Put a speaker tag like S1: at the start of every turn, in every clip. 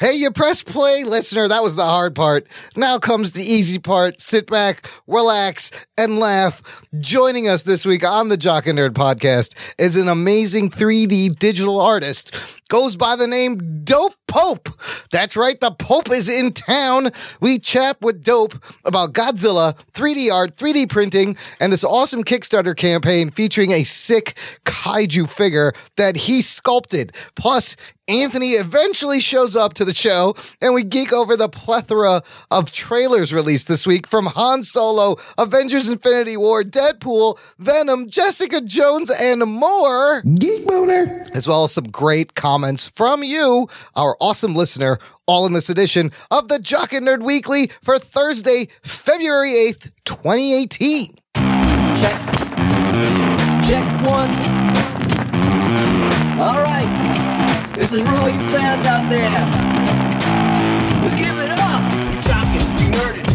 S1: Hey, you press play, listener. That was the hard part. Now comes the easy part. Sit back, relax, and laugh. Joining us this week on the Jock and Nerd podcast is an amazing 3D digital artist. Goes by the name Dope Pope. That's right, the Pope is in town. We chat with Dope about Godzilla, 3D art, 3D printing, and this awesome Kickstarter campaign featuring a sick kaiju figure that he sculpted. Plus, Anthony eventually shows up to the show, and we geek over the plethora of trailers released this week from Han Solo, Avengers Infinity War, Deadpool, Venom, Jessica Jones, and more,
S2: Geek boner.
S1: as well as some great comments from you, our awesome listener, all in this edition of the Jock and Nerd Weekly for Thursday, February 8th, 2018.
S3: Check. Check one. All right. This is really fans out there. Let's give it up. We talking, we nerded.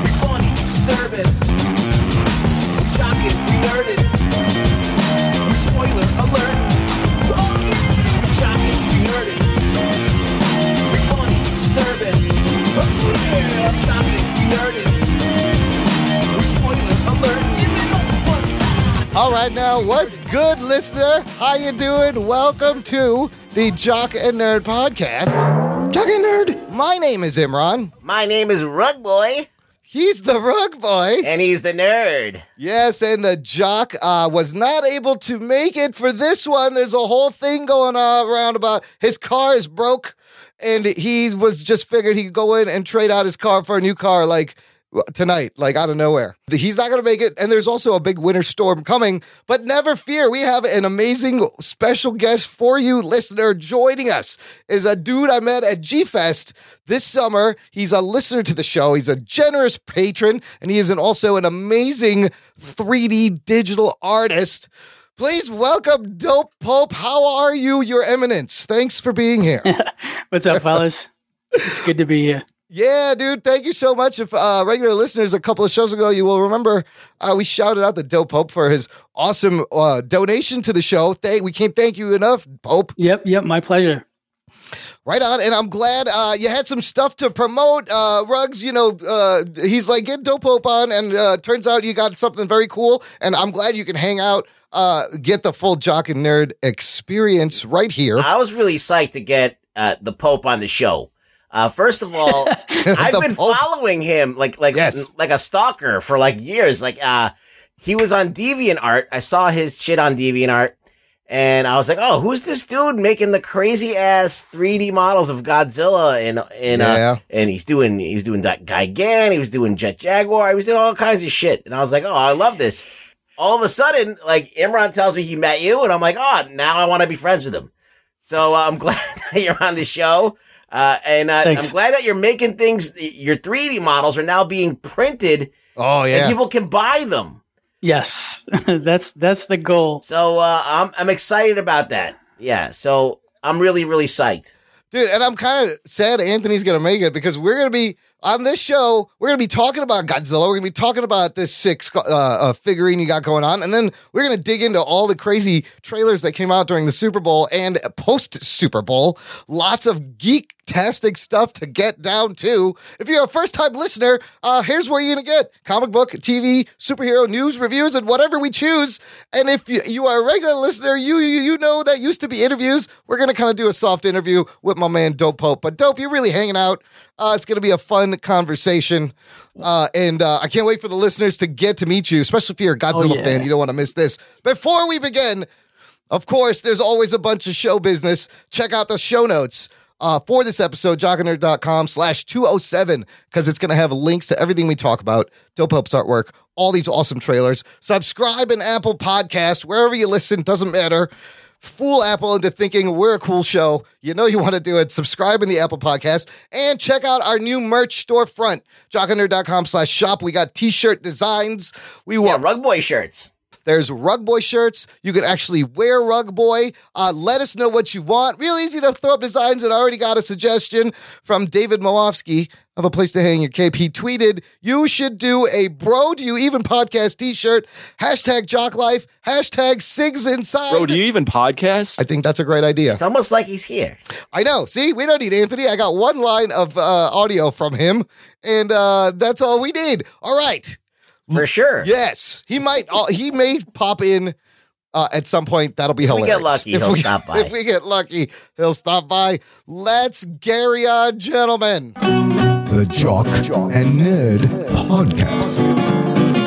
S3: We funny, disturbing. We talking, we nerded. We spoiler alert. Oh yeah. We talking, we nerded. We funny, disturbing. Oh yeah. We talking, we nerded. We spoiler alert. Give it up one time.
S1: All right, now what's good, listener? How you doing? Welcome to the Jock and Nerd Podcast.
S2: Talking nerd.
S1: My name is Imran.
S4: My name is Rug Boy,
S1: He's the rug boy.
S4: and he's the nerd.
S1: Yes, and the jock uh, was not able to make it for this one. There's a whole thing going on around about his car is broke, and he was just figured he could go in and trade out his car for a new car, like tonight, like out of nowhere. He's not going to make it. And there's also a big winter storm coming. But never fear, we have an amazing special guest for you, listener. Joining us is a dude I met at G Fest this summer. He's a listener to the show, he's a generous patron, and he is an, also an amazing 3D digital artist. Please welcome Dope Pope. How are you, Your Eminence? Thanks for being here.
S5: What's up, fellas? it's good to be here.
S1: Yeah, dude, thank you so much. If uh, regular listeners a couple of shows ago, you will remember uh, we shouted out the Dope Pope for his awesome uh, donation to the show. Thank, we can't thank you enough, Pope.
S5: Yep, yep, my pleasure.
S1: Right on, and I'm glad uh, you had some stuff to promote. Uh, Rugs, you know, uh, he's like get Dope Pope on, and uh, turns out you got something very cool. And I'm glad you can hang out, uh, get the full jock and nerd experience right here.
S4: I was really psyched to get uh, the Pope on the show. Uh, first of all, I've
S1: The
S4: been
S1: Pope.
S4: following him like like
S1: Yes.
S4: like a stalker for like years. Like uh, he was on DeviantArt. I saw his shit on DeviantArt, and I was like, "Oh, who's this dude making the crazy ass 3D models of Godzilla?" And and
S1: Yeah.
S4: uh, and he's doing he was doing that Gigan. He was doing Jet Jaguar. He was doing all kinds of shit, and I was like, "Oh, I love this." All of a sudden, like Imran tells me he met you, and I'm like, "Oh, now I want to be friends with him." So uh, I'm glad that you're on the show. Uh, and uh,
S5: Thanks.
S4: I'm glad that you're making things, your 3D models are now being printed
S1: Oh
S4: and
S1: yeah,
S4: people can buy them.
S5: Yes, that's that's the goal.
S4: So uh, I'm, I'm excited about that. Yeah. So I'm really, really psyched.
S1: dude. And I'm kind of sad Anthony's gonna make it because we're gonna be on this show. We're gonna be talking about Godzilla. We're gonna be talking about this six uh, uh, figurine you got going on, and then we're gonna dig into all the crazy trailers that came out during the Super Bowl and post Super Bowl. Lots of geektastic stuff to get down to. If you're a first time listener, uh, here's where you're gonna get comic book, TV, superhero news, reviews, and whatever we choose. And if you, you are a regular listener, you, you you know that used to be interviews. We're gonna kind of do a soft interview with my man Dope Pope. But Dope, you're really hanging out. Uh, it's gonna be a fun conversation, uh, and uh, I can't wait for the listeners to get to meet you, especially if you're a Godzilla
S5: yeah.
S1: fan. You don't want to miss this. Before we begin, of course, there's always a bunch of show business. Check out the show notes uh, for this episode, jockandnerd.com slash 207, because it's going to have links to everything we talk about, Dope Pope's artwork, all these awesome trailers. Subscribe in Apple Podcast, wherever you listen, doesn't matter. Fool Apple into thinking we're a cool show. You know you want to do it. Subscribe in the Apple Podcast and check out our new merch storefront, jockandnerd.com slash shop. We got t-shirt designs. We
S4: Yeah.
S1: want
S4: Rug Boy shirts.
S1: there's rug boy shirts. You can actually wear rug boy. Uh, let us know what you want. Real easy to throw up designs. And I already got a suggestion from David Malofsky, of a place to hang your cape, he tweeted, You should do a Bro Do You Even podcast t shirt, hashtag jock life, hashtag SIGs inside.
S6: Bro, do you even podcast?
S1: I think that's a great idea.
S4: It's almost like he's here.
S1: I know. See, we don't need Anthony. I got one line of uh, audio from him, and uh, that's all we need. All right.
S4: For sure.
S1: Yes, he might. Uh, he may pop in uh, at some point. That'll be
S4: If we
S1: hilarious.
S4: get lucky, he'll stop by.
S1: If we get lucky, he'll stop by. Let's carry on, gentlemen.
S2: The Jock, and Nerd Podcast.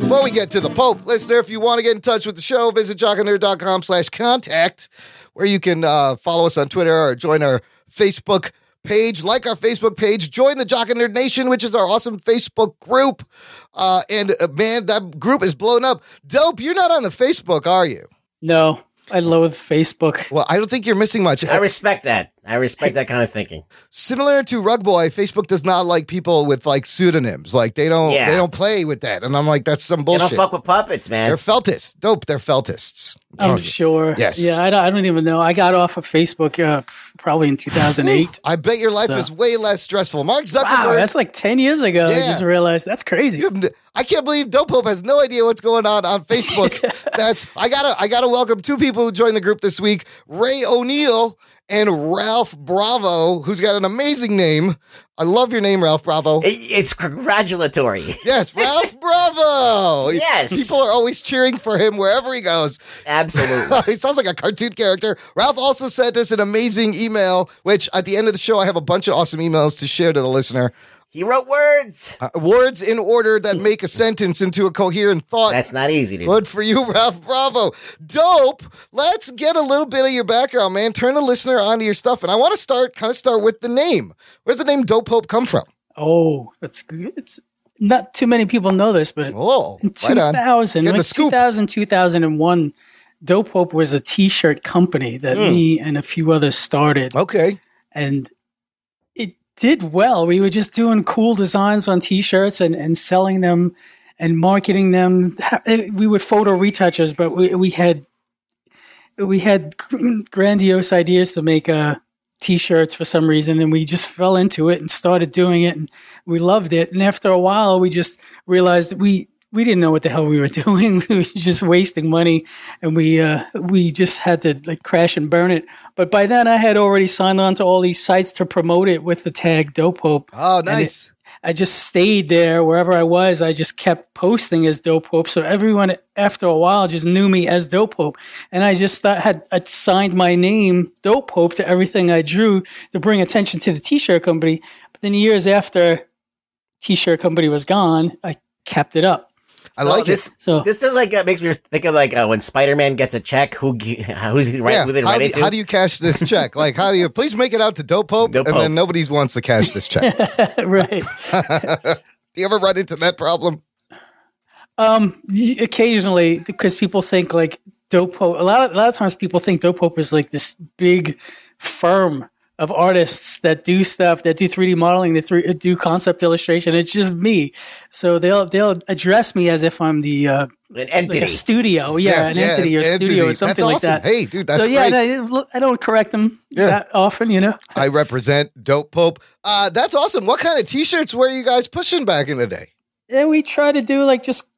S1: Before we get to the Pope, listener, if you want to get in touch with the show, visit jockandnerd.com slash contact, where you can uh, follow us on Twitter or join our Facebook page, like our Facebook page, join the Jock and Nerd Nation, which is our awesome Facebook group. Uh, and uh, man, that group is blown up. Dope, you're not on the Facebook, are you?
S5: No, I loathe Facebook.
S1: Well, I don't think you're missing much.
S4: I respect that. I respect that kind of thinking.
S1: Similar to Rug Boy, Facebook does not like people with like pseudonyms. Like they don't
S4: Yeah.
S1: they don't play with that. And I'm like, that's some
S4: You
S1: bullshit.
S4: don't fuck with puppets,
S1: they're
S4: man.
S1: feltists. Dope, they're feltists. I'm telling
S5: I'm
S1: you.
S5: sure.
S1: Oh, Yes.
S5: Yeah, I don't, I don't even know. I got off of Facebook uh, probably in 2008.
S1: I bet your life
S5: So-
S1: is way less stressful. Mark
S5: wow,
S1: Zuckerberg.
S5: that's like 10 years ago. I
S1: Yeah.
S5: just realized that's crazy.
S1: you have n- I can't believe Dope Pope has no idea what's going on on Facebook. That's I gotta I gotta welcome two people who joined the group this week: Ray O'Neill and Ralph Bravo, who's got an amazing name. I love your name, Ralph Bravo.
S4: It- it's congratulatory.
S1: Yes, Ralph Bravo.
S4: Yes.
S1: people are always cheering for him wherever he goes.
S4: Absolutely.
S1: he sounds like a cartoon character. Ralph also sent us an amazing email, which at the end of the show I have a bunch of awesome emails to share to the listener.
S4: He wrote words.
S1: Uh, words in order that make a sentence into a coherent thought.
S4: That's not easy to do.
S1: Good for you, Ralph Bravo. Dope. Let's get a little bit of your background, man. Turn the listener onto your stuff. And I want to start, kind of start with the name. Where's the name Dope Pope come from?
S5: Oh, that's good. It's not too many people know this, but
S1: Oh,
S5: in
S1: right on.
S5: 2000,
S1: Get the
S5: like
S1: scoop.
S5: 2000, 2001, Dope Hope was a t-shirt company that
S1: Hmm.
S5: me and a few others started.
S1: Okay.
S5: and it did well. We were just doing cool designs on T-shirts and, and selling them and marketing them. Ha- eh, We were photo retouchers, but we, we had we had grandiose ideas to make uh, T-shirts for some reason, and we just fell into it and started doing it, and we loved it. And after a while, we just realized we. We didn't know what the hell we were doing. We were just wasting money, and we uh, we just had to like crash and burn it. But by then, I had already signed on to all these sites to promote it with the tag Dope Hope.
S1: Oh, nice.
S5: I just stayed there wherever I was. I just kept posting as Dope Hope, so everyone after a while just knew me as Dope Hope, and I just thought, had I'd signed my name Dope Hope to everything I drew to bring attention to the T-shirt company. But then years after T-shirt company was gone, I kept it up.
S1: I like
S4: Oh, this.
S1: it.
S5: So
S4: This is like uh, makes me think of like uh, when Spider Man gets a check, who g- who's he right?
S1: Yeah.
S4: Who they
S1: How,
S4: write
S1: do,
S4: it to?
S1: how do you cash this check? Like, how do you please make it out to Dope Pope?
S4: Dope
S1: and
S4: Pope.
S1: then nobody wants to cash this check. do
S5: right.
S1: you ever run into that problem?
S5: Um, y- occasionally, because people think like dope hope. A lot, of, a lot of times, people think dope hope is like this big firm of artists that do stuff, that do three D modeling, that three, do concept illustration. It's just me, so they'll they'll address me as if I'm the uh,
S4: An
S5: like
S4: entity.
S5: a studio, yeah, an entity or
S1: entity.
S5: studio or
S1: That's
S5: something like
S1: awesome.
S5: that.
S1: Hey, dude, that's
S5: so yeah,
S1: great.
S5: and I, I don't correct them
S1: Yeah.
S5: that often, you know.
S1: I represent Dope Pope. Uh, that's awesome. What kind of t-shirts were you guys pushing back in the day?
S5: and we try to do like just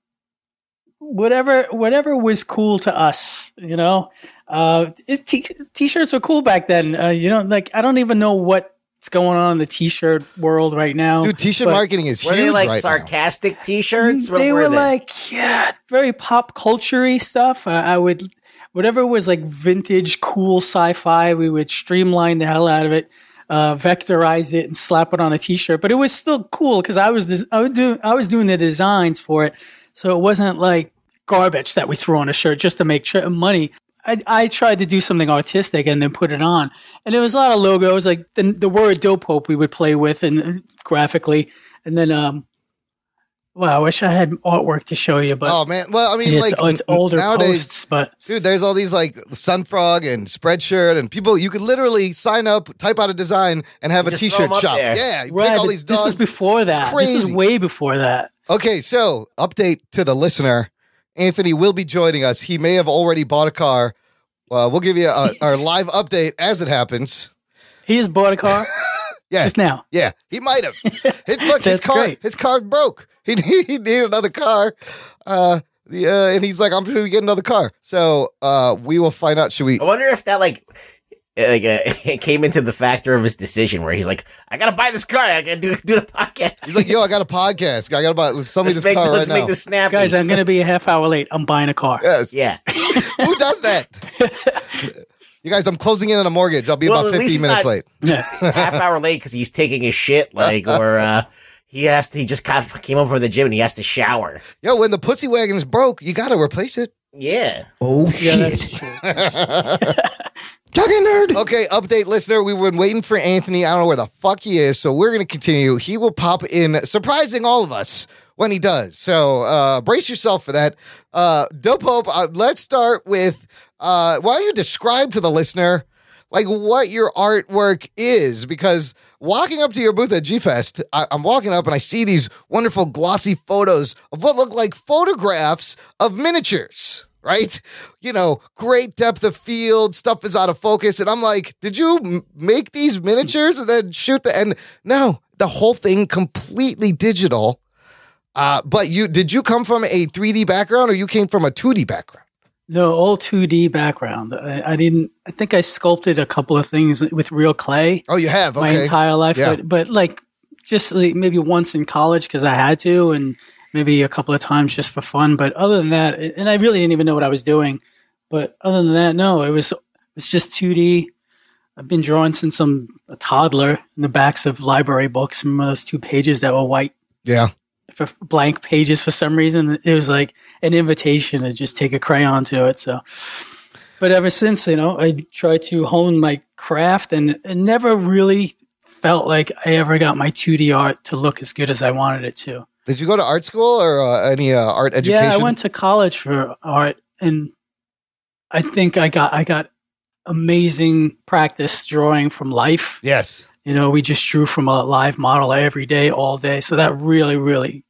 S5: whatever whatever was cool to us you know uh it- t- t-shirts were cool back then uh, you know like i don't even know what's going on in the t-shirt world right now
S1: Dude, t-shirt
S5: but-
S1: marketing is
S4: were
S1: huge
S4: they like
S1: right now.
S4: sarcastic T-shirts? What
S5: Mm, they were,
S4: were
S5: like yeah very pop culture stuff I, I would whatever was like vintage cool sci-fi we would streamline the hell out of it uh, vectorize it and slap it on a t-shirt but it was still cool because i was des- I, would do- I was doing the designs for it so it wasn't like garbage that we threw on a shirt just to make tri- money I, I tried to do something artistic and then put it on and it was a lot of logos like the, the word dope hope we would play with and uh, graphically and then um Wow, I wish I had artwork to show you, but
S1: Oh man. Well, I mean,
S5: it's,
S1: like
S5: it's older
S1: nowadays,
S5: posts. But
S1: dude, there's all these like Sunfrog and Spreadshirt and people. You could literally sign up, type out a design, and have a
S4: just throw
S1: t-shirt
S4: 'em up
S1: shop.
S4: there.
S1: Yeah, you
S5: right,
S1: pick all
S5: but
S1: these
S5: this
S1: dogs.
S5: is before
S1: It's
S5: that. This is
S1: crazy.
S5: way before that.
S1: Okay, so update to the listener. Anthony will be joining us. He may have already bought a car. Uh, we'll give you a, our live update as it happens.
S5: He just bought a car.
S1: Yeah.
S5: Just now.
S1: Yeah, he might have. His, look, his
S5: That's
S1: car,
S5: great.
S1: his car broke. He need- he needed another car. Uh, the, uh, and he's like, I'm going to get another car. So uh, we will find out. Should we?
S4: I wonder if that like like uh, it came into the factor of his decision where he's like, I gotta buy this car. I gotta do do the podcast.
S1: He's like, Yo, I got a podcast. I got to buy. Sell me
S4: let's
S1: this
S4: make
S1: car
S4: let's
S1: right
S4: make
S1: now.
S4: this snappy.
S5: Guys, I'm going to be a half hour late. I'm buying a car.
S1: yes.
S4: yeah.
S1: Who does that? you guys, I'm closing in on a mortgage. I'll be
S4: Well,
S1: about
S4: at
S1: 15
S4: least he's
S1: minutes
S4: not-
S1: late.
S4: half hour late because he's taking his shit, like, or uh, he has to, he just got, came home from the gym and he has to shower.
S1: Yo, when the pussy wagon is broke, you got to replace it.
S4: Yeah.
S2: Oh
S5: Yeah,
S2: shit.
S5: that's true.
S2: Talking nerd.
S1: Okay, update listener. We've been waiting for Anthony. I don't know where the fuck he is, so we're gonna continue. He will pop in, surprising all of us when he does. So uh, brace yourself for that. Uh, Dope Hope. Uh, let's start with uh, why don't you describe to the listener like what your artwork is because walking up to your booth at G Fest, I- I'm walking up and I see these wonderful glossy photos of what look like photographs of miniatures, right? You know, great depth of field, stuff is out of focus. And I'm like, did you m- make these miniatures and then shoot the end? No, the whole thing completely digital. Uh, but you did you come from a 3D background or you came from a 2D background?
S5: No, all 2D background. I, I didn't. I think I sculpted a couple of things with real clay
S1: Oh, you have okay.
S5: my entire life,
S1: Yeah.
S5: but, but like just like maybe once in college because I had to, and maybe a couple of times just for fun. But other than that, and I really didn't even know what I was doing. But other than that, no, it was it's just 2D. I've been drawing since I'm a toddler in the backs of library books. Remember those two pages that were white
S1: yeah,
S5: for blank pages for some reason. It was like an invitation to just take a crayon to it. So, but ever since, you know, I tried to hone my craft and it never really felt like I ever got my 2D art to look as good as I wanted it to.
S1: did you go to art school or uh, any uh, art education?
S5: Yeah, I went to college for art and I think I got, I got amazing practice drawing from life.
S1: Yes.
S5: You know, we just drew from a live model every day, all day. So that really, really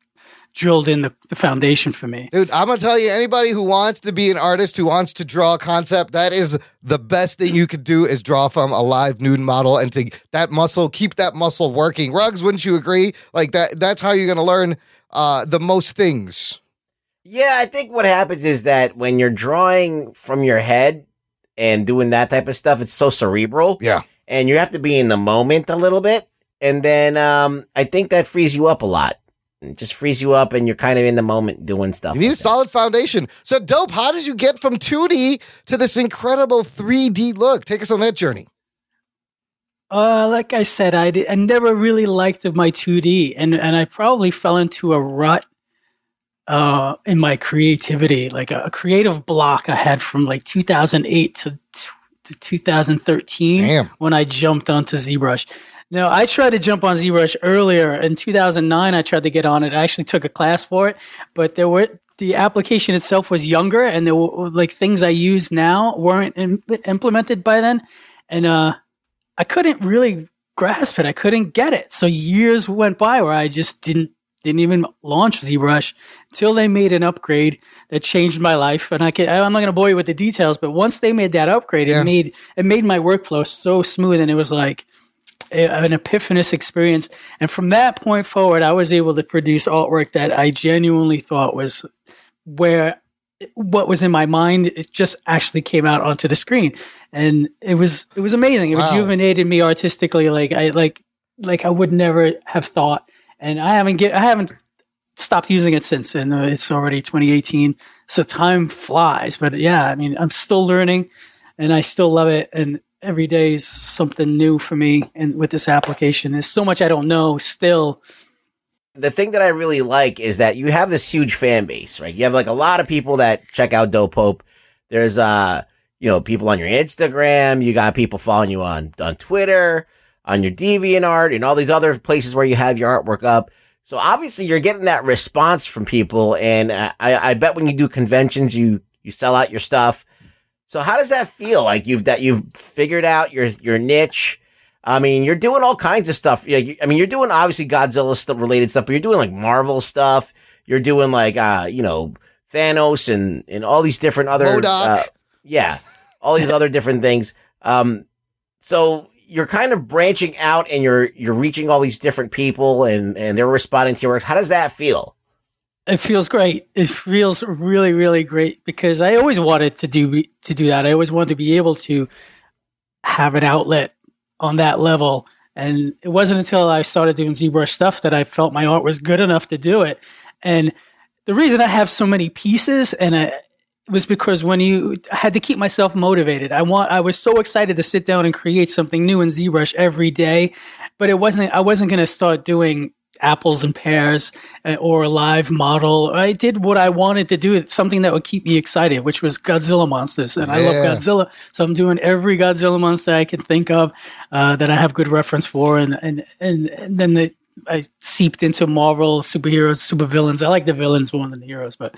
S5: drilled in the, the foundation for me.
S1: Dude, I'm gonna tell you, anybody who wants to be an artist, who wants to draw a concept, that is the best thing you could do is draw from a live nude model and to that muscle, keep that muscle working. Rugs, wouldn't you agree? Like that, that's how you're gonna learn uh, the most things.
S4: Yeah, I think what happens is that when you're drawing from your head and doing that type of stuff, it's so cerebral.
S1: Yeah.
S4: And you have to be in the moment a little bit. And then um, I think that frees you up a lot. It just frees you up and you're kind of in the moment doing stuff.
S1: You need a
S4: like that.
S1: solid foundation. So dope. How did you get from 2D to this incredible 3D look? Take us on that journey.
S5: Uh, like I said, I, did, I never really liked my 2D, and, and I probably fell into a rut uh, in my creativity, like a, a creative block I had from like 2008 to, t- to 2013
S1: Damn.
S5: when I jumped onto ZBrush. Now, I tried to jump on ZBrush earlier in 2009. I tried to get on it. I actually took a class for it, but there were the application itself was younger, and there were like things I use now weren't im- implemented by then, and uh, I couldn't really grasp it. I couldn't get it. So years went by where I just didn't didn't even launch ZBrush till they made an upgrade that changed my life. And I can, I'm not going to bore you with the details, but once they made that upgrade,
S1: Yeah.
S5: it made it made my workflow so smooth, and it was like a- an epiphanous experience. And from that point forward, I was able to produce artwork that I genuinely thought was where what was in my mind it just actually came out onto the screen and it was it was amazing it
S1: Wow.
S5: rejuvenated me artistically like i like like i would never have thought and i haven't get i haven't stopped using it since and uh, it's already 2018 so time flies but yeah i mean i'm still learning and i still love it and every day is something new for me and with this application there's so much i don't know still
S4: the thing that I really like is that you have this huge fan base, right? You have like a lot of people that check out Dope Hope. There's uh, you know, people on your Instagram, you got people following you on on Twitter, on your DeviantArt, and all these other places where you have your artwork up. So obviously you're getting that response from people, and I, I bet when you do conventions, you you sell out your stuff. So how does that feel? Like you've that you've figured out your your niche. I mean, you're doing all kinds of stuff. Yeah, you, I mean, you're doing obviously Godzilla stuff related stuff, but you're doing like Marvel stuff. You're doing like uh, you know, Thanos and and all these different other
S1: MODOK.
S4: uh, yeah, all these other different things. Um, so you're kind of branching out and you're you're reaching all these different people and and they're responding to your works. How does that feel?
S5: It feels great. It feels really really great because I always wanted to do to do that. I always wanted to be able to have an outlet on that level. And it wasn't until I started doing ZBrush stuff that I felt my art was good enough to do it. And the reason I have so many pieces and I was because when you I had to keep myself motivated. I want I was so excited to sit down and create something new in ZBrush every day, but it wasn't I wasn't going to start doing apples and pears eh, or a live model. I did what I wanted to do, something that would keep me excited, which was Godzilla monsters. And yeah. I love Godzilla. So I'm doing every Godzilla monster I can think of uh, that I have good reference for. And, and, and, and then the, I seeped into Marvel superheroes, supervillains. I like the villains more than the heroes, but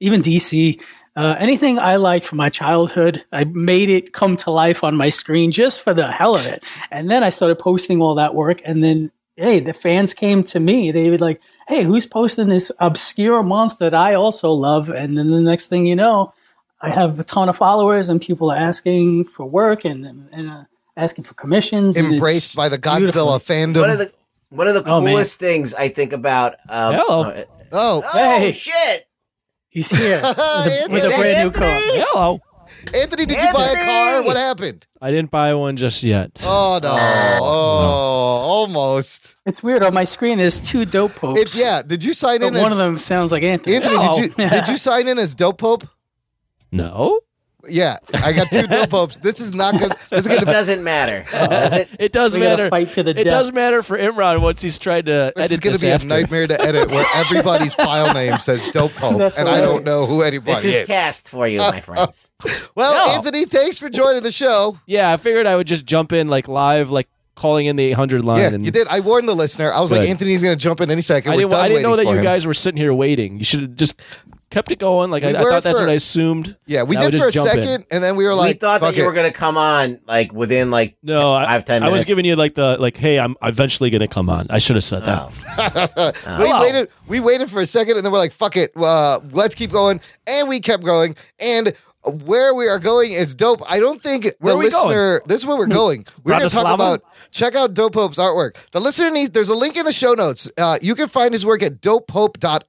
S5: even DC, uh, anything I liked from my childhood, I made it come to life on my screen just for the hell of it. And then I started posting all that work, and then hey, the fans came to me. They would like, hey, who's posting this obscure monster that I also love? And then the next thing you know, I have a ton of followers and people are asking for work and, and uh, asking for commissions.
S1: Embraced by the Godzilla beautiful. fandom.
S4: One of the, one of the oh, coolest man. things I think about. Um,
S1: Hello.
S4: Oh, oh, hey. shit.
S5: He's here with a, with a brand
S1: Anthony?
S5: new
S1: car. Hello. Anthony, did Anthony! you buy a car? What happened?
S6: I didn't buy one just yet.
S1: Oh no! Oh, no. almost.
S5: It's weird. On my screen is two dope popes.
S1: It's yeah. Did you sign in?
S5: One as, of them sounds like Anthony.
S1: Anthony, no. did you did you sign in as dope pope?
S6: No.
S1: Yeah, I got two dope popes. This is not good. This is
S4: gonna. It doesn't matter.
S6: Uh, does it? it does
S5: We're
S6: matter.
S5: Fight to the
S6: it
S5: death.
S6: does matter for Imran once he's tried to.
S1: This
S6: edit
S1: is going to be
S6: after.
S1: a nightmare to edit where everybody's file name says dope pope, That's and I don't know who anybody
S4: this is. is. cast for you, my friends.
S1: well, no. Anthony, thanks for joining the show.
S6: Yeah, I figured I would just jump in like live, like calling in the 800 line.
S1: Yeah,
S6: and,
S1: you did. I warned the listener. I was Good. like, Anthony's going to jump in any second.
S6: I didn't,
S1: We're done
S6: I didn't know that
S1: waiting for
S6: you
S1: him.
S6: guys were sitting here waiting. You should have just kept it going. Like
S1: We
S6: I, I
S1: were
S6: thought that's
S1: for-
S6: what I assumed.
S1: Yeah, we
S6: And I
S1: did
S6: would
S1: for a
S6: just jump in.
S1: second, and then we were like,
S4: we thought that
S1: fuck
S4: you
S1: it.
S4: were going to come on like within like
S6: No, I,
S4: five ten
S6: I
S4: minutes.
S6: was giving you like the like, hey, I'm eventually going to come on. I should have said that.
S4: Oh.
S6: Uh-huh.
S1: we waited. We waited for a second, and then we're like, "Fuck it, uh, let's keep going." And we kept going. And where we are going is dope. I don't think
S6: Where
S1: the
S6: are we Hmm.
S1: listener. This is where we're going. We're going to talk
S6: Bratislava?
S1: about. Check out Dope Hope's artwork. The listener needs. There's a link in the show notes. Uh, you can find his work at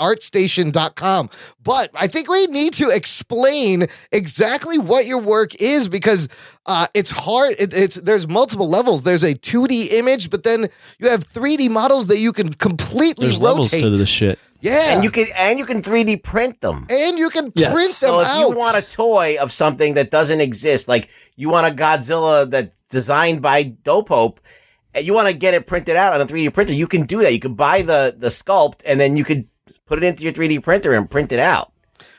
S1: dopehope.artstation.com. But I think we need to explain exactly what your work is because uh, it's hard. It, it's there's multiple levels. There's a 2D image, but then you have 3D models that you can completely
S6: There's levels
S1: rotate.
S6: to this shit.
S1: yeah,
S4: and you can and you can 3D print them.
S1: and you can
S5: Yes.
S1: print them
S4: So if
S1: out.
S4: you want a toy of something that doesn't exist, like you want a Godzilla that's designed by Dope Hope, and you want to get it printed out on a 3D printer, you can do that. You can buy the the sculpt and then you could put it into your 3D printer and print it out.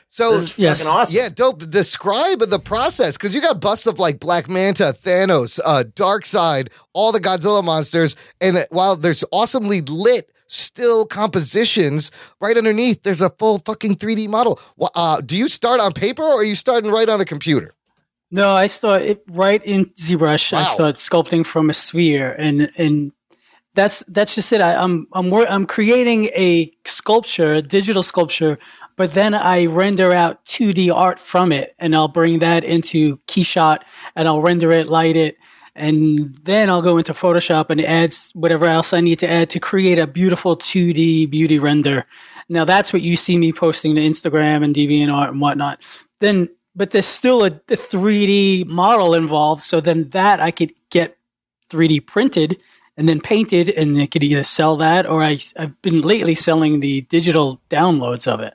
S1: so
S4: This is
S5: Yes.
S4: fucking awesome.
S1: Yeah, dope. Describe the process because you got busts of like Black Manta, Thanos, uh, Dark Side, all the Godzilla monsters, and uh, while there's awesomely lit still compositions right underneath, there's a full fucking 3D model. Wha- Uh, do you start on paper or are you starting right on the computer?
S5: No, I start it right in ZBrush. I
S1: Wow.
S5: start sculpting from a sphere, and and that's that's just it. I, I'm I'm wor- I'm creating a sculpture, a digital sculpture, but then I render out 2D art from it, and I'll bring that into KeyShot, and I'll render it, light it, and then I'll go into Photoshop and add s- whatever else I need to add to create a beautiful 2D beauty render. Now that's what you see me posting to Instagram and DeviantArt and whatnot. Then, but there's still a, a 3D model involved. So then that I could get 3D printed and then painted, and I could either sell that or I, I've been lately selling the digital downloads of it.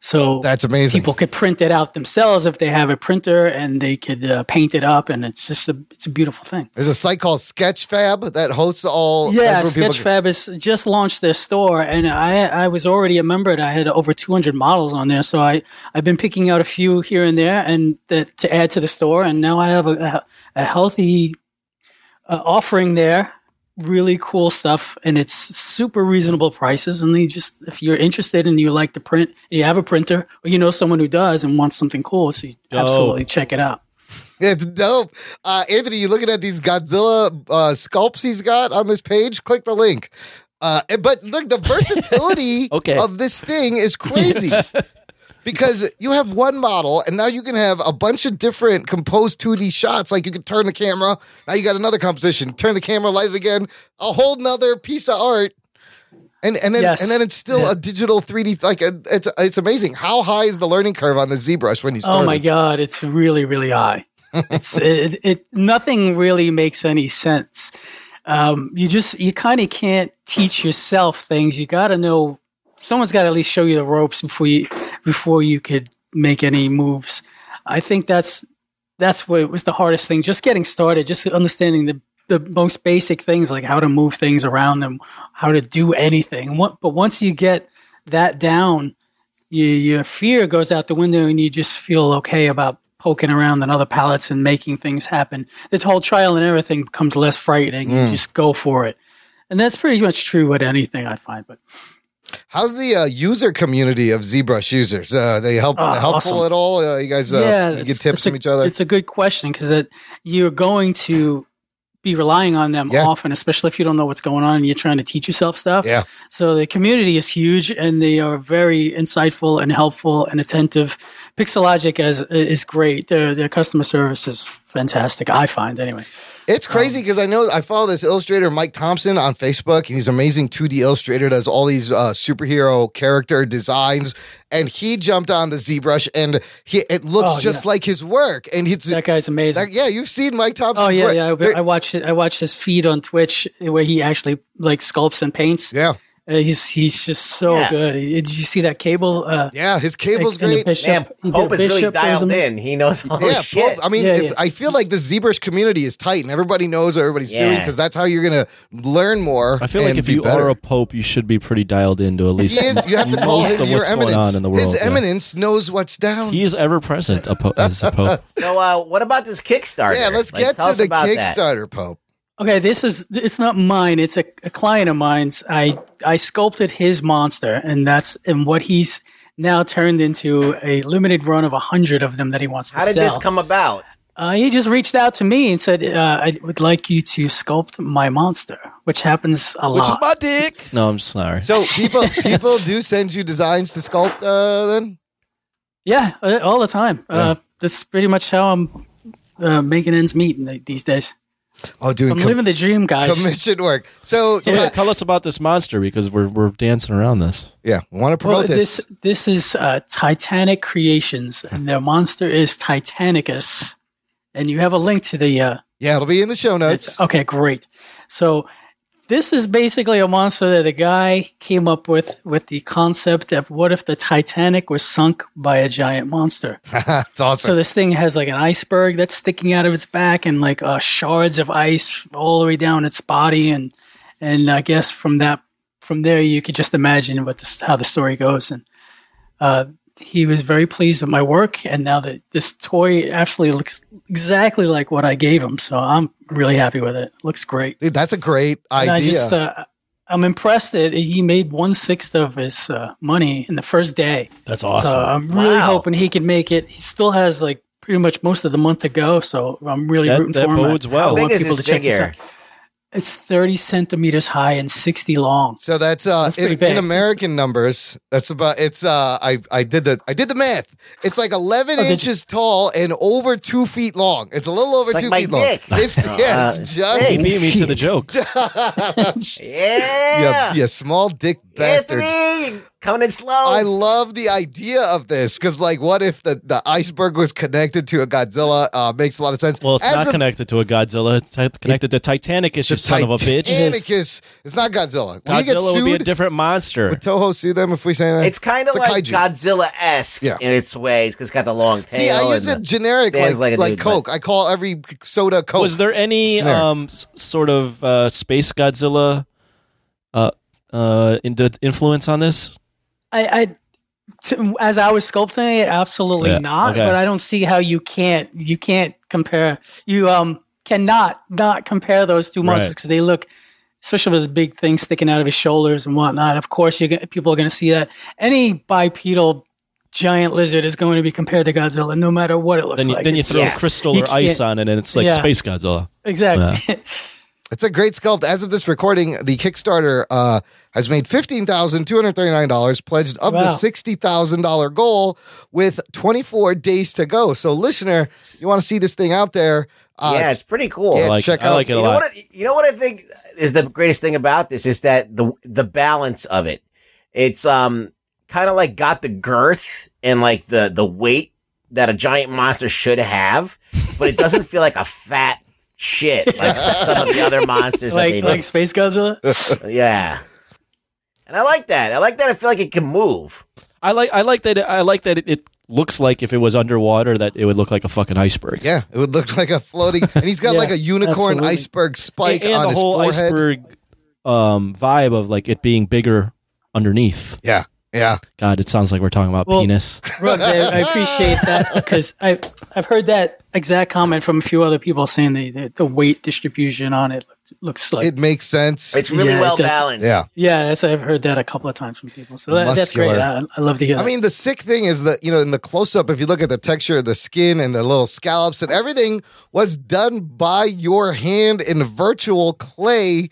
S5: So
S1: That's amazing.
S5: people could print it out themselves if they have a printer and they could uh, paint it up, and it's just a it's a beautiful thing.
S1: There's a site called Sketchfab that hosts all.
S5: Yeah,
S1: that's where people can-
S5: Sketchfab has just launched their store, and I I was already a member. And I had over 200 models on there, so I I've been picking out a few here and there, and that to add to the store. And now I have a a, a healthy uh, offering there. Really cool stuff, and it's super reasonable prices. And they just if you're interested and you like to print, you have a printer, or you know someone who does and wants something cool, so you absolutely check it out.
S1: It's dope. Uh, Anthony, you looking at these Godzilla uh, sculpts he's got on this page? Click the link. Uh, but look, the versatility
S6: Okay.
S1: of this thing is crazy. because you have one model and now you can have a bunch of different composed 2D shots. Like you can turn the camera. Now you got another composition. Turn the camera, light it again. A whole nother piece of art. And, and then
S5: Yes.
S1: and then it's still a digital 3D like a, it's it's amazing how high is the learning curve on the ZBrush when you start
S5: Oh my god, it's really really high. It's it, it nothing really makes any sense. Um, you just you kind of can't teach yourself things. You got to know someone's got to at least show you the ropes before you before you could make any moves. I think that's that's what was the hardest thing. Just getting started, just understanding the the most basic things like how to move things around them, how to do anything. What, but once you get that down, your, your fear goes out the window and you just feel okay about poking around on other palettes and making things happen. This whole trial and everything becomes less frightening. You just go for it. And that's pretty much true with anything I find. But
S1: How's the uh, user community of ZBrush users? Uh, they help
S5: Oh,
S1: helpful
S5: awesome.
S1: at all? Uh, you guys uh, you
S5: it's-
S1: get tips
S5: it's a-
S1: from each other?
S5: It's a good question because you're going to be relying on them
S1: Yeah.
S5: often, especially if you don't know what's going on and you're trying to teach yourself stuff.
S1: Yeah.
S5: So the community is huge, and they are very insightful and helpful and attentive. Pixelogic as is great. Their their customer service is fantastic. I find anyway.
S1: It's crazy
S5: um,
S1: because I know I follow this illustrator Mike Thompson on Facebook, and he's an amazing 2D illustrator. Does all these uh, superhero character designs, and he jumped on the ZBrush, and he it looks
S5: Oh,
S1: just like his work. And it's
S5: That guy's amazing.
S1: like, yeah, you've seen Mike Thompson's
S5: Oh yeah,
S1: work.
S5: yeah.
S1: There-
S5: I, I watch I watch his feed on Twitch where he actually like sculpts and paints.
S1: yeah,
S5: Uh, he's he's just so
S4: Yeah.
S5: good. He- Did you see that cable? Uh,
S1: yeah. His cable's
S5: and the
S1: great.
S5: bishop-
S4: Man,
S5: he did
S4: Pope
S5: a
S4: is really
S5: bishop, there was
S4: dialed
S5: a-
S4: in. He knows all
S1: yeah,
S4: this Oh, shit.
S1: Pope- I mean,
S5: Yeah,
S1: if,
S5: yeah.
S1: I feel like the ZBrush community is tight, and everybody knows what everybody's doing
S4: Yeah.
S1: because that's how you're gonna learn more.
S6: I feel like
S1: and
S6: if
S1: be
S6: you
S1: better.
S6: are a pope, you should be pretty dialed into at least
S1: He is, you have to call
S6: most
S1: him
S6: of
S1: your
S6: what's going
S1: eminence.
S6: on in the world.
S1: His
S6: yeah.
S1: eminence knows what's down.
S6: He is ever present a po- as a pope.
S4: So, uh, what about this Kickstarter?
S1: yeah, let's
S4: Like,
S1: get
S4: tell
S1: to
S4: us
S1: the
S4: about that.
S1: Kickstarter, Pope.
S5: Okay, this is it's not mine. It's a, a client of mine's. I I sculpted his monster, and that's and what he's now turned into a limited run of a hundred of them that he wants to
S4: How did
S5: sell.
S4: this come about?
S5: Uh, he just reached out to me and said, uh, "I would like you to sculpt my monster," which happens a
S6: Which is
S5: lot.
S6: my dick. No, I'm sorry.
S1: So people people do send you designs to sculpt. Uh, then
S5: yeah, uh, all the time. Uh, that's pretty much how I'm uh, making ends meet in the- these days.
S1: oh, doing
S5: I'm
S1: com-
S5: living the dream, guys.
S1: commission work. So
S6: So
S1: yeah,
S6: tell us about this monster because we're we're dancing around this.
S1: want to promote this.
S5: this this is uh, Titanic Creations, and their monster is Titanicus. And you have a link to the. Uh,
S1: Yeah, it'll be in the show notes.
S5: it's okay, great. So this is basically a monster that a guy came up with with the concept of what if the Titanic was sunk by a giant monster.
S1: it's
S5: So
S1: awesome.
S5: this thing has like an iceberg that's sticking out of its back, and like uh, shards of ice all the way down its body, and and I guess from that from there you could just imagine what this, how the story goes. And uh, he was very pleased with my work, and now that this toy absolutely looks exactly like what I gave him, so I'm really happy with it. Looks great.
S1: Dude, that's a great
S5: And
S1: idea.
S5: I just uh, I'm impressed that he made one sixth of his uh, money in the first day.
S6: That's awesome.
S5: So I'm really
S4: Wow.
S5: hoping he can make it. He still has like pretty much most of the month to go, so I'm really
S6: that
S5: rooting
S6: that
S5: for him. I-
S6: bodes
S5: I
S6: well.
S4: big
S5: want
S4: is
S5: people
S4: this
S5: to check this
S4: figure?
S5: out. It's 30 centimeters high and 60 long.
S1: so that's uh
S5: That's
S1: in,
S5: pretty
S1: in
S5: big.
S1: American numbers. That's about it's uh I I did the I did the math. It's like eleven
S5: Oh, did you-
S1: inches tall and over two feet long. It's a little over
S4: It's like
S1: two
S4: my
S1: feet long.
S4: dick.
S1: It's yeah, it's
S6: He
S1: just
S6: beat me to the joke.
S1: yeah,
S4: Yeah.
S1: yeah, small dick bastards.
S4: Anthony, coming in slow.
S1: I love the idea of this because, like, what if the, the iceberg was connected to a Godzilla? Uh, makes a lot of sense.
S6: Well, it's
S1: As
S6: not
S1: a-
S6: connected to a Godzilla. It's ti- connected to Titanic. Is
S1: the
S6: you son of a bitch.
S1: Titanicus- It's not Godzilla. Will you get
S6: Godzilla would be a
S1: sued?
S6: different monster.
S1: Would Toho sue them if we say that?
S4: it's kind of
S1: a
S4: like
S1: kaiju.
S4: Godzilla esque
S1: Yeah.
S4: in its ways because it's got the long tail.
S1: See, I use
S4: and
S1: it
S4: the-
S1: generic, like
S4: Dan's
S1: like,
S4: like a dude, but-
S1: Coke. I call every soda Coke.
S6: Was there any
S1: Oh, It's generic.
S6: um s- sort of uh, space Godzilla uh uh in the influence on this?
S5: I, I to, as I was sculpting it, absolutely
S6: Yeah,
S5: not.
S6: okay.
S5: But I don't see how you can't you can't compare you um cannot not compare those two monsters
S6: Right.
S5: because they look, especially with the big thing sticking out of his shoulders and whatnot. Of course, you people are going to see that any bipedal giant lizard is going to be compared to Godzilla, no matter what it looks
S6: Then you,
S5: like.
S6: then you
S5: It's-
S6: throw
S4: yeah.
S6: crystal
S5: You
S6: or ice on
S5: can't-
S6: it, and it's like
S5: Yeah.
S6: space Godzilla.
S5: exactly.
S1: It's a great sculpt. As of this recording, the Kickstarter uh, has made fifteen thousand two hundred thirty-nine dollars, pledged of the
S5: Wow.
S1: sixty thousand dollar goal, with twenty-four days to go. So, listener, you want to see this thing out there? Uh,
S4: yeah, it's pretty cool.
S1: yeah,
S6: I like,
S1: check
S6: I
S1: out-
S6: like it
S4: you
S6: a
S4: know
S6: lot.
S4: what? I, you know what I think is the greatest thing about this is that the the balance of it. It's um kind of like got the girth and like the the weight that a giant monster should have, but it doesn't feel like a fat shit like some of the other monsters. that they
S5: like
S4: do.
S5: like Space Godzilla.
S4: yeah, and I like that. I like that. I feel like it can move.
S6: I like I like that I like that it, it looks like if it was underwater that it would look like a fucking iceberg.
S1: yeah, it would look like a floating, and he's got
S5: Yeah,
S1: like a unicorn
S5: absolutely.
S1: iceberg spike
S6: and
S1: on
S6: the
S1: his
S6: whole
S1: forehead.
S6: iceberg um, vibe of like it being bigger underneath.
S1: Yeah,
S6: God, it sounds like we're talking about
S5: Well-
S6: penis.
S5: Ruggs, I, I appreciate that because I I've heard that exact comment from a few other people saying the the, the weight distribution on it looks, looks like
S1: it makes sense.
S4: It's really
S5: Yeah, it
S4: well
S5: does.
S4: balanced.
S1: yeah.
S5: yeah. That's I've heard that a couple of times from people. So that, that's great. I,
S1: Muscular.
S5: I love to hear.
S1: I mean, the sick thing is that, you know, in the close up, if you look at the texture of the skin and the little scallops and everything was done by your hand in virtual clay.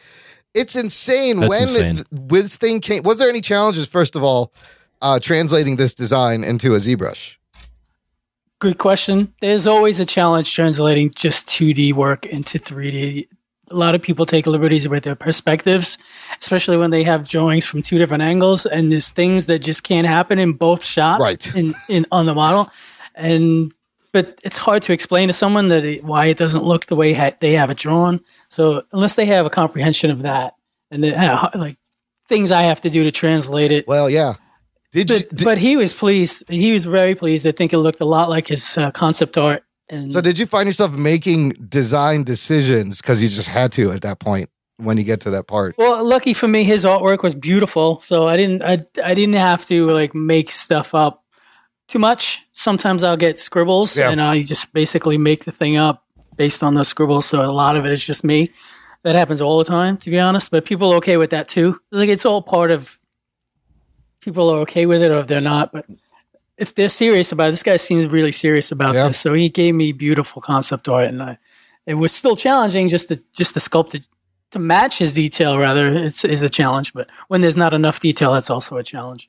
S1: It's insane.
S6: That's
S1: when
S6: insane.
S1: It, this thing came, was there any challenges, first of all, uh, translating this design into a ZBrush?
S5: Good question. There's always a challenge translating just 2D work into 3D. A lot of people take liberties with their perspectives, especially when they have drawings from two different angles, and there's things that just can't happen in both shots
S1: Right.
S5: in, in on the model. And but it's hard to explain to someone that it, why it doesn't look the way ha- they have it drawn. So unless they have a comprehension of that, and then, uh, like things I have to do to translate it,
S1: Well, yeah. Did you?
S5: but,
S1: Did,
S5: but he was pleased. He was very pleased. I think it looked a lot like his uh, concept art. And
S1: so, did you find yourself making design decisions because you just had to at that point when you get to that part?
S5: well, lucky for me, his artwork was beautiful. So I didn't, I, I didn't have to like make stuff up too much. Sometimes I'll get scribbles,
S1: Yeah.
S5: and I just basically make the thing up based on those scribbles. So a lot of it is just me. That happens all the time, to be honest. But people are okay with that too. It's like it's all part of. People are okay with it, or if they're not, but if they're serious about it, this guy seems really serious about
S1: Yeah.
S5: this. So he gave me beautiful concept art, and I, it was still challenging just to just to sculpt it to match his detail. Rather, it's is a challenge. But when there's not enough detail, that's also a challenge.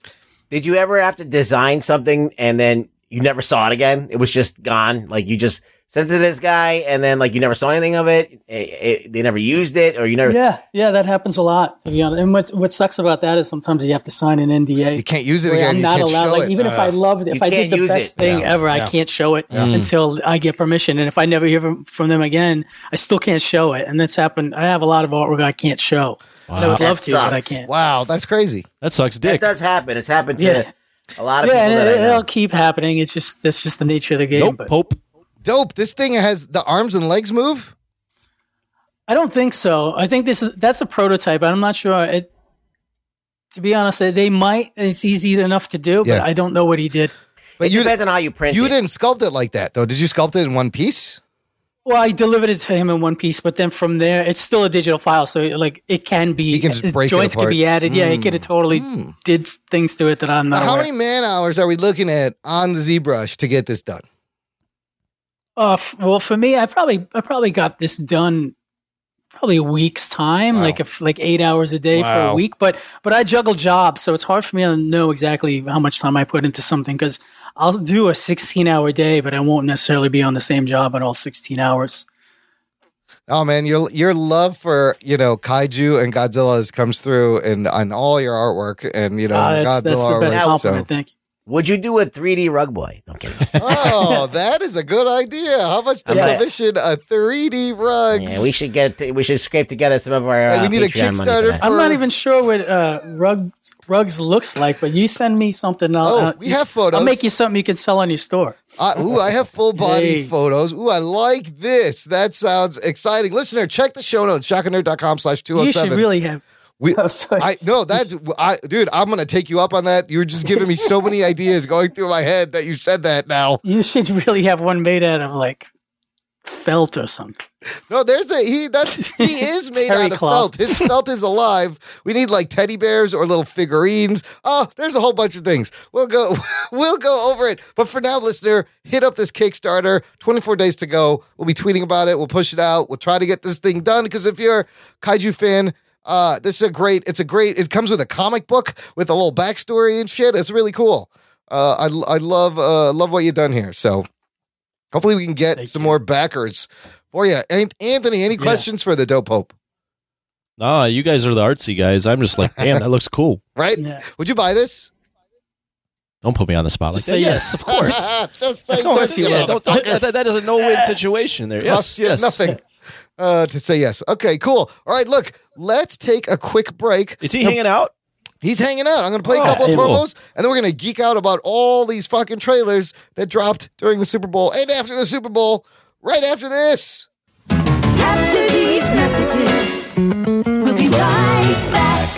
S4: Did you ever have to design something and then you never saw it again? It was just gone. Like you just sent it to this guy and then like you never saw anything of it. It- it- they never used it or you never.
S5: Yeah, yeah, that happens a lot. To be honest, and what what sucks about that is sometimes you have to sign an NDA.
S1: You can't use it
S5: where
S1: again.
S5: I'm
S1: you
S5: not
S1: can't
S5: allowed.
S1: show
S5: Like
S1: it. Uh,
S5: even if I loved, if
S4: You
S5: I did
S4: can't
S5: the
S4: use
S5: best
S4: it.
S5: thing
S1: Yeah,
S5: ever,
S1: yeah.
S5: I can't show it
S6: Yeah.
S5: until I get permission. And if I never hear from, from them again, I still can't show it. And that's happened. I have a lot of artwork I can't show. And I would
S4: That
S5: love to, but I
S4: sucks.
S5: can't.
S1: wow, that's crazy.
S6: That sucks
S4: That
S6: dick.
S4: does happen. It's happened to
S5: Yeah.
S4: a lot of
S5: Yeah,
S4: people.
S5: and
S4: That I
S5: it,
S4: know.
S5: will keep happening. It's just that's just the nature of the game.
S6: nope,
S5: but
S6: Pope.
S1: Dope. This thing has the arms and legs move.
S5: I don't think so. I think this is that's a prototype. I'm not sure. It, to be honest, they- they might. It's easy enough to do, but
S1: Yeah.
S5: I don't know what he did.
S1: But
S4: it
S1: you
S4: depends on how you print
S1: you
S4: it.
S1: didn't sculpt it like that though. Did you sculpt it in one piece?
S5: Well, I delivered it to him in one piece, but then from there, it's still a digital file, so like it can be
S1: You can just break it
S5: joints
S1: apart.
S5: can be added. Yeah, it could have totally did things to it that I'm not.
S1: Now, how
S5: aware.
S1: many man hours are we looking at on the ZBrush to get this done?
S5: Uh, f- well, for me, I probably I probably got this done probably a week's time,
S1: Wow.
S5: like if like eight hours a day for
S1: Wow.
S5: a week. But but I juggle jobs, so it's hard for me to know exactly how much time I put into something because I'll do a sixteen hour day, but I won't necessarily be on the same job at all sixteen hours.
S1: Oh man, your your love for you know kaiju and Godzilla's comes through in on all your artwork and you know
S5: Ah,
S1: Godzilla
S5: that's, that's the best
S1: artwork.
S5: compliment. Thank you.
S4: Would you do a 3D rug boy? No, I'm kidding.
S1: So, oh, that is a good idea. How much to
S4: Yes.
S1: commission a 3D rugs?
S4: yeah, we should get. we should scrape together some of our.
S1: Hey, we
S4: uh,
S1: need a
S4: Patreon money for
S1: Kickstarter
S4: that.
S5: I'm not
S1: For-
S5: even sure what uh, Rugs Rugs looks like, but you send me something. I'll,
S1: Oh,
S5: I'll-
S1: we have photos.
S5: I'll make you something you can sell on your store.
S1: Uh, ooh, I have full body
S5: Yay.
S1: photos. Ooh, I like this. That sounds exciting. Listener, check the show notes, shotgunnerd.com slash
S5: You should
S1: 207.
S5: really have.
S1: We-
S5: Oh, sorry.
S1: oh I no, that's I, dude. I'm gonna take you up on that. You were just giving me so many ideas going through my head that you said that now.
S5: You should really have one made out of like felt or something.
S1: No, there's a he. That's he is made
S5: Terry
S1: out of
S5: cloth.
S1: felt. His felt is alive. We need like teddy bears or little figurines. Oh, there's a whole bunch of things. We'll go, we'll go over it. But for now, listener, hit up this Kickstarter. 24 days to go. We'll be tweeting about it. We'll push it out. We'll try to get this thing done because if you're a kaiju fan. Uh, this is a great. It's a great. It comes with a comic book with a little backstory and shit. It's really cool. Uh, I I love uh love what you've done here. So hopefully we can get
S5: Thank
S1: some more backers for you. An- Anthony, any questions for the dope hope?
S6: Nah, you guys are the artsy guys. I'm just like, damn, that looks cool.
S1: Right?
S5: Yeah.
S1: Would you buy this?
S6: Don't put me on the spot like
S5: Just
S6: that.
S5: say
S6: Yes, of course.
S1: Just say
S6: Of
S1: yes,
S6: course you
S1: you
S6: will. Don't-
S1: motherfucker.
S6: that, that- that is a no-win situation there. Yes,
S1: Costs you
S6: yes.
S1: nothing. Uh, to say yes. Okay, cool. All right, look, let's take a quick break.
S6: Is he hanging out?
S1: He's hanging out. I'm going to play a
S6: Oh,
S1: couple of
S6: cool.
S1: promos, and then we're going to geek out about all these fucking trailers that dropped during the Super Bowl and after the Super Bowl, right after this.
S7: After these messages, we'll be right back.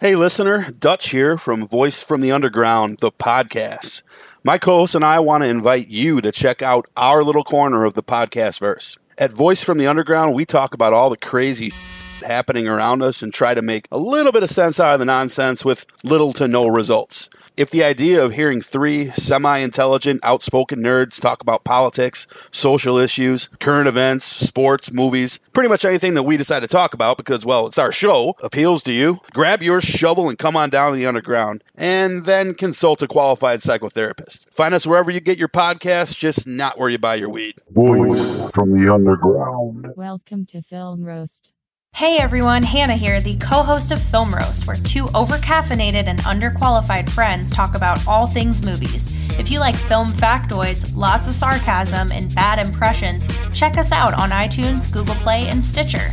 S8: Hey, listener, Dutch here from Voice from the Underground, the podcast. My co host and I want to invite you to check out our little corner of the podcast verse. At Voice from the Underground, we talk about all the crazy happening around us and try to make a little bit of sense out of the nonsense with little to no results. If the idea of hearing three semi intelligent, outspoken nerds talk about politics, social issues, current events, sports, movies, pretty much anything that we decide to talk about because, well, it's our show, appeals to you, grab your shovel and come on down to the underground and then consult a qualified psychotherapist. Find us wherever you get your podcasts, just not where you buy your weed.
S9: Voice from the underground.
S10: Welcome to Film Roast.
S11: Hey everyone, Hannah here, the co host of Film Roast, where two overcaffeinated and underqualified friends talk about all things movies. If you like film factoids, lots of sarcasm, and bad impressions, check us out on iTunes, Google Play, and Stitcher.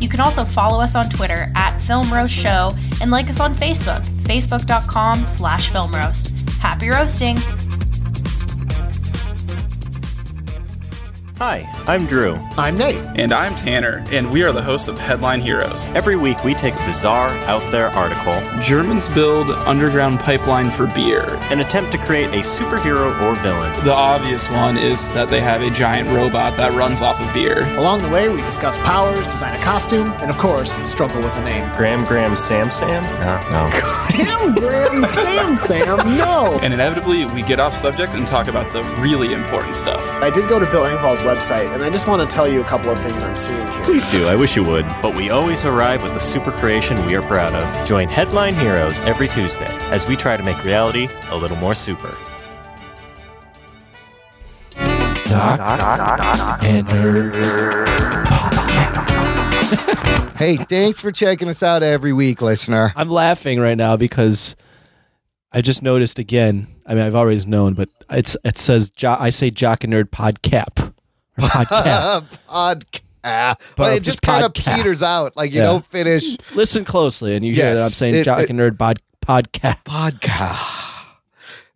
S11: You can also follow us on Twitter at Film Roast Show and like us on Facebook, facebook.com slash film roast. Happy roasting!
S12: Hi, I'm Drew. I'm Nate. And I'm Tanner, and we are the hosts of Headline Heroes. Every week we take a bizarre, out there article Germans build underground pipeline for beer. An attempt to create a superhero or villain. The obvious one is that they have a giant robot that runs off of beer.
S13: Along the way, we discuss powers, design a costume, and of course, struggle with a name.
S12: Graham Graham Sam Sam? no.
S13: Damn, Grim Sam Sam, no!
S12: and inevitably, we get off subject and talk about the really important stuff.
S13: I did go to Bill Engvall's website, and I just want to tell you a couple of things I'm seeing here.
S14: Please do, I wish you would. But we always arrive with the super creation we are proud of. Join Headline Heroes every Tuesday as we try to make reality a little more super.
S15: Doc, and
S1: Hey, thanks for checking us out every week, listener.
S6: I'm laughing right now because I just noticed again. I mean, I've always known, but it's it says jo- I say Jock and Nerd Pod Cap. Or Pod Cap.
S1: Podcast. But
S6: But
S1: it just
S6: just
S1: kind of
S6: podcast.
S1: peters out. Like you
S6: Yeah.
S1: don't finish.
S6: Listen closely, and you hear
S1: Yes,
S6: that I'm saying
S1: it-
S6: Jock
S1: it-
S6: and Nerd Pod Podcast.
S1: Podcast.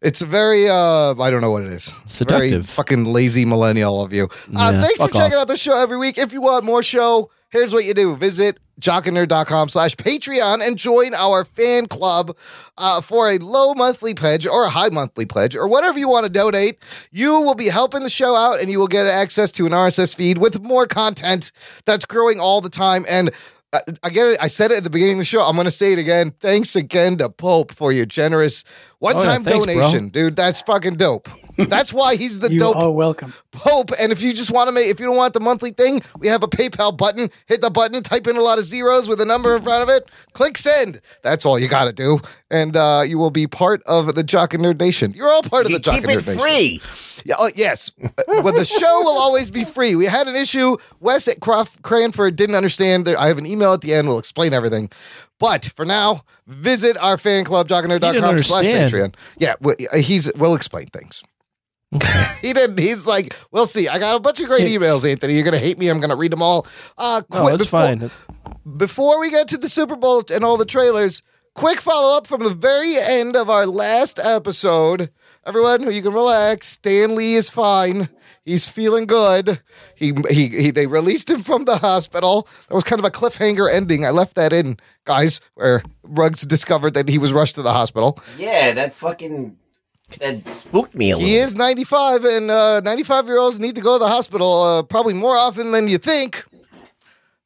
S1: It's a very uh I don't know what it is. Very
S6: Seductive.
S1: fucking lazy millennial of you. Uh,
S6: Yeah,
S1: thanks for
S6: fuck
S1: checking
S6: off.
S1: out the show every week. If you want more show, here's what you do. Visit jockandnerd.com slash Patreon and join our fan club uh, for a low monthly pledge or a high monthly pledge or whatever you want to donate. You will be helping the show out and you will get access to an RSS feed with more content that's growing all the time. And uh, I get it. I said it at the beginning of the show. I'm going to say it again. Thanks again to Pope for your generous
S6: Oh,
S1: one time
S5: thanks, bro.
S1: donation, dude. That's fucking dope. That's why he's the
S5: you
S1: dope
S5: are welcome.
S1: Pope. And if you just want to make, if you don't want the monthly thing, we have a PayPal button. Hit the button, type in a lot of zeros with a number in front of it, click send. That's all you got to do. And uh, you will be part of the Jock and Nerd Nation. You're all part of
S4: You
S1: the Jock
S4: keep
S1: and
S4: it
S1: Nerd Nation.
S4: free.
S1: Yeah, oh, yes. Uh, but the show will always be free. We had an issue. Wes at Crof- Cranford didn't understand. There- I have an email at the end. We'll explain everything. But for now, visit our fan club, jockandnerd.com slash Patreon.
S6: understand.
S1: Yeah, we, uh, he's, we'll explain things. he didn't. He's like, we'll see. I got a bunch of great emails, Anthony. You're gonna hate me. I'm gonna read them all. Uh,
S6: No,
S1: quick-
S6: it's
S1: before-
S6: Oh, fine.
S1: before we get to the Super Bowl and all the trailers, quick follow up from the very end of our last episode. Everyone, you can relax. Stan Lee is fine. He's feeling good. He, he he they released him from the hospital. That was kind of a cliffhanger ending. I left that in, guys, where Ruggs discovered that he was rushed to the hospital.
S4: Yeah, that fucking That spooked me a little.
S1: He is 95, and uh, 95 year olds need to go to the hospital uh, probably more often than you think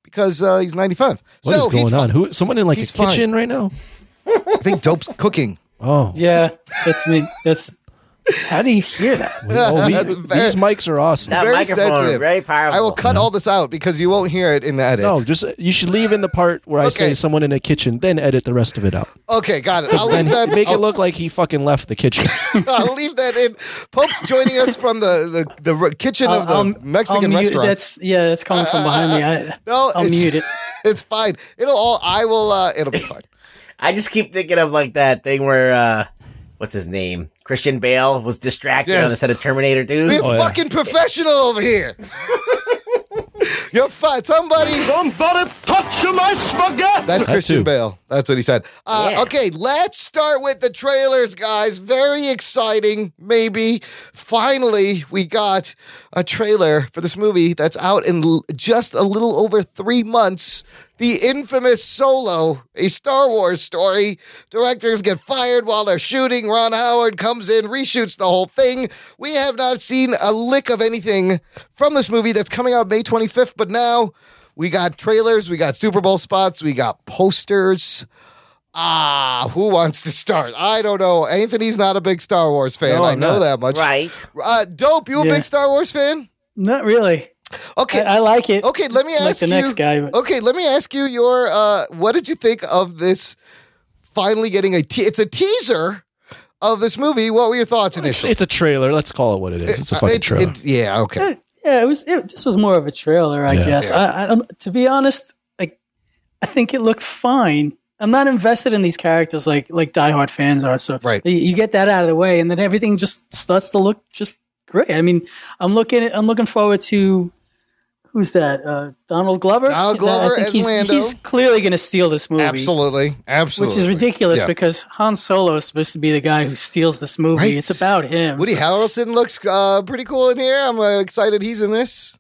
S1: because uh, he's 95.
S6: What is
S1: so he's
S6: going on?
S1: fine.
S6: Who? Someone in like his
S1: He's fine.
S6: kitchen right now?
S1: I think dope's cooking.
S6: Oh,
S5: yeah, that's me. That's how do you hear that?
S6: Oh, these- these mics are awesome.
S4: That microphone, very powerful.
S1: I will cut all this out because you won't hear it in the edit.
S6: No, just you should leave in the part where I say
S1: Okay.
S6: someone in a kitchen, then edit the rest of it out.
S1: Okay, got it. I'll leave
S6: And
S1: Oh, that.
S6: make
S1: I'll,
S6: it look like he fucking left the kitchen.
S1: I'll leave that in. Pope's joining us from the the, the r- kitchen of the
S5: I'll- I'll- I'll
S1: Mexican
S5: mute-
S1: restaurant.
S5: That's yeah, that's coming from behind me. I,
S1: no,
S5: I'll
S1: it's-
S5: mute it.
S1: It's fine. It'll all. I will. uh It'll be fine.
S4: I just keep thinking of like that thing where uh what's his name? Christian Bale was distracted
S1: Yes.
S4: on the set of Terminator Oh, dude.
S5: Oh,
S1: We're fucking professional over here. You're fine. Somebody. Somebody touch my spaghetti. That's
S2: That
S1: Christian
S2: too.
S1: Bale. That's what he said. Uh, Okay, let's start with the trailers, guys. Very exciting, maybe. Finally, we got a trailer for this movie that's out in l- just a little over three months. The infamous Solo, a Star Wars story. Directors get fired while they're shooting. Ron Howard comes in, reshoots the whole thing. We have not seen a lick of anything from this movie that's coming out May 25th, but now we got trailers, we got Super Bowl spots, we got posters. Ah, who wants to start? I don't know. Anthony's not a big Star Wars fan.
S5: No,
S1: I
S5: I'm
S1: know
S5: not.
S1: that much.
S5: Right.
S1: Uh, Dope, you a
S5: Yeah.
S1: big Star Wars fan?
S5: Not really.
S1: Okay.
S5: I, I like it.
S1: Okay, let me
S5: Like
S1: ask
S5: the
S1: you.
S5: next guy, but-
S1: Okay, let me ask you your uh what did you think of this finally getting a te- it's a teaser of this movie. What were your thoughts
S6: It's,
S1: initially?
S6: it's a trailer. Let's call it what it is. It's a
S1: Uh,
S6: fucking
S1: it's-
S6: trailer.
S1: it's- yeah, okay.
S5: Yeah, it was. It, this was more of a trailer, I
S6: Yeah.
S5: guess.
S6: Yeah.
S5: I, I, I'm- to be honest, like I think it looked fine. I'm not invested in these characters like like diehard fans are. So
S1: right.
S5: you, you get that out of the way, and then everything just starts to look just great. I mean, I'm looking. I'm looking forward to who's that? Uh, Donald Glover.
S1: Donald
S5: I
S1: Glover
S5: think
S1: as
S5: he's,
S1: Lando.
S5: He's clearly going to steal this movie.
S1: Absolutely. Absolutely.
S5: Which is ridiculous
S1: Yeah.
S5: because Han Solo is supposed to be the guy who steals this movie.
S1: Right.
S5: It's about him.
S1: Woody
S5: So-
S1: Harrelson looks uh, pretty cool in here. I'm uh, excited he's in this.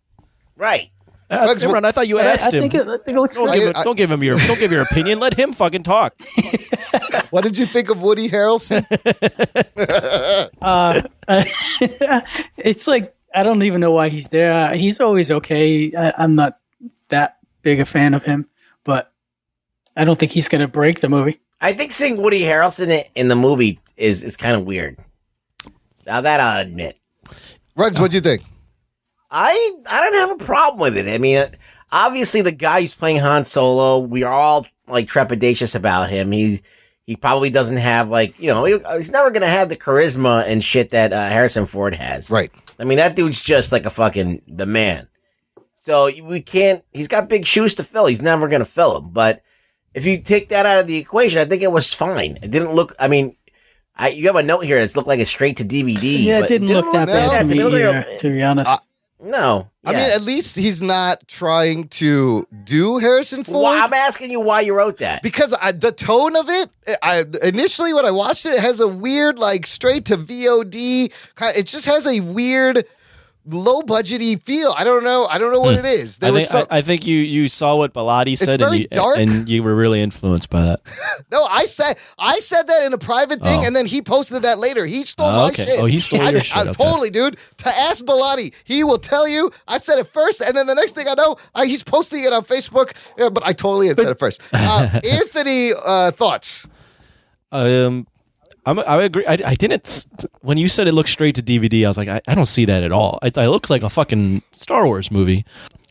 S4: Right.
S6: Uh, Imran, I thought you
S5: But I-
S6: asked
S5: I
S6: him.
S5: think it- I think it looks
S6: don't,
S5: good.
S6: give him,
S5: I-
S6: don't give him your don't give your opinion. Let him fucking talk.
S1: What did you think of Woody Harrelson?
S5: uh, uh, it's like I don't even know why he's there. Uh, he's always okay. I, I'm not that big a fan of him, but I don't think he's going to break the movie.
S4: I think seeing Woody Harrelson i- in the movie is is kind of weird. Now that I'll admit.
S1: Rugs, what'd you think?
S4: I I don't have a problem with it. I mean, obviously the guy who's playing Han Solo, we are all like trepidatious about him. He he probably doesn't have like you know he, he's never gonna have the charisma and shit that uh, Harrison Ford has.
S1: Right.
S4: I mean that dude's just like a fucking the man. So we can't. He's got big shoes to fill. He's never gonna fill them. But if you take that out of the equation, I think it was fine. It didn't look. I mean. I, you have a note here. It's looked like it's straight to DVD.
S5: Yeah,
S4: but
S5: it didn't look that bad to
S4: It
S5: me
S4: didn't look like a-
S5: either, to be honest.
S4: no.
S1: I mean, at least he's not trying to do Harrison Ford.
S4: Why- I'm asking you why you wrote that.
S1: because I, the tone of it, I initially when I watched it, it has a weird like straight to VOD. Kind it just has a weird low budgety feel. I don't know. I don't know what it is. There
S6: Hmm. I
S1: was
S6: think,
S1: some,
S6: I, I think you you saw what Bilotti said,
S1: very
S6: and, you,
S1: dark.
S6: and you were really influenced by that.
S1: no. I said I said that in a private thing,
S6: Oh.
S1: and then he posted that later. He stole
S6: Oh,
S1: my
S6: okay.
S1: shit.
S6: Oh, he stole
S1: I-
S6: your shit,
S1: I-
S6: okay.
S1: totally, dude. To ask Bilotti, he will tell you. I said it first, and then the next thing I know, I, he's posting it on Facebook. Yeah, but I totally had said it first. Uh, Anthony, uh, thoughts?
S6: Um, I'm, I agree. I, I didn't when you said it looked straight to DVD. I was like, I, I don't see that at all. It, it looks like a fucking Star Wars movie.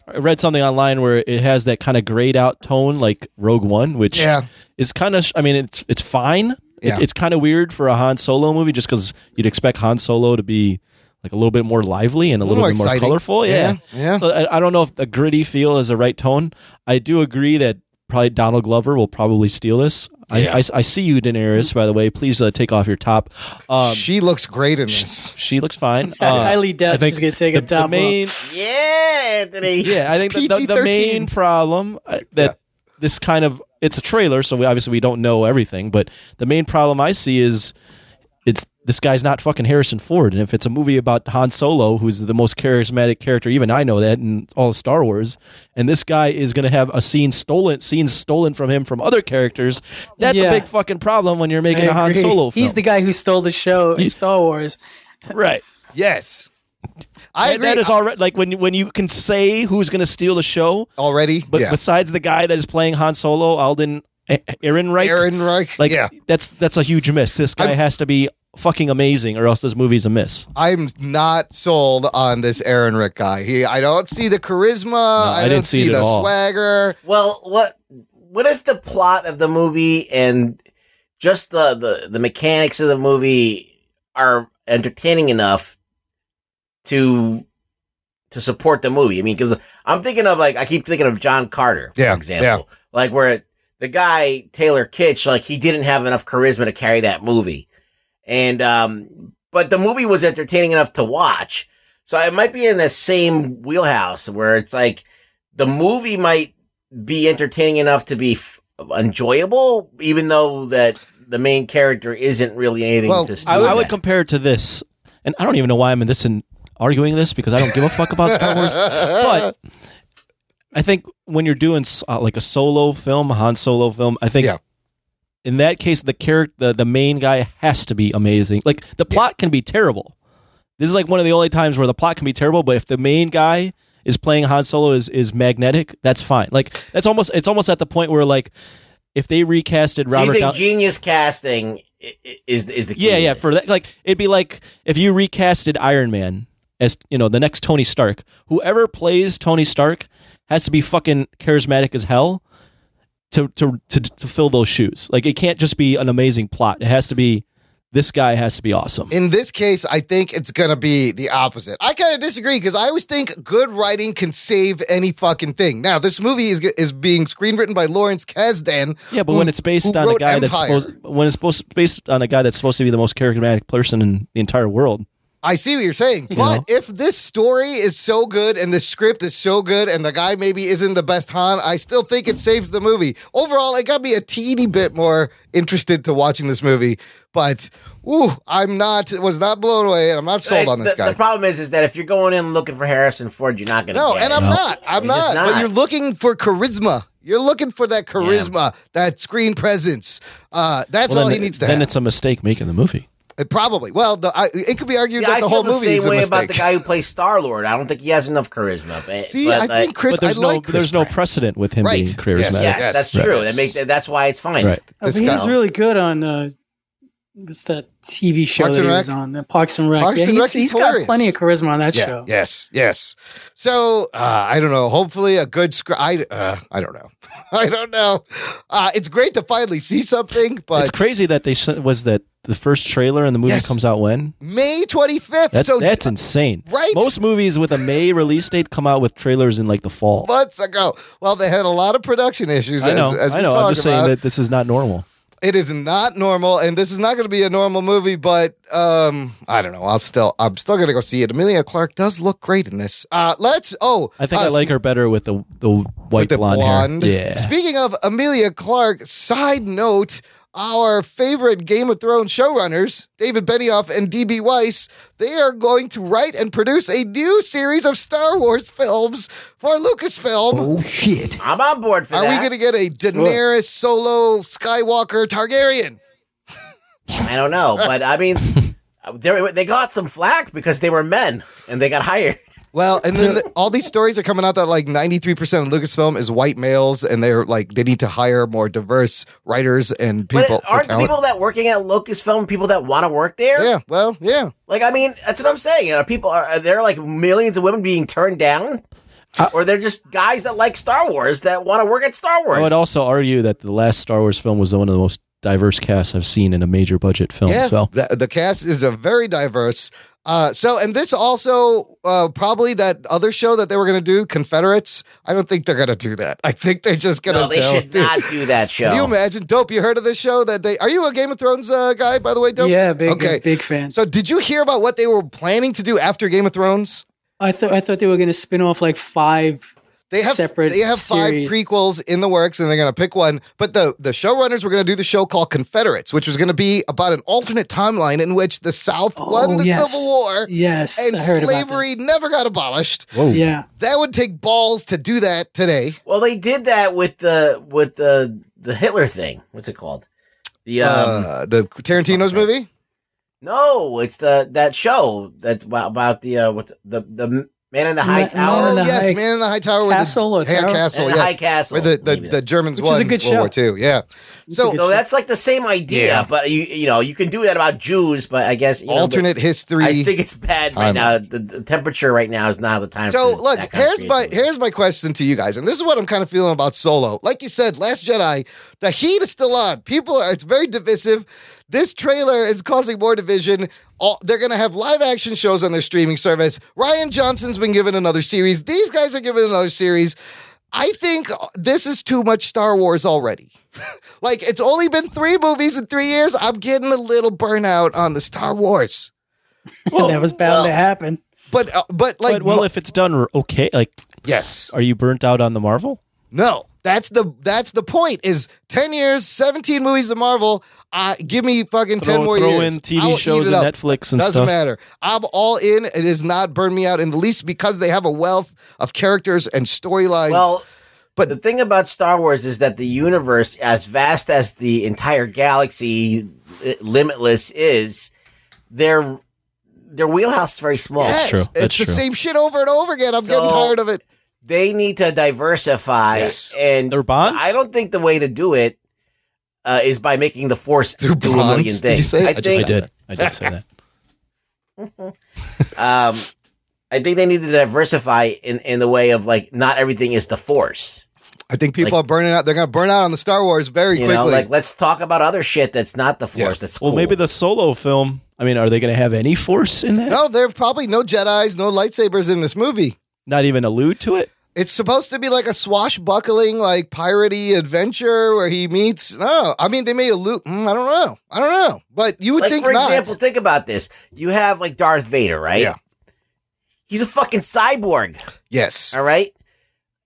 S6: I read something online where it has that kind of grayed out tone, like Rogue One, which
S1: Yeah.
S6: is kind of. I mean, it's it's fine. It-
S1: Yeah.
S6: it's kind of weird for a Han Solo movie, just because you'd expect Han Solo to be like a little bit more lively and a little,
S1: More
S6: bit more
S1: exciting.
S6: colorful. Yeah.
S1: Yeah, yeah.
S6: So I, I don't know if the gritty feel is the right tone. I do agree that probably Donald Glover will probably steal this.
S1: Yeah.
S6: I, I, I see you, Daenerys. By the way, please uh, take off your top. Um,
S1: she looks great in this.
S6: She looks fine. Uh,
S5: I highly doubt she's going to take
S6: the,
S5: a top
S6: the main,
S5: off.
S4: Yeah, Anthony.
S6: Yeah, I think the, the- the main problem uh, that this kind of it's a trailer, so we obviously we don't know everything. But the main problem I see is it's this guy's not fucking Harrison Ford. And if it's a movie about Han Solo, who's the most charismatic character, even I know that in all of Star Wars, and this guy is going to have a scene stolen, scenes stolen from him from other characters. That's
S5: Yeah.
S6: a big fucking problem when you're making
S5: I
S6: a Han
S5: agree.
S6: Solo film.
S5: He's the guy who stole the show in Star Wars.
S6: Right.
S1: Yes.
S6: I That is already like when you- when you can say who's going to steal the show
S1: already.
S6: But
S1: yeah.
S6: besides the guy that is playing Han Solo, Alden Aaron Reich, Aaron
S1: Reich,
S6: like
S1: yeah.
S6: that's that's a huge miss. This guy has to be fucking amazing, or else this movie's a miss.
S1: I'm not sold on this Aaron Rick guy. He, I don't see the charisma. I,
S6: didn't
S1: don't
S6: see
S1: see,
S6: it at
S1: the
S6: all.
S1: swagger.
S4: Well, what what if the plot of the movie and just the the, the mechanics of the movie are entertaining enough to to support the movie? I mean, because I'm thinking of like I keep thinking of John Carter,
S1: Yeah,
S4: for example, like where the guy Taylor Kitsch, like he didn't have enough charisma to carry that movie, and um, but the movie was entertaining enough to watch. So it might be in the same wheelhouse where it's like the movie might be entertaining enough to be f- enjoyable, even though that the main character isn't really anything to
S6: I,
S4: steal
S6: I would
S4: that.
S6: compare it to this, and I don't even know why I'm in this and arguing this because I don't give a fuck about Star Wars. But I think when you're doing s- uh, like a solo film, a Han Solo film, I think in that case the character, the, the main guy has to be amazing. Like the plot can be terrible. This is like one of the only times where the plot can be terrible, but if the main guy is playing Han Solo is is magnetic, that's fine. Like that's almost it's almost at the point where like if they recasted
S4: So you
S6: Robert
S4: think
S6: Dow-
S4: genius casting i- i- is is the key?
S6: yeah, yeah. For that, like it'd be like if you recasted Iron Man as you know the next Tony Stark. Whoever plays Tony Stark has to be fucking charismatic as hell to to to, to fill those shoes. Like it can't just be an amazing plot. It has to be this guy has to be awesome.
S1: In this case, I think it's going to be the opposite. I kind of disagree because I always think good writing can save any fucking thing. Now, this movie is is being screenwritten by Lawrence Kasdan.
S6: Yeah, but
S1: who-
S6: when it's based
S1: who
S6: on a
S1: wrote
S6: guy that's
S1: Empire.
S6: supposed when it's supposed based on a guy that's supposed to be the most charismatic person in the entire world.
S1: I see what you're saying, but if this story is so good and the script is so good and the guy maybe isn't the best Han, I still think it saves the movie. Overall, it got me a teeny bit more interested to watching this movie, but ooh, I'm not was not blown away and I'm not sold
S4: Like,
S1: on this
S4: the,
S1: guy.
S4: The problem is, is that if you're going in looking for Harrison Ford, you're not going to.
S1: No,
S4: get
S1: and
S4: it.
S1: I'm not. I'm
S4: You're just
S1: not. But you're looking for charisma. You're looking for that charisma, that screen presence. Uh, that's
S6: Well,
S1: all
S6: then-
S1: he needs to have.
S6: Then it's a mistake making the movie.
S1: It probably. Well, the, I, it could be argued
S4: Yeah,
S1: that
S4: I
S1: the
S4: feel
S1: whole
S4: the
S1: movie
S4: same
S1: is a
S4: way
S1: mistake.
S4: about the guy who plays Star Lord. I don't think he has enough charisma. but-
S1: See,
S4: but,
S1: I
S4: like-
S1: think Chris-
S6: but there's
S1: I
S6: no
S1: like Chris
S6: there's no precedent with him being charismatic.
S4: Yeah, that's true. That make, that's why it's fine.
S6: Right.
S5: Oh, but he was really good on uh, what's that TV show
S1: Parks
S5: that
S1: and
S5: he
S1: Rec?
S5: was on? The Parks and Rec.
S1: Parks
S5: yeah,
S1: and
S5: he's-
S1: Rec is
S5: he's got
S1: hilarious.
S5: plenty of charisma on that
S1: yeah,
S5: show.
S1: Yes, yes. So uh, I don't know. Hopefully, a good script. I uh, I don't know. I don't know. Uh, it's great to finally see something, but
S6: it's crazy that they sent- was that the first trailer and the movie comes out when
S1: May twenty fifth.
S6: that's
S1: so uh,
S6: that's insane
S1: Right?
S6: most movies with a may release date come out with trailers in like the fall
S1: months ago. Well, they had a lot of production issues.
S6: i know
S1: as, as
S6: i
S1: we
S6: know i'm
S1: talked
S6: just
S1: about.
S6: saying that this is not normal
S1: it is not normal and this is not going to be a normal movie but um i don't know i'll still i'm still going to go see it amelia clark does look great in this uh let's oh
S6: i think
S1: uh,
S6: i like her better with the the white blonde,
S1: blonde
S6: hair yeah
S1: speaking of amelia clark side note our favorite Game of Thrones showrunners, David Benioff and D.B. Weiss, they are going to write and produce a new series of Star Wars films for Lucasfilm. Oh, shit.
S4: I'm on board for
S1: Are
S4: that.
S1: we going to get a Daenerys Solo Skywalker Targaryen?
S4: I don't know, but I mean, they they got some flack because they were men and they got hired.
S1: Well, and then the- all these stories are coming out that like 93% of Lucasfilm is white males and they're like they need to hire more diverse writers and
S4: But
S1: people for
S4: aren't the
S1: talent.
S4: people that working at Lucasfilm people that want to work there?
S1: Yeah, well, yeah.
S4: Like I mean, that's what I'm saying. Are people are, are there like millions of women being turned down, or they're just guys that like Star Wars that want to work at Star Wars?
S6: Uh, i would also argue that the last star wars film was one of the most diverse casts i've seen in a major budget film
S1: yeah,
S6: so
S1: the, the cast is a very diverse. Uh, so, and this also uh, probably that other show that they were going to do, Confederates. I don't think they're going to do that. I think they're just going to.
S4: no, they should not do that show.
S1: Can you imagine? Dope, you heard of this show that they are you a Game of Thrones uh, guy, by the way, Dope?
S5: Yeah, big big fan.
S1: So did you hear about what they were planning to do after Game of Thrones?
S5: I thought I thought they were going to spin off like five
S1: They have
S5: Separate
S1: they have five
S5: series.
S1: prequels in the works, and they're going to pick one. But the the showrunners were going to do the show called Confederates, which was going to be about an alternate timeline in which the South won the
S5: Oh, yes.
S1: Civil War,
S5: Yes,
S1: and
S5: I heard about
S1: slavery never got abolished.
S6: Whoa.
S5: Yeah.
S1: that would take balls to do that today.
S4: Well, they did that with the with the the Hitler thing. What's it called? The um,
S1: uh, the Tarantino's movie.
S4: no, it's the that show that about, about the uh, what the the man in the high
S1: Ma-
S4: tower.
S1: Oh, yes, Man in the High Tower.
S4: Castle
S1: with
S4: or
S1: the, Yeah,
S4: tower?
S1: Castle.
S4: Man in the
S1: yes.
S4: High Castle,
S1: Where the, the, the Germans won World War Two. Yeah.
S4: So, so that's like the same idea,
S1: Yeah.
S4: but you you know you can do that about Jews, but I guess you know,
S1: Alternate
S4: the-
S1: history
S4: I think it's bad right
S1: timeline.
S4: now. The, the temperature right now is not the time.
S1: So
S4: for
S1: look,
S4: that kind of
S1: here's my here's my question to you guys, and this is what I'm kind of feeling about Solo. Like you said, Last Jedi, the heat is still on. People are it's very divisive. This trailer is causing more division. All, they're going to have live action shows on their streaming service. Ryan Johnson's been given another series. These guys are given another series. I think uh, this is too much Star Wars already. like it's only been three movies in three years. I'm getting a little burnout on the Star Wars.
S5: that was bound to happen.
S1: But uh, but like
S6: But, well, if it's done r- okay, like
S1: yes,
S6: are you burnt out on the Marvel?
S1: No, that's the that's the point. Is ten years, seventeen movies of Marvel. Uh, give me fucking
S6: Throw-
S1: ten more
S6: throw
S1: years.
S6: in TV
S1: I'll eat
S6: shows
S1: it
S6: and
S1: up.
S6: Netflix and
S1: doesn't
S6: stuff.
S1: matter. I'm all in. It has not burned me out in the least because they have a wealth of characters and storylines.
S4: Well,
S1: but
S4: the thing about Star Wars is that the universe, as vast as the entire galaxy, i- limitless is, their their wheelhouse is very small.
S1: yes, it's the same shit over and over again. I'm getting
S4: So-
S1: tired of it.
S4: They need to diversify, and their
S6: bonds.
S4: I don't think the way to do it uh, is by making the Force do a million
S6: Bonds?
S4: things.
S6: Did you say?
S4: I,
S6: just-
S4: think,
S6: I did. I did say that.
S4: Um, I think they need to diversify in in the way of like not everything is the Force.
S1: I think people
S4: Like-
S1: are burning out. They're going to burn out on the Star Wars very
S4: You
S1: quickly.
S4: know, like let's talk about other shit that's not the Force. That's
S6: Well,
S4: cool.
S6: maybe the solo film. I mean, are they going to have any force in that?
S1: no, there are probably no Jedi's, no lightsabers in this movie.
S6: Not even allude to it.
S1: It's supposed to be like a swashbuckling, like piratey adventure where he meets. No, I mean they made a loot. Mm, I don't know. I don't know. But you would
S4: like,
S1: think
S4: for
S1: not.
S4: example, think about this. You have like Darth Vader, right?
S1: Yeah.
S4: He's a fucking cyborg.
S1: Yes.
S4: All right.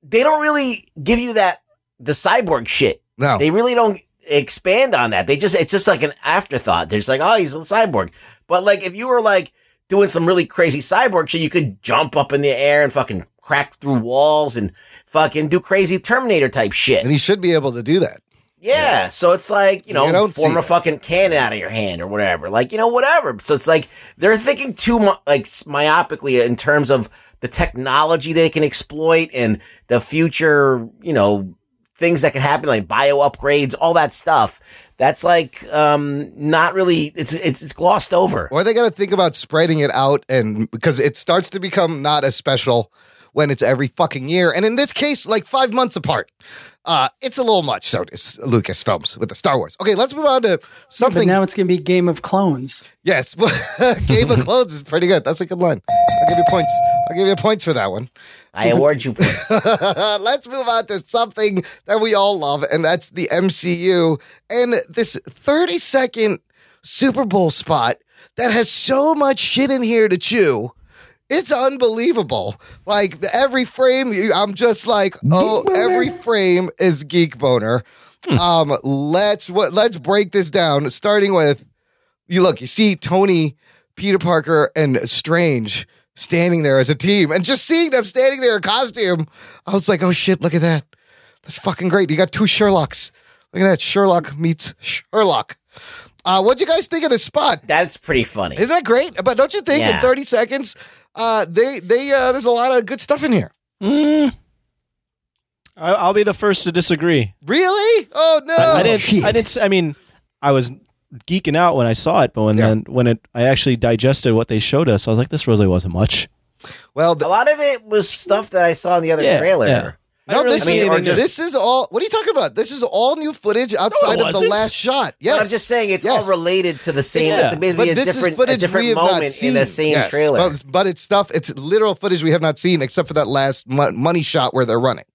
S4: They don't really give you that the cyborg shit.
S1: No.
S4: They really don't expand on that. They just it's just like an afterthought. They're just like, oh, he's a cyborg. But like if you were like doing some really crazy cyborg shit, you could jump up in the air and fucking crack through walls and fucking do crazy Terminator type shit.
S1: and he should be able to do that.
S4: Yeah. So it's like, you know,
S1: You don't
S4: form
S1: see
S4: a fucking cannon out of your hand or whatever. Like, you know, whatever. So it's like they're thinking too mu- like s- myopically in terms of the technology they can exploit and the future, you know, things that can happen like bio upgrades, all that stuff. That's like um not really it's it's it's glossed over.
S1: Or they got to think about spreading it out, and because it starts to become not as special when it's every fucking year, and in this case, like five months apart. Uh, it's a little much. So does Lucasfilms with the Star Wars. Okay, let's move on to something.
S5: But now it's going to be Game of Clones.
S1: Yes, Game of Clones is pretty good. That's a good line. I'll give you points. I'll give you points for that one.
S4: I award you points.
S1: Let's move on to something that we all love, and that's the MCU and this 30 second Super Bowl spot that has so much shit in here to chew. It's unbelievable. Like the- every frame, you- I'm just like, oh, every frame is geek boner. Um, let's what let's break this down. Starting with you look, you see Tony, Peter Parker, and Strange standing there as a team, and just seeing them standing there in costume, I was like, oh shit, look at that. That's fucking great. You got two Sherlocks. Look at that. Sherlock meets Sherlock. Uh, what'd you guys think of this spot?
S4: That's pretty funny.
S1: Isn't that great? But don't you think in
S4: Yeah.
S1: 30 seconds, uh, they they uh, there's a lot of good stuff in here.
S6: Hmm. I, I'll be the first to disagree.
S1: Really? Oh no.
S6: I, I didn't. I didn't. s- I mean, I was geeking out when I saw it, but when then when it, I actually digested what they showed us, I was like, this really wasn't much.
S1: Well,
S4: a lot of it was stuff that I saw in the other trailer.
S6: yeah. I
S1: No,
S6: really
S1: this,
S6: mean,
S1: is,
S6: or just-
S1: this is all. What are you talking about? This is all new footage outside of the
S4: wasn't.
S1: last shot.
S4: But I'm
S1: Yes,
S4: just saying it's all related to the same-
S1: It's-
S4: it's maybe
S1: but
S4: a
S1: this
S4: different-
S1: is
S4: a
S1: footage
S4: different
S1: we have
S4: moment
S1: not
S4: in
S1: seen.
S4: the same
S1: Yes,
S4: trailer.
S1: But, but it's stuff. It's literal footage we have not seen, except for that last mo- money shot where they're running.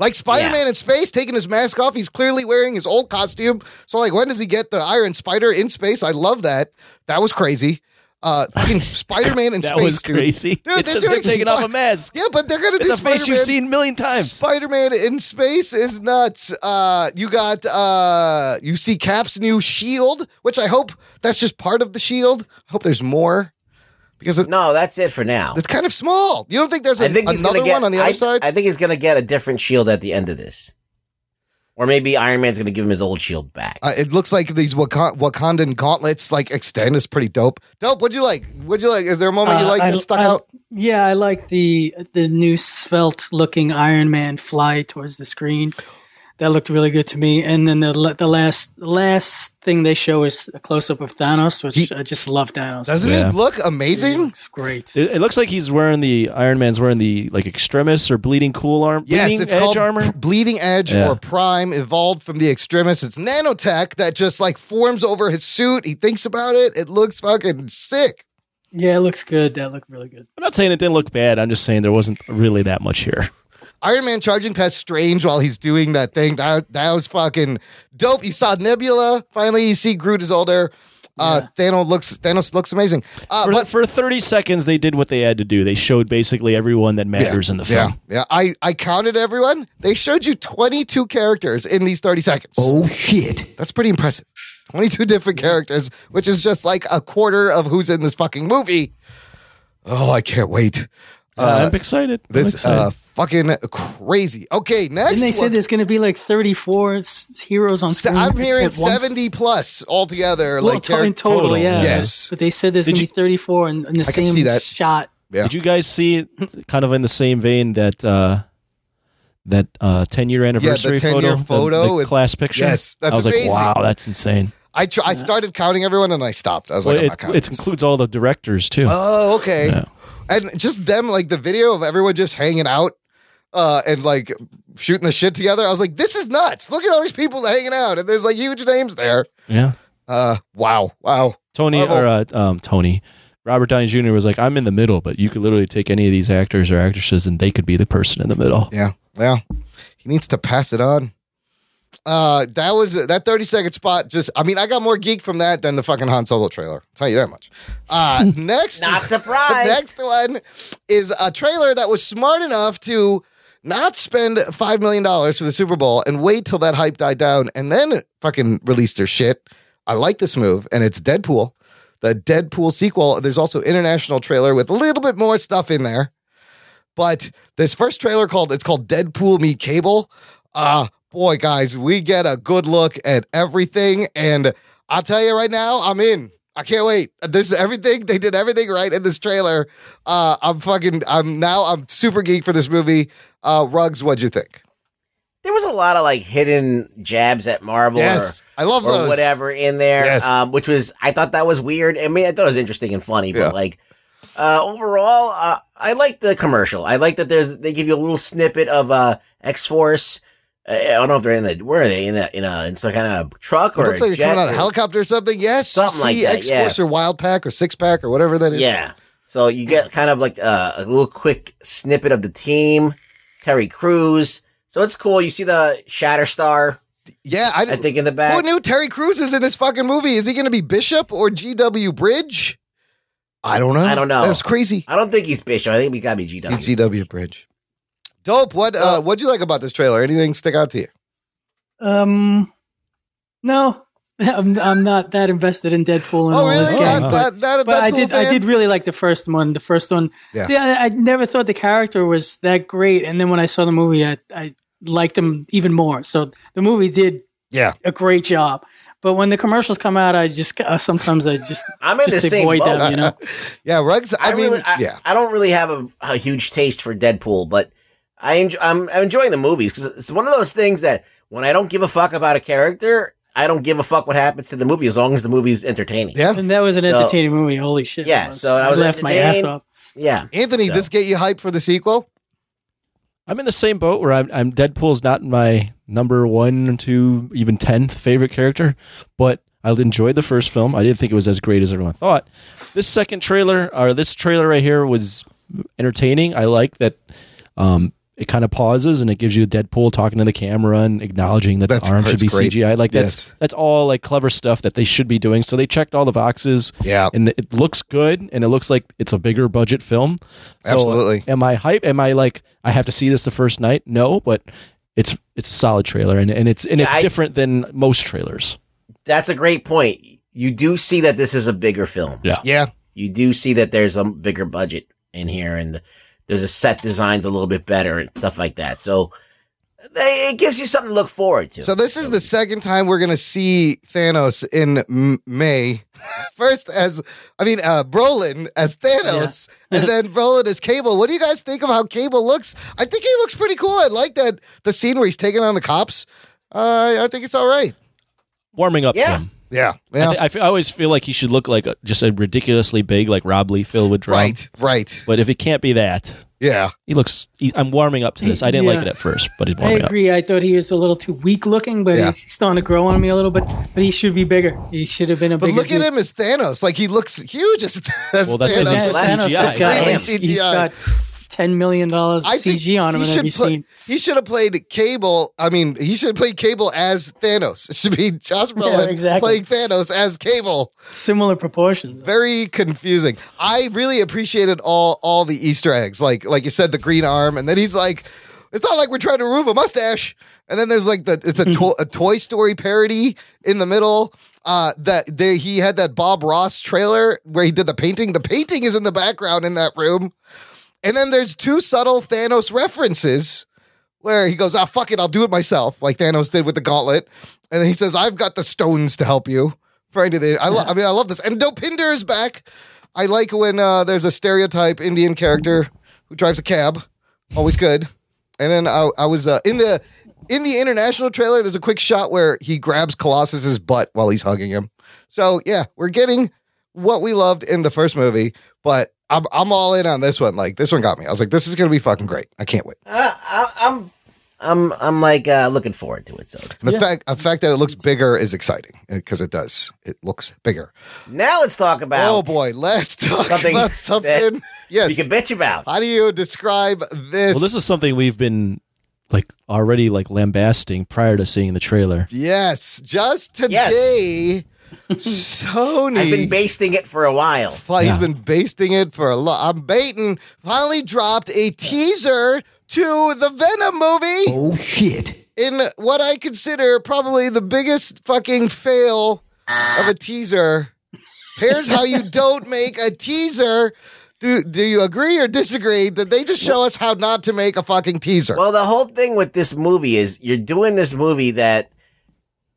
S1: Like Spider Man in space, taking his mask off. He's clearly wearing his old costume. So, like, when does he get the Iron Spider in space? I love that. That was crazy. Uh, fucking Spider-Man in
S6: That
S1: space,
S6: was
S1: dude.
S6: crazy.
S1: Dude,
S6: It's
S1: they're
S6: just him
S1: doing
S6: taking off
S1: Spi-
S6: a mask.
S1: Yeah, but they're gonna
S6: It's
S1: do
S6: a face you've seen a million times.
S1: Spider-Man in space is nuts. Uh, you got uh, you see Cap's new shield, which I hope that's just part of the shield. I hope there's more because it,
S4: no, that's it for now.
S1: It's kind of small. You don't think there's a,
S4: I think he's
S1: another
S4: gonna get,
S1: one on the other
S4: I,
S1: side?
S4: I think he's going to get a different shield at the end of this, or maybe Iron Man's going to give him his old shield back.
S1: Uh, it looks like these Wakan- Wakandan gauntlets like extend is pretty dope. Dope. What'd you like? What'd you like? Is there a moment Oh, you
S5: Uh,
S1: like
S5: I-
S1: that stuck
S5: I-
S1: out?
S5: Yeah, I like the the new svelte looking Iron Man fly towards the screen. That looked really good to me. And then the la- the last the last thing they show is a close up of Thanos, which I just love Thanos.
S1: Doesn't
S6: Yeah.
S1: it look amazing?
S5: It's great.
S6: It, it looks like he's wearing the Iron Man's wearing the like extremis or bleeding cool arm.
S1: Yes,
S6: bleeding
S1: it's
S6: edge
S1: called
S6: armor.
S1: P- Bleeding Edge
S6: Yeah.
S1: or Prime, evolved from the Extremis. It's nanotech that just like forms over his suit. He thinks about it. It looks fucking sick.
S5: Yeah, it looks good. That looked really good.
S6: I'm not saying it didn't look bad. I'm just saying there wasn't really that much here.
S1: Iron Man charging past Strange while he's doing that thing. That, that was fucking dope. You saw Nebula. Finally, you see Groot is older. Uh, Thanos looks Thanos looks amazing. Uh,
S6: for,
S1: but
S6: for 30 seconds, they did what they had to do. They showed basically everyone that matters in the film.
S1: Yeah, yeah. I, I counted everyone. They showed you 22 characters in these 30 seconds. Oh, shit. That's pretty impressive. 22 different characters, which is just like a quarter of who's in this fucking movie. Oh, I can't wait.
S6: Uh, I'm excited. I'm
S1: This
S6: excited.
S1: Uh, fucking crazy. Okay, next.
S5: Didn't they say
S1: one-
S5: there's going to be like 34 s- heroes on
S1: Se-
S5: screen?
S1: I'm hearing
S5: at once?
S1: 70 plus altogether.
S5: Well,
S1: like
S5: to- in
S1: character-
S5: total, yeah.
S1: Yes.
S5: But they said there's
S1: Did
S5: going to be 34 in, in the
S1: I can
S5: same
S1: see that.
S5: shot.
S6: Did you guys see, kind of in the same vein, that uh, that uh, 10 year anniversary
S1: 10-year
S6: photo?
S1: photo
S6: The, the
S1: with-
S6: class picture?
S1: Yes, that's
S6: I was
S1: amazing.
S6: like, wow, that's insane.
S1: I, tr- I started counting everyone and I stopped. I was like, oh
S6: Well,
S1: I'm
S6: it,
S1: not counting.
S6: it includes all the directors, too.
S1: Oh, okay.
S6: Yeah.
S1: And just them, like the video of everyone just hanging out uh, and like shooting the shit together. I was like, this is nuts. Look at all these people hanging out. And there's like huge names there.
S6: yeah.
S1: Uh, wow. Wow.
S6: Tony
S1: Marvel.
S6: or uh, um, Tony. Robert Downey Jr. was like, I'm in the middle, but you could literally take any of these actors or actresses and they could be the person in the middle.
S1: Yeah. Well, he needs to pass it on. Uh, that was that 30 second spot. Just, I mean, I got more geek from that than the fucking Han Solo trailer. tell you that much. Uh, next,
S4: Not surprised.
S1: next one is a trailer that was smart enough to not spend five million dollars for the Super Bowl and wait till that hype died down and then fucking release their shit. I like this move, and it's Deadpool, the Deadpool sequel. There's also international trailer with a little bit more stuff in there, but this first trailer called it's called Deadpool Meet Cable. Uh boy, guys, we get a good look at everything, and I'll tell you right now, I'm in. I can't wait. This is everything. They did everything right in this trailer. Uh, I'm fucking. I'm now. I'm super geek for this movie. Uh, Rugs, what'd you think?
S4: there was a lot of like hidden jabs at Marvel.
S1: Yes,
S4: or,
S1: I love
S4: or
S1: those.
S4: whatever in there.
S1: Yes.
S4: Um, which was I thought that was weird. I mean, I thought it was interesting and funny,
S1: Yeah.
S4: but like uh, overall, uh, I like the commercial. I like that there's they give you a little snippet of uh, X Force. I don't know if they're in the where are they in a in a in some kind of truck
S1: It
S4: or
S1: looks
S4: a
S1: like they're
S4: jet
S1: coming out of
S4: or-
S1: a helicopter or something. Yes,
S4: Something like that,
S1: X Force
S4: yeah.
S1: or Wild Pack or Six Pack or whatever that is.
S4: Yeah. So you get kind of like uh, a little quick snippet of the team, Terry Crews. So it's cool. You see the Shatterstar.
S1: Yeah, I,
S4: I think in the back.
S1: Who knew Terry Crews is in this fucking movie? Is he going to be Bishop or G.W. Bridge? I don't know.
S4: I don't know.
S1: That's crazy.
S4: I don't think he's Bishop. I think we got to be GW.
S1: He's G.W. Bridge. Dope. What uh, what'd you like about this trailer? Anything stick out to you?
S5: Um, no, I'm, I'm not that invested in Deadpool and
S1: Oh,
S5: all this
S1: really?
S5: gang,
S1: Not-
S5: but,
S1: not- not a
S5: but I
S1: Deadpool
S5: did I
S1: fan?
S5: did really like the first one. The first one,
S1: Yeah.
S5: I I never thought the character was that great, and then when I saw the movie, I I liked him even more. So the movie did
S1: Yeah.
S5: a great job. But when the commercials come out, I just uh, sometimes I just
S4: I'm in
S5: just
S4: the same
S5: avoid
S4: boat.
S5: them, you know.
S1: yeah, Rugs. I,
S4: mean, I,
S1: yeah.
S4: I don't really have a, a huge taste for Deadpool, but I enjoy, I'm, I'm enjoying the movies because it's one of those things that when I don't give a fuck about a character, I don't give a fuck what happens to the movie as long as the movie's entertaining.
S1: Yeah.
S5: And that was an
S4: So-
S5: entertaining movie. Holy shit!
S4: Yeah,
S5: it was.
S4: so I was
S5: laughed my ass
S4: entertained.
S5: off.
S4: Yeah.
S1: Anthony,
S6: So.
S1: this get you hyped for the sequel?
S6: I'm in the same boat where I'm, I'm Deadpool's not my number one, two, even tenth favorite character, but I enjoyed the first film. I didn't think it was as great as everyone thought. This second trailer or this trailer right here was entertaining. I like that um, it kind of pauses and it gives you Deadpool talking to the camera and acknowledging that
S1: That's-
S6: the arm should
S1: that's
S6: be
S1: great.
S6: CGI. Like that's
S1: Yes.
S6: that's all like clever stuff that they should be doing. So they checked all the boxes.
S1: Yeah.
S6: And it looks good and it looks like it's a bigger budget film. So, uh,
S1: Absolutely.
S6: Am I hype? Am I like I have to see this the first night? No, but it's it's a solid trailer and, and it's and it's
S4: I-
S6: different than most trailers.
S4: That's a great point. You do see that this is a bigger film.
S6: Yeah.
S1: Yeah.
S4: You do see that there's a bigger budget in here and there's a set design's a little bit better and stuff like that. So they, it gives you something to look forward to.
S1: So this is the second time we're gonna see Thanos in M- May. First as I mean uh, Brolin as Thanos, and then Brolin as Cable. What do you guys think of how Cable looks? I think he looks pretty cool. I like that the scene where he's taking on the cops. Uh, I think it's all right.
S6: Warming up
S1: Yeah.
S6: to him.
S1: Yeah.
S6: I, thi- I fe- I always feel like he should look like a, just a ridiculously big, like Rob Lee filled with drum.
S1: Right, right.
S6: But if it can't be that,
S1: yeah,
S6: he looks. He, I'm warming up to this. I didn't like
S5: Yeah.
S6: it at first, but he's
S5: I
S6: warming up.
S5: agree. I thought he was a little too weak looking, but
S6: Yeah.
S5: he's, he's starting to grow on me a little bit. But he should be bigger. He should have been a
S1: But
S5: bigger.
S1: look at
S5: dude.
S1: him as Thanos. Like he looks huge as, as
S5: Well, that's
S1: Thanos.
S5: what he said. Yeah, Thanos
S1: It's
S5: is got-
S1: really
S5: he's- he's got ten million dollars CG on him in every
S1: play-
S5: scene.
S1: He should have played Cable. I mean, he should have played Cable as Thanos. It should be Josh Brolin
S5: exactly.
S1: playing Thanos as Cable.
S5: Similar proportions.
S1: Very confusing. I really appreciated all all the Easter eggs. Like like you said, the green arm, and then he's like, it's not like we're trying to remove a mustache. And then there's like the it's a, to- a Toy Story parody in the middle. Uh, that they, he had that Bob Ross trailer where he did the painting. The painting is in the background in that room. And then there's two subtle Thanos references where he goes, ah, fuck it, I'll do it myself, like Thanos did with the gauntlet. And then he says, I've got the stones to help you. For any of the, I, lo- I mean, I love this. And Dopinder is back. I like when uh, there's a stereotype Indian character who drives a cab. Always good. And then I, I was uh, in the in the international trailer. There's a quick shot where he grabs Colossus's butt while he's hugging him. So yeah, we're getting what we loved in the first movie, but I'm I'm all in on this one. Like this one got me. I was like, this is gonna be fucking great. I can't wait.
S4: Uh, I, I'm, I'm, I'm like uh, looking forward to it. So it's-
S1: And the fact the fact that it looks bigger is exciting because it does. It looks bigger.
S4: now let's talk about.
S1: Oh boy, let's talk
S4: Something
S1: about something. Yes,
S4: you can bitch about.
S1: How do you describe this?
S6: Well, this is something we've been like already like lambasting prior to seeing the trailer.
S1: yes, just today. Sony.
S4: I've been basting it for a while.
S1: Well, He's been basting it for a lot. I'm baiting. Finally dropped a teaser to the Venom movie. Oh shit! In what I consider probably the biggest fucking fail of a teaser. Here's how you don't make a teaser. Do do you agree or disagree that they just show us how not to make a fucking teaser?
S4: Well, the whole thing with this movie is you're doing this movie that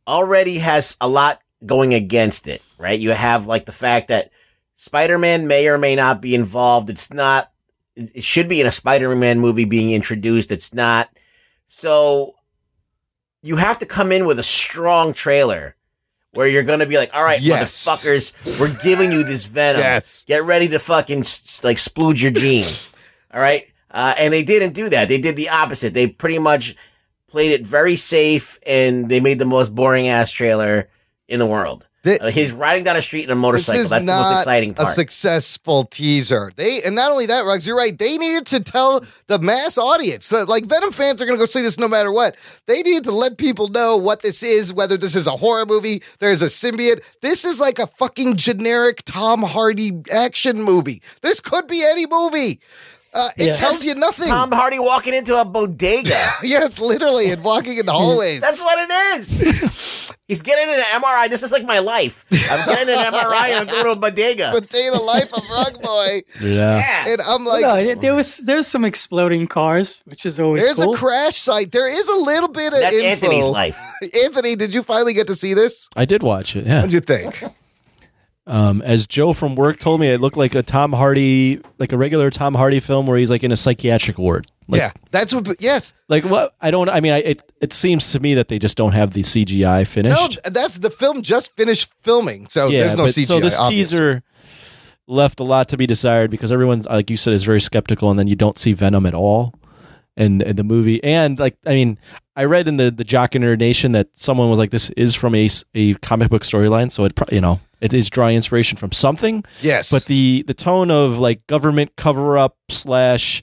S4: already has a lot going against it, right? You have like the fact that Spider-Man may or may not be involved. It's not. It should be in a Spider-Man movie being introduced. It's not. So you have to come in with a strong trailer where you're going to be like, all right,
S1: Yes.
S4: motherfuckers, we're giving you this venom.
S1: Yes.
S4: Get ready to fucking s- s- like splooge your jeans. all right. Uh, and they didn't do that. They did the opposite. They pretty much played it very safe and they made the most boring ass trailer in the world. Uh, he's riding down a street in a motorcycle. That's the most exciting part.
S1: a successful teaser. They and not only that, Rugs, you're right. They needed to tell the mass audience that like Venom fans are going to go see this no matter what. They needed to let people know what this is, whether this is a horror movie, there's a symbiote. This is like a fucking generic Tom Hardy action movie. This could be any movie. Uh, it
S4: Yeah.
S1: tells you nothing.
S4: Tom Hardy walking into a bodega.
S1: yes, literally, and walking in the hallways.
S4: That's what it is. He's getting an MRI. This is like my life. I'm getting an MRI and I'm going to a bodega.
S1: the day of the life of Rug Boy.
S6: Yeah.
S1: And I'm like,
S5: Well, no, there was there's some exploding cars, which is always
S1: There's
S5: cool.
S1: a crash site. There is a little bit of
S5: That's
S1: info.
S5: Anthony's life.
S1: Anthony, did you finally get to see this?
S6: I did watch it. Yeah.
S1: What'd you think?
S6: Um, as Joe from work told me, it looked like a Tom Hardy, like a regular Tom Hardy film where he's like in a psychiatric ward. Like,
S1: yeah, that's what. Yes,
S6: Like what? I don't. I mean, I, it it seems to me that they just don't have the CGI finished.
S1: no, that's the film just finished filming, so
S6: Yeah,
S1: there's no
S6: but-
S1: CGI.
S6: So this
S1: obviously.
S6: teaser left a lot to be desired because everyone, like you said, is very skeptical, and then you don't see Venom at all in, in the movie. And like, I mean, I read in the the Jock and Nerd Nation that someone was like, "This is from a, s- a comic book storyline, so it pro- you know it is drawing inspiration from something."
S1: Yes,
S6: but the the tone of like government cover up slash.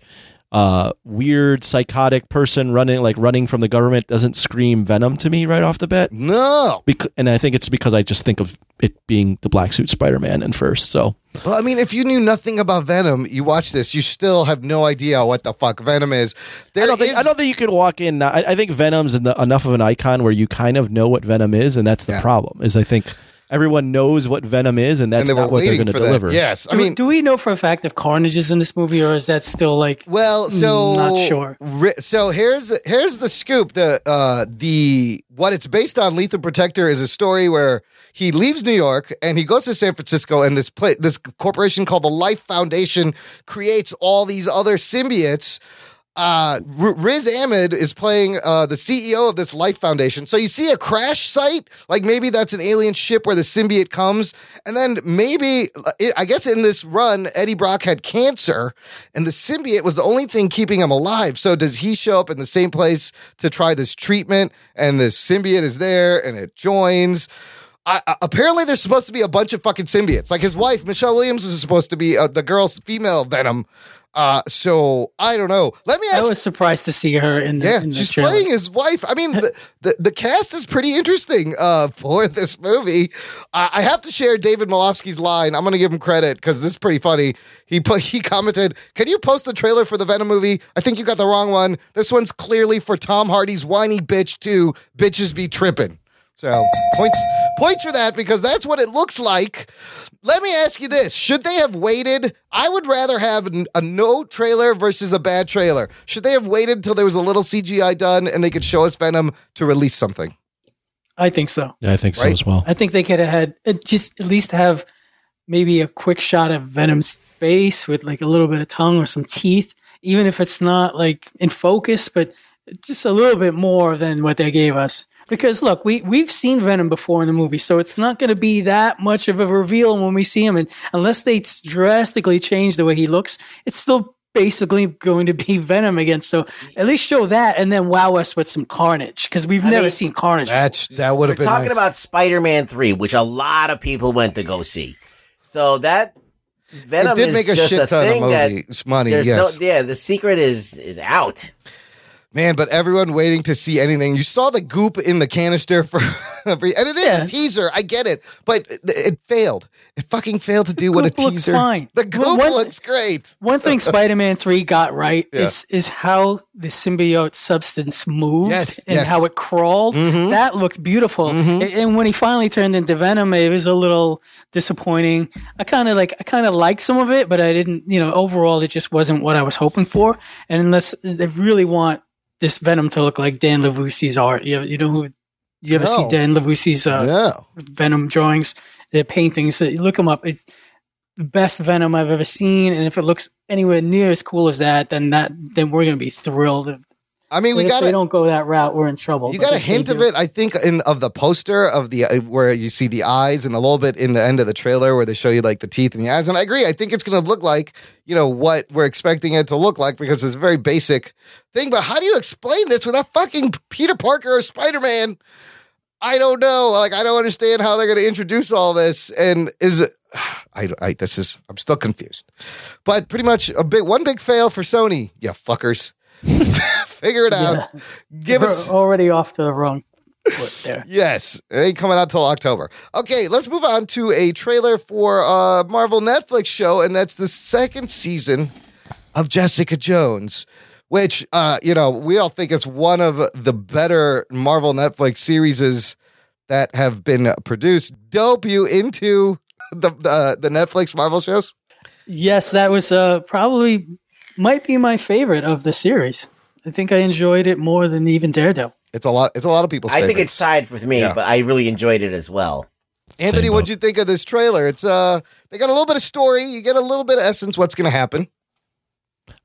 S6: uh, weird psychotic person running like running from the government doesn't scream Venom to me right off the bat.
S1: No,
S6: and I think it's because I just think of it being the black suit Spider Man in first. So
S1: Well, I mean, if you knew nothing about Venom, you watch this, you still have no idea what the fuck Venom is. There
S6: I don't think I
S1: is-
S6: don't think you could walk in. I, I think Venom's en- enough of an icon where you kind of know what Venom is, and that's the problem. Is I think everyone knows what Venom is, and that's
S1: they were
S6: not what they're
S1: waiting
S6: going to
S1: for that.
S6: deliver.
S1: Yes, I
S5: Do-
S1: mean-
S5: do we know for a fact if Carnage is in this movie, or is that still like
S1: well, so
S5: Mm, not sure?
S1: ri- so here's here's the scoop. The uh the what it's based on, Lethal Protector, is a story where he leaves New York and he goes to San Francisco, and this pla- this corporation called the Life Foundation creates all these other symbiotes. Uh, R- Riz Ahmed is playing uh, the CEO of this Life Foundation. So you see a crash site, like maybe that's an alien ship where the symbiote comes, and then maybe uh, I guess in this run Eddie Brock had cancer, and the symbiote was the only thing keeping him alive. So does he show up in the same place to try this treatment? And the symbiote is there, and it joins. I, I- apparently, there's supposed to be a bunch of fucking symbiotes. Like his wife, Michelle Williams, is supposed to be uh, the girl's female Venom. Uh, so I don't know. Let me ask.
S5: I was surprised to see her in the.
S1: yeah,
S5: in the
S1: she's
S5: trailer.
S1: playing his wife. I mean, the, the the cast is pretty interesting uh, for this movie. I, I have to share David Malofsky's line. I'm going to give him credit because this is pretty funny. He put he commented, "Can you post the trailer for the Venom movie? I think you got the wrong one. This one's clearly for Tom Hardy's whiny bitch too. Bitches be tripping." So points points for that because that's what it looks like. Let me ask you this: Should they have waited? I would rather have n- a no trailer versus a bad trailer. Should they have waited till there was a little CGI done and they could show us Venom to release something?
S5: I think so.
S6: Yeah, I think so
S1: Right?
S6: as well.
S5: I think they could have had it just at least have maybe a quick shot of Venom's face with like a little bit of tongue or some teeth, even if it's not like in focus, but just a little bit more than what they gave us. Because look, we we've seen Venom before in the movie, so it's not going to be that much of a reveal when we see him, and unless they s- drastically change the way he looks, it's still basically going to be Venom again. So at least show that, and then wow us with some carnage because we've
S4: I
S5: never
S4: mean-
S5: seen carnage.
S1: That's that would
S4: We're talking about Spider Man 3, which a lot of people went to go see. So that Venom
S1: it did
S4: is
S1: make a
S4: just
S1: shit ton of
S4: thing that
S1: money. money
S4: there's no-
S1: yes,
S4: yeah, the secret is is out.
S1: man. But everyone waiting to see anything. You saw the goop in the canister for, for- and it is a teaser. I get it, but it, it failed. It fucking failed to do what a
S5: goop looks
S1: teaser.
S5: fine.
S1: The goop
S5: Well, one-
S1: looks great.
S5: One thing Spider-Man Three got right
S1: Yeah.
S5: is is how the symbiote substance moved
S1: Yes,
S5: and
S1: yes. Mm-hmm.
S5: how it crawled. That looked beautiful. A- And when he finally turned into Venom, it was a little disappointing. I kind of like I kind of liked some of it, but I didn't. You know, overall, it just wasn't what I was hoping for. And unless I really want this Venom to look like Dan LaVousie's art, you, you know who. You ever
S1: No.
S5: see Dan LaVousie's uh, Venom drawings, the paintings? You Look them up. It's the best Venom I've ever seen, and if it looks anywhere near as cool as that, then that then we're gonna be thrilled.
S1: I mean, we
S5: if
S1: gotta-
S5: they don't go that route, we're in trouble.
S1: You
S5: But
S1: got a
S5: if they
S1: hint of
S5: do-
S1: it, I think, in of the poster of the uh, where you see the eyes, and a little bit in the end of the trailer where they show you like the teeth and the eyes. And I agree, I think it's going to look like you know what we're expecting it to look like because it's a very basic thing. But how do you explain this without fucking Peter Parker or Spider Man? I don't know. Like, I don't understand how they're going to introduce all this. And is it, I, I, this is, I'm still confused. But pretty much a big, one big fail for Sony, you fuckers. Figure it out. Give
S5: we're
S1: us.
S5: already off to the wrong foot there.
S1: Yes, it ain't coming out till October. Okay, let's move on to a trailer for a Marvel Netflix show, and that's the second season of Jessica Jones, which uh, you know we all think it's one of the better Marvel Netflix series that have been produced. Dope you into the uh, the, the Netflix Marvel shows?
S5: Yes, that was uh, probably might be my favorite of the series. I think I enjoyed it more than even Daredevil.
S1: It's a lot. It's a lot of people's.
S4: I think it's tied for me, but I really enjoyed it as well.
S1: Anthony, what'd you think of this trailer? It's uh, they got a little bit of story. You get a little bit of essence. What's going to happen?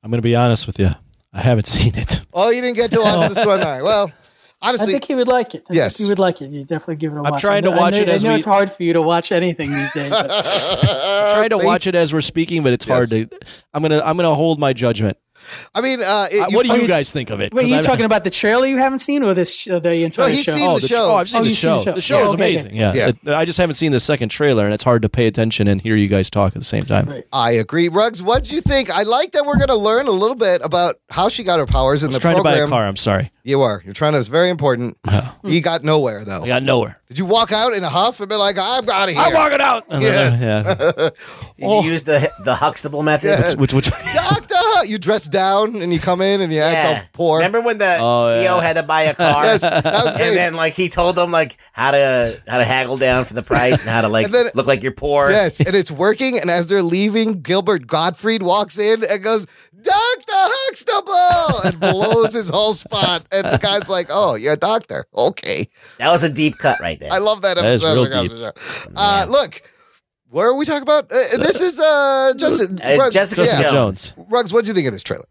S6: I'm going to be honest with you. I haven't seen it.
S1: Oh, you didn't get to watch this one. All right. Well, honestly,
S5: I think he would like it. I
S1: Yes.
S5: think he would like it. You definitely give it a
S6: I'm
S5: watch. I
S6: trying to
S5: know- I
S6: watch
S5: know-
S6: it
S5: I
S6: as
S5: know
S6: we-
S5: it's hard for you to watch anything these days. but-
S1: uh,
S6: I tried to watch it as we're speaking, but it's hard to. I'm gonna I'm gonna hold my judgment
S1: I mean, uh, it-
S6: what do you guys think of it?
S5: Wait,
S6: 'Cause
S5: you
S6: I-
S5: talking about the trailer you haven't seen, or this uh, the entire
S1: he's
S5: show?
S1: seen the Oh, the show. show.
S6: Oh, I've seen
S5: Oh,
S6: the
S5: you've seen
S6: show. The show
S5: Yeah,
S6: is
S5: okay, okay.
S6: amazing. Yeah, It- I just haven't seen the second trailer, and it's hard to pay attention and hear you guys talk at the same time.
S1: I agree, Ruggs. What'd you think? I like that we're going to learn a little bit about how she got her powers in
S6: I was
S1: the
S6: trying
S1: program.
S6: to buy a car. I'm sorry.
S1: You are. You're trying to. It's very important. You got nowhere though.
S6: I got nowhere.
S1: Did you walk out in a huff and be like, "I'm out of here"?
S6: I'm walking out. And then, uh,
S1: Yes.
S4: Did
S1: Oh.
S4: you use the the Huxtable method?
S1: Yeah.
S6: Which, which,
S1: Doctor, you dress down and you come in and you act all poor.
S4: Remember when the
S1: Oh,
S4: Theo
S1: yeah.
S4: had to buy a car?
S1: Yes, that was great.
S4: And then like he told them like how to how to haggle down for the price and how to like
S1: And then-
S4: look like you're poor.
S1: Yes, and it's working. And as they're leaving, Gilbert Gottfried walks in and goes, "Doctor Huxtable," and blows his whole spot. And the guy's like, "Oh, you're a doctor, okay."
S4: That was a deep cut right there.
S1: I love that
S4: That is
S1: episode.
S4: real
S1: of the Gossip Show. Uh, look, what are we talking about? Uh, this is uh, Justin,
S4: Uh,
S1: Ruggs-
S4: Jessica
S1: yeah.
S4: Jones.
S1: Ruggs, what do you think of this trailer?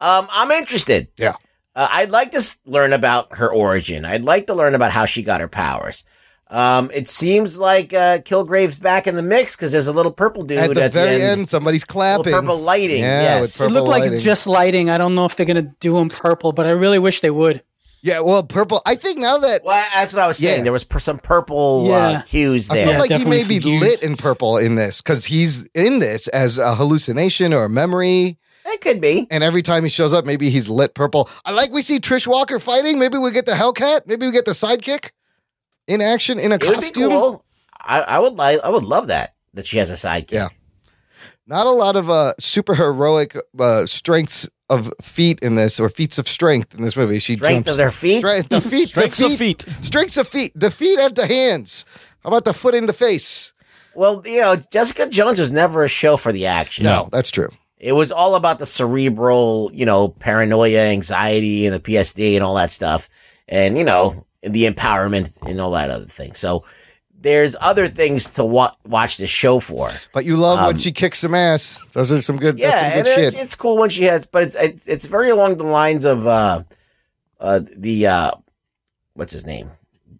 S4: Um, I'm interested.
S1: Yeah.
S4: Uh, I'd like to s- learn about her origin. I'd like to learn about how she got her powers. Um, it seems like uh, Kilgrave's back in the mix because there's a little purple dude
S1: At the very end, somebody's
S4: Little
S1: clapping.
S4: purple lighting.
S1: Yeah,
S4: yes.
S1: with
S5: It
S1: purple
S5: looked like
S1: lighting.
S5: just lighting. I don't know if they're gonna do them purple, but I really wish they would.
S1: Yeah, well, purple. I think now that
S4: well, that's what I was saying.
S1: Yeah.
S4: There was per- some purple uh,
S1: Yeah.
S4: hues there.
S1: I feel like he may be lit in purple in this because he's in this as a hallucination or a memory.
S4: It could be.
S1: And every time he shows up, maybe he's lit purple. I like we see Trish Walker fighting. Maybe we get the Hellcat. Maybe we get the sidekick in action in a
S4: It would be
S1: costume.
S4: cool. I, I would like. I would love that that she has a sidekick. Yeah.
S1: Not a lot of uh, super heroic uh, strengths of feet in this or feats of strength in this movie. She
S4: Strength
S1: jumps.
S4: of their feet?
S1: Strength the feet.
S4: Strengths
S1: the
S4: of
S1: feet, Strengths of feet. The feet and the hands. How about the foot in the face?
S4: Well, you know, Jessica Jones was never a show for the action.
S1: No, that's true.
S4: It was all about the cerebral, you know, paranoia, anxiety, and the PSD and all that stuff, and you know, the empowerment and all that other thing. So there's other things to wa- watch this show for.
S1: But you love when
S4: Um,
S1: she kicks some ass. Those are some good.
S4: Yeah,
S1: that's some
S4: and
S1: good
S4: it-
S1: shit.
S4: it's cool when she has, but it's it's, it's very along the lines of uh, uh, the uh, what's his name,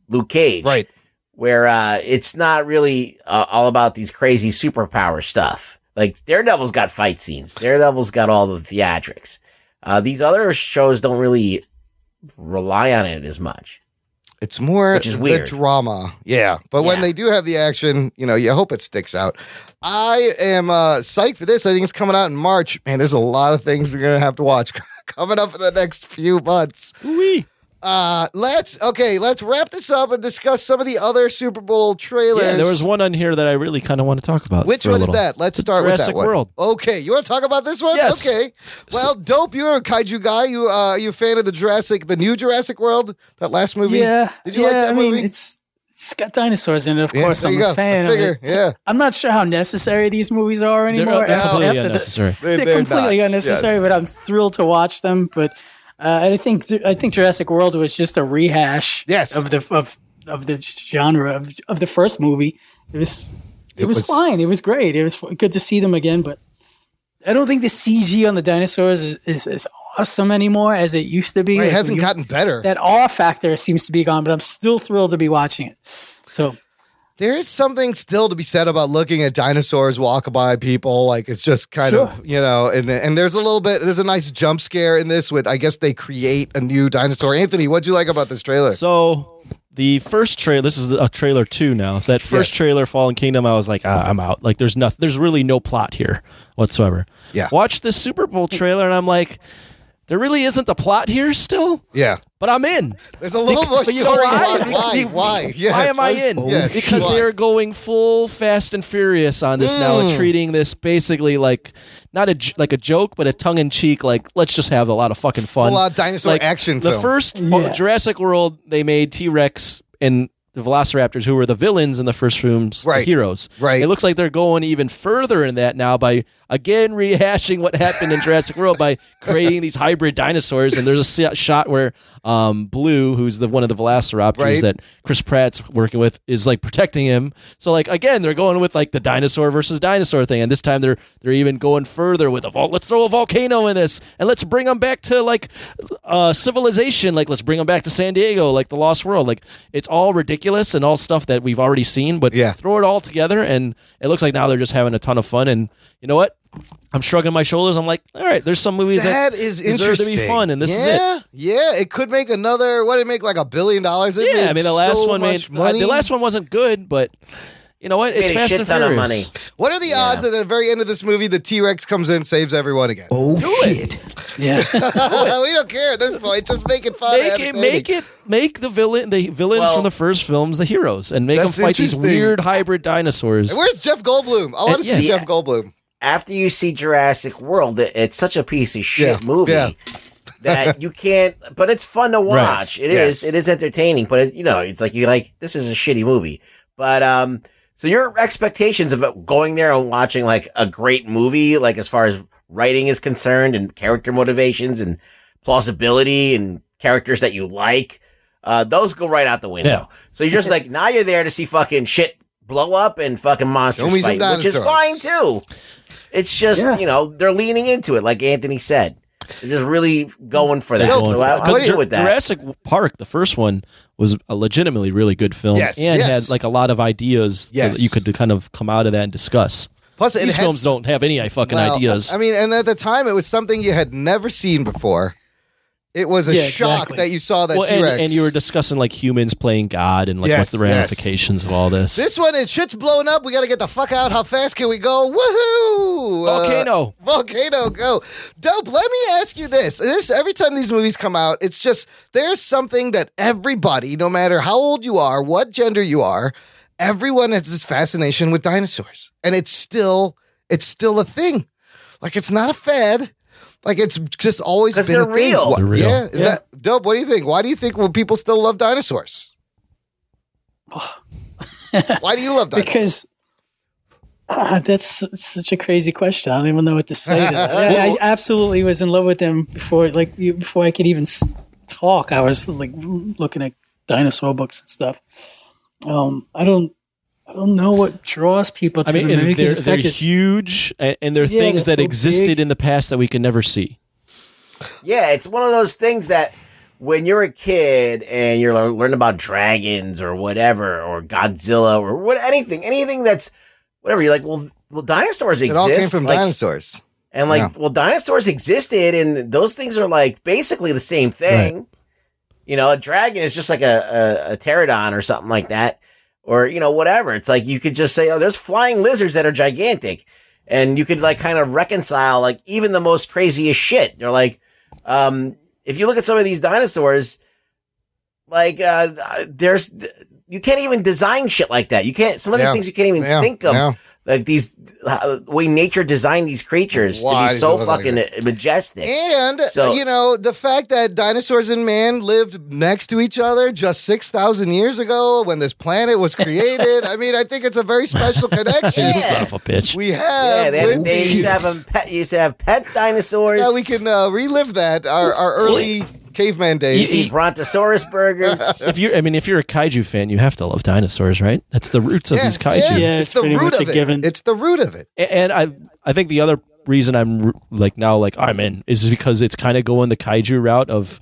S4: Luke Cage,
S1: right?
S4: Where uh, it's not really uh, all about these crazy superpower stuff. Like Daredevil's got fight scenes. Daredevil's got all the theatrics. Uh, these other shows don't really rely on it as much.
S1: It's more
S4: Which is weird.
S1: the drama. Yeah. But when they do have the action, you know, you hope it sticks out. I am uh, psyched for this. I think it's coming out in March. Man, there's a lot of things we're going to have to watch coming up in the next few months. Uh, let's, okay, let's wrap this up and discuss some of the other Super Bowl trailers.
S6: Yeah, there was one on here that I really kind of want to talk about.
S1: Which
S6: for a
S1: one is
S6: little.
S1: that? Let's
S6: The
S1: start
S6: Jurassic
S1: with that one.
S6: World.
S1: Okay, you want to talk about this one?
S6: Yes.
S1: Okay. Well, dope. You're a kaiju guy. You uh, you a fan of the Jurassic, the new Jurassic World, that last movie?
S5: Yeah,
S1: Did you
S5: yeah,
S1: like that
S5: I mean,
S1: movie?
S5: It's it's got dinosaurs in it, of
S1: Yeah,
S5: course.
S1: there
S5: I'm
S1: you go.
S5: a fan.
S1: I figure,
S5: of it.
S1: yeah.
S5: I'm not sure how necessary these movies are anymore.
S6: they're
S5: after-
S6: completely
S5: after the-
S6: unnecessary.
S5: They're,
S6: They're not,
S5: completely unnecessary,
S6: yes.
S5: but I'm thrilled to watch them. But uh, I think I think Jurassic World was just a rehash.
S1: Yes.
S5: of the of of the genre of of the first movie. It was it,
S1: It
S5: was,
S1: was-
S5: fine. It was great. It was f- good to see them again, but. I don't think the CG on the dinosaurs is, is, is awesome anymore as it used to be.
S1: Right, it
S5: Like,
S1: hasn't
S5: you-
S1: gotten better.
S5: That awe factor seems to be gone, but I'm still thrilled to be watching it. So
S1: There is something still to be said about looking at dinosaurs walk by people. Like it's just kind of you know, and and there's a little bit. There's a nice jump scare in this with. I guess they create a new dinosaur. Anthony, what'd you like about this trailer?
S6: So the first trailer, this is a trailer two now. So that first trailer, Fallen Kingdom, I was like, ah, I'm out. Like, there's nothing. There's really no plot here whatsoever.
S1: Yeah.
S6: Watch this Super Bowl trailer, and I'm like, there really isn't a plot here still.
S1: Yeah.
S6: But I'm in.
S1: There's a little
S6: Bec-
S1: more
S6: but you
S1: story.
S6: know
S1: Why?
S6: Why?
S1: Why? Why? Yeah,
S6: Why am I
S1: first-
S6: in?
S1: Yes.
S6: Because
S1: Why?
S6: they're going full Fast and Furious on this now, and
S1: Mm.
S6: treating this basically like not a j- like a joke, but a tongue in cheek. Like let's just have a lot of fucking fun.
S1: Full-out dinosaur action
S6: The
S1: film.
S6: first fu-
S1: Yeah.
S6: Jurassic World, they made T Rex and the Velociraptors, who were the villains in the first films, the
S1: Right.
S6: heroes.
S1: Right.
S6: It looks like they're going even further in that now by again rehashing what happened in Jurassic World by creating these hybrid dinosaurs. And there's a se- shot where um, Blue, who's the one of the Velociraptors
S1: Right.
S6: that Chris Pratt's working with, is like protecting him. So like again, they're going with like the dinosaur versus dinosaur thing, and this time they're they're even going further with a vol- let's throw a volcano in this and let's bring them back to like uh, civilization. Like let's bring them back to San Diego, like the Lost World. Like it's all ridiculous ridiculous and all stuff that we've already seen, but yeah. throw it all together and it looks like now they're just having a ton of fun. And you know what? I'm shrugging my shoulders. I'm like, all right, there's some movies that,
S1: that is
S6: deserve
S1: interesting.
S6: to be fun, and this
S1: yeah,
S6: is it.
S1: Yeah, it could make another. What did it make? Like a billion dollars? It
S6: Yeah,
S1: made
S6: I mean the last
S1: so
S6: one made
S1: much
S6: uh,
S1: money.
S6: the last one wasn't good, but you know what? It's Fast and Furious.
S1: What are the odds at the very end of this movie the T Rex comes in and saves everyone again? Oh, do it.
S5: Yeah.
S1: we don't care at this point. Just make it fun.
S6: Make it, make it, make the villain, the villains
S1: Well-
S6: from the first films, the heroes, and make them
S1: That's
S6: fight these
S1: interesting.
S6: weird hybrid dinosaurs.
S1: Where's Jeff Goldblum? I want to
S4: Yeah.
S1: see
S4: Yeah.
S1: Jeff Goldblum.
S4: After you see Jurassic World, it, it's such a piece of shit
S1: Yeah,
S4: movie
S1: yeah.
S4: that you can't. But it's fun to
S1: Right.
S4: watch. It is.
S1: Yes.
S4: It is entertaining. But it, you know, it's like you're like this is a shitty movie. But um, so your expectations of going there and watching like a great movie, like as far as writing is concerned, and character motivations and plausibility and characters that you like, uh, those go right out the window.
S6: Yeah.
S4: So you're just like now you're there to see fucking shit blow up and fucking monsters
S1: Show me some
S4: fight, which is
S1: dinosaurs.
S4: fine too. It's just you know they're leaning into it, like Anthony said. They're just really going for that. so I, I'm good with that.
S6: Jurassic Park, the first one, was a legitimately really good film,
S1: Yes,
S6: and
S1: yes.
S6: had like a lot of ideas
S1: Yes.
S6: that you could kind of come out of that and discuss.
S1: Plus, it
S6: these
S1: had
S6: films
S1: s-
S6: don't have any uh, fucking
S1: Well,
S6: ideas.
S1: I mean, and at the time, it was something you had never seen before. It was a
S6: Yeah,
S1: shock
S6: exactly.
S1: that you saw that
S6: Well,
S1: T
S6: and,
S1: Rex.
S6: and you were discussing like humans playing God and like
S1: Yes,
S6: what's the
S1: yes.
S6: ramifications of all this.
S1: This one is shit's blowing up. We got to get the fuck out. How fast can we go? Woohoo!
S6: Volcano.
S1: Uh, volcano, go. Dope, let me ask you this. this. Every time these movies come out, it's just there's something that everybody, no matter how old you are, what gender you are, everyone has this fascination with dinosaurs. And it's still it's still a thing. Like it's not a fad. Like it's just always
S4: 'Cause
S1: been
S4: they're
S1: a thing.
S4: real.
S1: Wha-
S4: They're real.
S1: Yeah, is
S4: Yeah.
S1: that dope? What do you think? Why do you think well, people still love dinosaurs? Why do you love dinosaurs?
S5: because ah, that's, that's such a crazy question. I don't even know what to say. To that. I, I absolutely was in love with them before, like you- before I could even s- talk. I was like looking at dinosaur books and stuff. Um, I don't, I don't know what draws people to
S6: I mean,
S5: them. Maybe
S6: and
S5: 'cause
S6: they're,
S5: the
S6: they're
S5: fact is-
S6: huge, and, and they're
S5: Yeah,
S6: things
S5: they're
S6: that
S5: so
S6: existed
S5: big.
S6: in the past that we can never see.
S4: Yeah, it's one of those things that when you're a kid and you're lear- learning about dragons or whatever, or Godzilla or what, anything, anything that's whatever, you're like, well, well, dinosaurs
S1: It
S4: exist.
S1: all came from
S4: like-
S1: dinosaurs.
S4: And like,
S1: Yeah.
S4: well, dinosaurs existed, and those things are like basically the same thing. You know, a dragon is just like a, a a pterodon or something like that, or you know, whatever. It's like you could just say, oh, there's flying lizards that are gigantic, and you could like kind of reconcile like even the most craziest shit. They're like, um, if you look at some of these dinosaurs, like uh, there's you can't even design shit like that. You can't some of these
S1: Yeah.
S4: things you can't even
S1: Yeah.
S4: think of.
S1: Yeah.
S4: Like these, how, the way nature designed these creatures
S1: Why
S4: to
S1: does
S4: be
S1: it
S4: so
S1: look like
S4: fucking majestic.
S1: And
S4: So-
S1: you know the fact that dinosaurs and man lived next to each other just six thousand years ago when this planet was created. I mean, I think it's a very special connection.
S6: Son of a bitch.
S1: We have
S4: yeah, they,
S1: with
S4: they used
S1: these.
S4: to have 'em pet, used to have pet dinosaurs.
S1: Now we can uh, relive that our, our early caveman
S4: You
S1: days.
S4: see brontosaurus burgers.
S6: if you, I mean, if you're a kaiju fan, you have to love dinosaurs, right? That's the roots of these kaiju.
S1: it's, the root of it. It's the root of it.
S6: A- and I I think the other reason I'm r- like now like I'm in is because it's kind of going the kaiju route of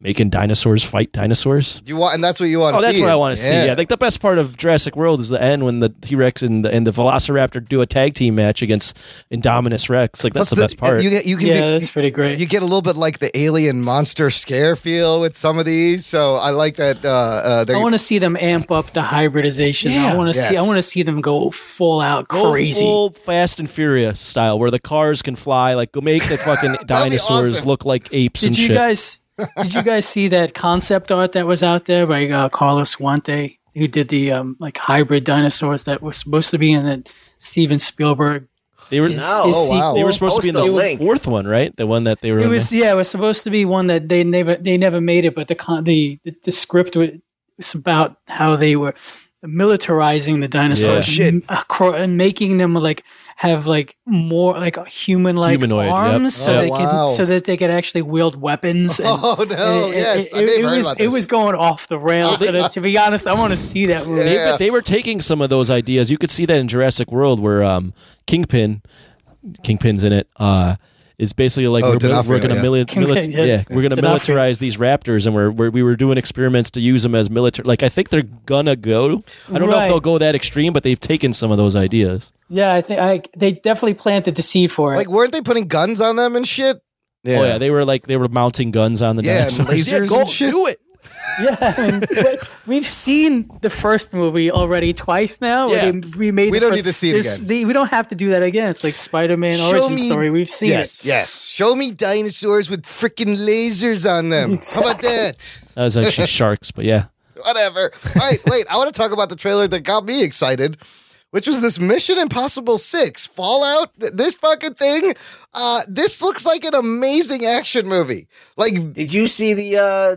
S6: making dinosaurs fight dinosaurs.
S1: You want, and that's what you want.
S6: Oh,
S1: to
S6: that's
S1: see
S6: what
S1: it.
S6: I want to see. Yeah, like the best part of Jurassic World is the end when the T Rex and the, and the Velociraptor do a tag team match against Indominus Rex. Like that's
S1: Plus
S6: the, best part.
S1: You, get- you can
S5: Yeah,
S1: do-
S5: that's pretty great.
S1: You get a little bit like the alien monster scare feel with some of these. So I like that. Uh, uh,
S5: I
S1: they're-
S5: want to see them amp up the hybridization. I
S1: Yeah.
S5: want to see.
S1: Yes.
S5: I want to see them go full out
S6: Go
S5: crazy.
S6: full Fast and Furious style, where the cars can fly. Like, go make the fucking dinosaurs
S5: awesome.
S6: look like apes and
S5: did you
S6: shit.
S5: guys? did you guys see that concept art that was out there by uh, Carlos Fuente, who did the um, like hybrid dinosaurs that were supposed to be in the Steven Spielberg?
S6: they were,
S5: his- his
S6: Oh, they were
S5: sequel?
S6: supposed to be in the fourth one, right? The one that they were.
S5: It
S6: in
S5: was
S6: the-
S5: yeah, it was supposed to be one that they never they never made it, but the con- the the, the script was it's about how they were militarizing the dinosaurs
S6: Yeah.
S5: and, acro- and making them like have like more like human like
S6: Humanoid, yep.
S5: arms so
S6: Yeah.
S5: they
S6: Oh, Wow.
S5: can so that they could actually wield weapons. And,
S1: Oh, no, yes, I
S5: it,
S1: may have
S5: it
S1: heard
S5: was
S1: about
S5: it
S1: this.
S5: was going off the rails. and to be honest, I want to see that movie.
S6: They, but they were taking some of those ideas. You could see that in Jurassic World, where um, Kingpin, Kingpin's in it. Uh, is basically like
S1: Oh,
S6: we're, mil-
S1: D'Onofrio,
S6: we're going to
S1: yeah.
S6: mili-
S1: Okay,
S6: mili-
S1: yeah.
S6: yeah, we're going to
S1: D'Onofrio.
S6: militarize these raptors, and we're, we're we were doing experiments to use them as military. Like I think they're gonna go. I don't know if
S5: Right.
S6: they'll go that extreme, but they've taken some of those ideas.
S5: Yeah, I think I, they definitely planted the seed for it.
S1: Like, weren't they putting guns on them and shit?
S6: Oh yeah, they were like they were mounting guns on the
S1: Yeah, and
S6: dinosaurs.
S1: lasers
S6: go
S1: and shit.
S6: Do it.
S5: Yeah, I mean, but we've seen the first movie already twice now. where
S1: Yeah.
S5: they remade.
S1: We
S5: the
S1: don't
S5: first-
S1: need to see it
S5: this-
S1: again.
S5: the- we don't have to do that again. It's like Spider-Man
S1: Show
S5: origin
S1: me-
S5: story. We've seen
S1: yes,
S5: it.
S1: Yes, Show me dinosaurs with freaking lasers on them. How about that?
S6: That was actually uh, sharks, but yeah.
S1: Whatever. All right, wait. I want to talk about the trailer that got me excited, which was this Mission Impossible 6 Fallout. Th- This fucking thing. Uh, this looks like an amazing action movie. Like,
S4: did you see the uh,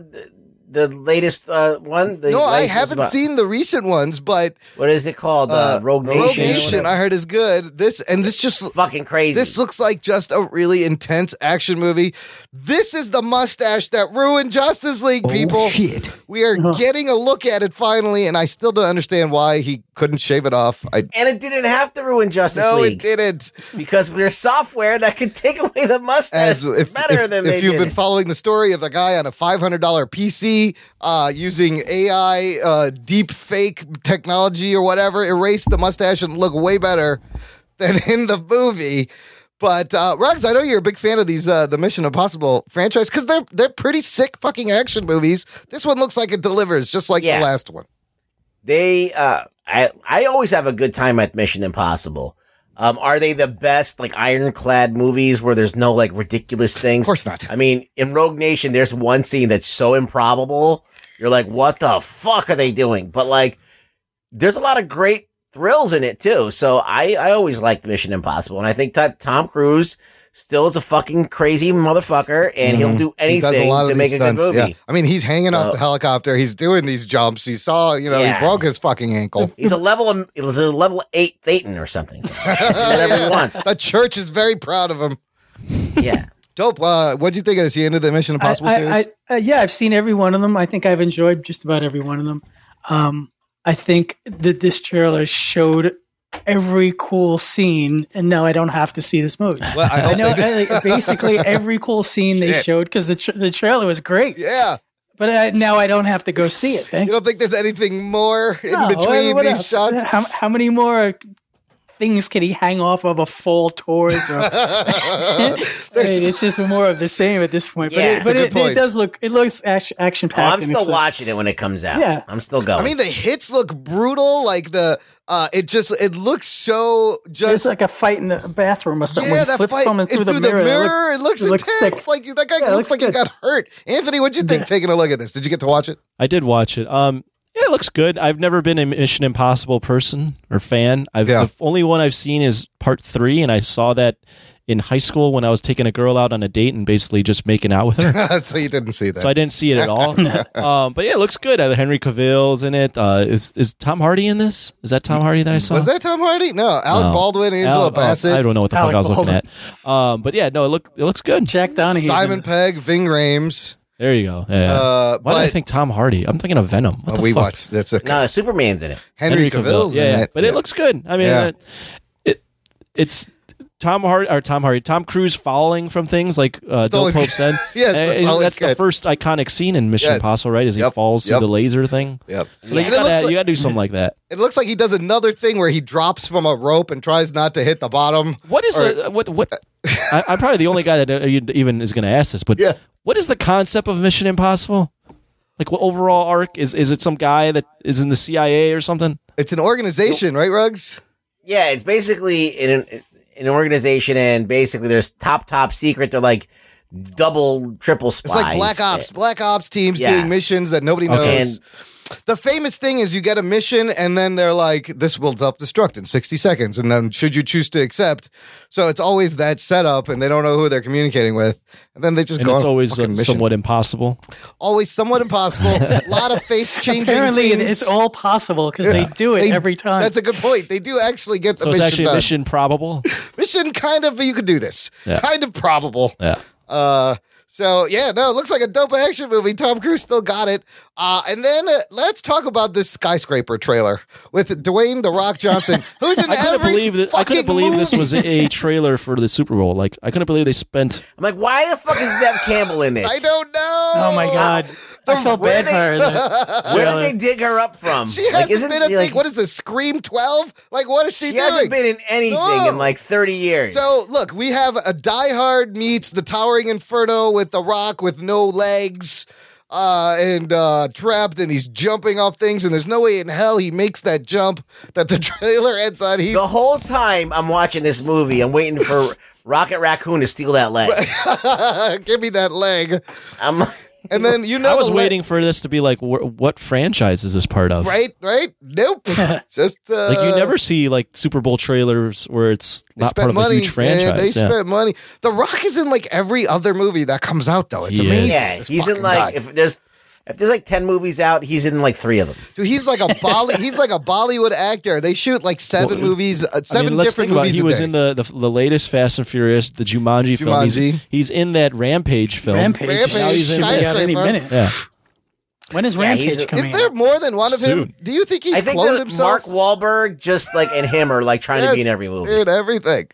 S4: the latest uh, one? The
S1: no, I
S4: latest
S1: haven't
S4: one?
S1: seen the recent ones, but
S4: what is it called? Uh, Rogue
S1: Rogue
S4: Nation or
S1: Nation,
S4: whatever.
S1: I heard is good. This and this just
S4: fucking crazy.
S1: This looks like just a really intense action movie. This is the mustache that ruined Justice
S4: Oh,
S1: League, people. shit. We are
S4: Uh-huh.
S1: getting a look at it finally, and I still don't understand why he couldn't shave it off. I
S4: and it didn't have to ruin Justice
S1: No, it
S4: League.
S1: didn't
S4: because there's software that could take away the mustache
S1: as if,
S4: better
S1: if, if
S4: than they
S1: you've
S4: did
S1: been
S4: it.
S1: following the story of the guy on a $500 PC uh, using AI uh, deep fake technology or whatever erase the mustache and look way better than in the movie. But uh, Ruggs, I know you're a big fan of these uh, the Mission Impossible franchise because they're they're pretty sick fucking action movies. This one looks like it delivers, just like
S4: Yeah.
S1: the last one.
S4: they uh I I always have a good time at Mission Impossible. Um are they the best like ironclad movies where there's no like ridiculous things? Of course
S1: not.
S4: I mean, in Rogue Nation there's one scene that's so improbable. You're like, "What the fuck are they doing?" But like there's a lot of great thrills in it too. So I I always liked Mission Impossible and I think that Tom Cruise still is a fucking crazy motherfucker and he'll
S1: Mhm.
S4: do
S1: He
S4: anything
S1: does a lot of
S4: to
S1: these
S4: make a
S1: stunts.
S4: good movie.
S1: Yeah. I mean, he's hanging
S4: So-
S1: off the helicopter. He's doing these jumps. He saw, you know,
S4: Yeah.
S1: he broke his fucking ankle.
S4: He's a level of, he's a level 8 Thetan or something. Whatever he wants.
S1: The church is very proud of him.
S4: Yeah.
S1: Dope. Uh, what'd you think of this? You into the Mission Impossible
S5: I-
S1: series?
S5: I, I, uh, yeah, I've seen every one of them. I think I've enjoyed just about every one of them. Um, I think that this trailer showed every cool scene, and now I don't have to see this movie.
S1: Well, I hope
S5: know
S1: they did.
S5: I- like, basically every cool scene they
S1: Shit.
S5: showed because the tr the trailer was great.
S1: Yeah,
S5: but I, now I don't have to go see it. Thank
S1: you don't think there's anything more in between these shots?
S5: How, how many more things can he hang off of a full Taurus? Or, I mean, it's just more of the same at this point. But,
S4: Yeah.
S5: it,
S4: That's a
S5: but
S4: good
S5: it, it
S4: point.
S5: does look it looks action
S4: Oh, I'm
S5: packed.
S4: still watching it when it comes out.
S5: Yeah.
S4: I'm still going.
S1: I mean, the hits look brutal. Like the, uh, it just it looks so just.
S5: It's like a fight in the bathroom or
S1: yeah,
S5: something. when he
S1: that
S5: flips
S1: fight
S5: someone
S1: and
S5: through, the mirror. That look-
S1: it looks intense.
S5: sick.
S1: Like that guy
S5: Yeah, it
S1: looks,
S5: looks
S1: like he
S5: good.
S1: got hurt. Anthony, what'd you think taking a look at this? Did you get to watch it?
S6: I did watch it. Um, yeah, it looks good. I've never been a Mission Impossible person or fan. I've the only one I've seen is part three, and I saw that in high school when I was taking a girl out on a date and basically just making out with her.
S1: so you didn't see that.
S6: So I didn't see it at all. um, but yeah, it looks good. Uh, Henry Cavill's in it. Uh, is is Tom Hardy in this? Is that Tom Hardy that I saw?
S1: Was that Tom Hardy? No, Alec
S6: No.
S1: Baldwin, Angela
S6: Al- oh,
S1: Bassett.
S6: I don't know what the fuck
S1: Alec
S6: I was looking
S1: Baldwin.
S6: at. Um, but yeah, no, it look it looks good.
S5: Jack Donaghy's in
S1: Simon Pegg, Ving Rhames.
S6: There you go. Yeah.
S1: Uh,
S6: Why did I
S1: but-
S6: think Tom Hardy? I'm thinking of Venom. What
S1: Oh,
S6: the
S1: we
S6: fuck?
S1: watched. That's okay.
S4: no, Superman's in it.
S1: Henry, Cavill's
S6: yeah,
S1: in it.
S6: but it looks good. I mean,
S1: Yeah.
S6: it, it it's Tom Hardy or Tom Hardy, Tom Cruise falling from things like uh, Del
S1: always
S6: Pope
S1: good.
S6: said.
S1: Yes,
S6: Uh,
S1: that's always
S6: that's the
S1: good.
S6: first iconic scene in Mission
S1: Yes.
S6: Impossible, right? Is he
S1: Yep,
S6: falls
S1: yep.
S6: through the laser thing?
S1: Yep.
S6: So like,
S1: And
S6: you
S1: it looks
S6: gotta,
S1: like-
S6: you gotta do something like that.
S1: It looks like he does another thing where he drops from a rope and tries not to hit the bottom.
S6: What is the what what? I, I'm probably the only guy that uh, even is going to ask this, but what is the concept of Mission Impossible? Like what overall arc is? Is it some guy that is in the CIA or something?
S1: It's an organization, right, Ruggs?
S4: Yeah, it's basically an an organization, and basically there's top top secret. They're like double triple spies.
S1: It's like Black Ops. Black Ops teams
S4: Yeah.
S1: doing missions that nobody knows.
S4: Okay.
S1: the famous thing is you get a mission and then they're like, this will self destruct in 60 seconds. And then should you choose to accept? So it's always that setup and they don't know who they're communicating with. And then they just
S6: and
S1: go
S6: it's
S1: on
S6: always
S1: fucking
S6: uh,
S1: mission.
S6: somewhat impossible.
S1: always somewhat impossible. a lot of face changing.
S5: Apparently, it- it's all possible because they do it every time.
S1: That's a good point. They do actually get the
S6: So it's
S1: mission
S6: actually
S1: done.
S6: mission probable.
S1: Mission kind of you could do this.
S6: Yeah.
S1: Kind of probable.
S6: Yeah.
S1: Uh, So yeah, no, it looks like a dope action movie. Tom Cruise still got it. Uh, and then uh, let's talk about this skyscraper trailer with Dwayne the Rock Johnson, who's in
S6: I couldn't
S1: every
S6: believe that. I couldn't
S1: fucking
S6: believe this
S1: movie.
S6: was a trailer for the Super Bowl. Like I couldn't believe they spent.
S4: I'm like, why the fuck is Nev Campbell in this?
S1: I don't know.
S6: Oh my god!
S4: I felt
S6: bad for her in that
S4: Where
S6: trailer.
S4: did they dig her up from?
S1: She hasn't
S4: isn't
S1: been a
S4: she,
S1: thing. what is this? Scream Twelve? Like what is she,
S4: She
S1: doing?
S4: hasn't been in anything in like 30 years.
S1: So look, we have a Die Hard meets the Towering Inferno with the Rock with no legs. Uh, and uh, trapped, and he's jumping off things, and there's no way in hell he makes that jump that the trailer ends on. He
S4: the whole time I'm watching this movie, I'm waiting for Rocket Raccoon to steal that leg.
S1: Give me that leg.
S4: I'm,
S1: and then you know
S6: I was
S1: the le-
S6: waiting for this to be like, wh- what franchise is this part of?
S1: right? Right? Nope. Just uh,
S6: Like you never see like Super Bowl trailers where it's
S1: They
S6: not
S1: spent
S6: part of
S1: money.
S6: a huge
S1: man.
S6: franchise.
S1: they
S6: yeah.
S1: spent money. The Rock is in like every other movie that comes out, though. It's
S6: He is.
S1: amazing.
S4: yeah,
S1: This
S4: he's in
S1: fucking
S4: like
S1: guy.
S4: if there's if there's like 10 movies out, he's in like 3 of them.
S1: Dude, he's like a Bolly. he's like a Bollywood actor. They shoot like seven
S6: Well,
S1: movies, uh,
S6: I
S1: seven
S6: mean, let's
S1: different
S6: think about it.
S1: movies
S6: He
S1: a
S6: was
S1: day.
S6: in the, the the latest Fast and Furious, the Jumanji, film.
S1: Jumanji.
S6: He's, he's in that Rampage film.
S5: Rampage.
S1: Rampage.
S6: Now he's in
S1: Skyscraper.
S6: this.
S1: Any minute.
S6: Yeah.
S5: When is
S4: Yeah,
S5: Rampage
S4: he's a-
S5: coming
S1: Is there more than one of him?
S4: Soon.
S1: Do you think he's
S4: I think
S1: cloned
S4: that
S1: himself?
S4: Mark Wahlberg just like and him are like trying to be
S1: Yes,
S4: in every movie.
S1: Dude, everything.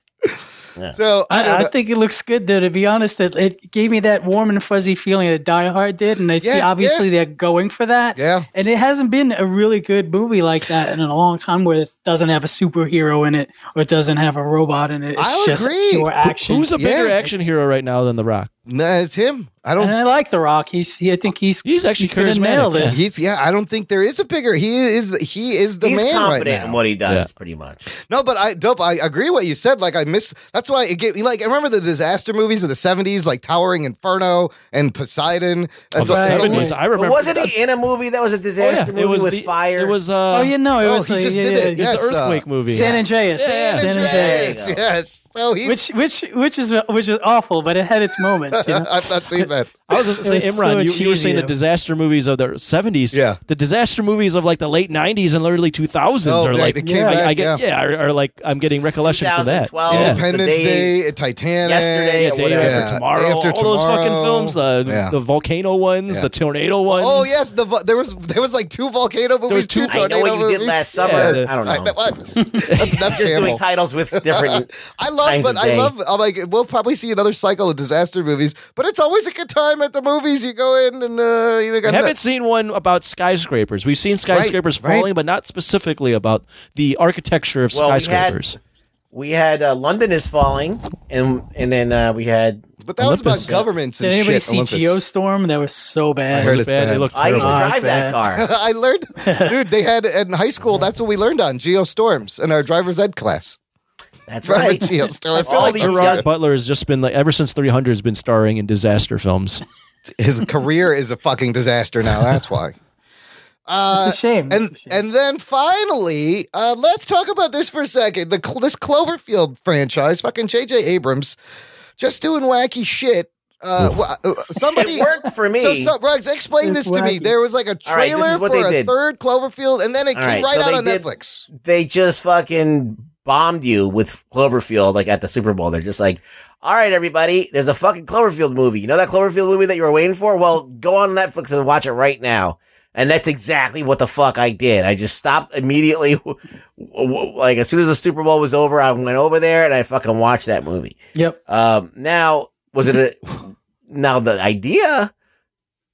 S4: Yeah.
S1: So I don't
S5: I, I
S1: know.
S5: think it looks good though. To be honest, it, it gave me that warm and fuzzy feeling that Die Hard did, and I see
S1: Yeah,
S5: obviously
S1: yeah.
S5: they're going for that.
S1: Yeah.
S5: and it hasn't been a really good movie like that in a long time where it doesn't have a superhero in it or it doesn't have a robot in it. It's
S1: I'll
S5: just
S1: agree.
S5: pure
S1: Who-
S5: action.
S6: Who's a bigger action hero right now than The Rock?
S1: Nah, it's him. I don't.
S5: And I like The Rock. He's he, I think he's
S6: he's actually
S5: gonna nail this.
S1: He's yeah. I don't think there is a bigger. He is. the- He is the
S4: he's
S1: man right
S4: confident
S1: now.
S4: in what he does,
S6: Yeah.
S4: pretty much.
S1: No, but I dope. I agree what you said. Like I miss. That's why it gave, like I remember the disaster movies of the seventies, like Towering Inferno and Poseidon.
S6: Of Oh, the
S1: a- a-
S6: 70s, I remember. Oh,
S4: But wasn't he in a movie that was a disaster movie
S6: it was
S4: with
S6: the,
S4: fire?
S6: It was. Uh,
S5: oh yeah, no, it
S1: Oh,
S5: was
S1: he
S5: uh,
S1: just
S5: yeah,
S1: did
S5: yeah,
S1: it.
S5: yeah.
S6: It's
S1: Yes,
S6: the earthquake movie.
S5: San Andreas.
S1: San Andreas. Yes. So he's.
S5: Which which which is which is awful, but it had its moments. You know?
S1: I've not seen that.
S6: I was just saying,
S5: It
S6: Imran,
S5: was so
S6: you, you were
S5: cheesy,
S6: saying the
S5: though.
S6: disaster movies of the 70s.
S1: Yeah.
S6: The disaster movies of like the late 90s and early 2000s
S1: Oh,
S6: are
S1: right,
S6: like,
S1: they came
S6: I,
S1: back,
S6: I get,
S1: yeah.
S6: yeah, are, are like, I'm getting recollection from that.
S4: 2012.
S6: Yeah.
S1: Independence
S4: The day-
S1: Day, Titanic,
S4: Yesterday
S6: Yeah,
S4: or
S6: Day
S4: whatever.
S1: Yeah,
S6: After Tomorrow,
S1: Day After
S6: all those fucking
S1: Tomorrow.
S6: films, the,
S1: Yeah.
S6: the volcano ones,
S1: Yeah.
S6: the tornado ones.
S1: Oh yes, the vo- there was there was like two volcano movies, two,
S6: two-
S4: I
S1: tornado
S4: know what you
S1: movies.
S4: did last summer.
S6: Yeah.
S4: I don't know.
S1: I know what? That's Nev
S4: just
S1: Campbell.
S4: doing titles with different.
S1: I love,
S4: times
S1: but
S4: of
S1: I
S4: day.
S1: love. I'm like, we'll probably see another cycle of disaster movies, but it's always a good time at the movies. You go in and uh, you know, got
S6: haven't seen one about skyscrapers. We've seen skyscrapers
S1: right.
S6: falling, but not specifically about the architecture of
S4: Well, we had-
S6: skyscrapers.
S4: We had uh, London is falling, and and then uh, we had.
S1: but that was
S6: Olympus,
S1: about governments
S5: Did
S1: and
S5: anybody
S1: shit.
S5: see
S1: Olympus.
S5: Geostorm? That was so
S1: I
S5: bad.
S1: heard
S6: It was
S1: it's
S6: bad.
S1: bad.
S6: They looked
S4: I used to
S6: terrible.
S5: Oh, it's
S4: drive that car.
S1: I learned, dude. They had in high school. That's what we learned on geostorms in our driver's ed class.
S4: That's
S1: Remember
S4: right.
S1: Geostorm?
S4: I feel
S1: All
S4: like
S1: these
S4: Gerard-
S1: guys-
S6: Gerard Butler has just been like ever since 300 has been starring in disaster films.
S1: His career is a fucking disaster now. That's why. Uh,
S6: Uh,
S5: it's a shame. It's
S1: and and then finally, uh, let's talk about this for a second. The Cl- this Cloverfield franchise, fucking J.J. Abrams, just doing wacky shit. Uh, wha- uh, somebody
S4: It worked for me.
S1: So, so Ruggs, explain this
S5: It's
S1: to me.
S5: wacky.
S1: There was like a
S4: All right, this
S1: trailer
S4: is what
S1: for
S4: they
S1: a
S4: did.
S1: third Cloverfield, and then it
S4: All
S1: came right,
S4: right, so
S1: out
S4: they
S1: on
S4: did-
S1: Netflix.
S4: They just fucking bombed you with Cloverfield, like at the Super Bowl. They're just like, all right, everybody, there's a fucking Cloverfield movie. You know that Cloverfield movie that you were waiting for? Well, go on Netflix and watch it right now. And that's exactly what the fuck I did. I just stopped immediately. w- w- Like, as soon as the Super Bowl was over, I went over there and I fucking watched that movie.
S5: yep.
S4: Um, now, was it a. now, the idea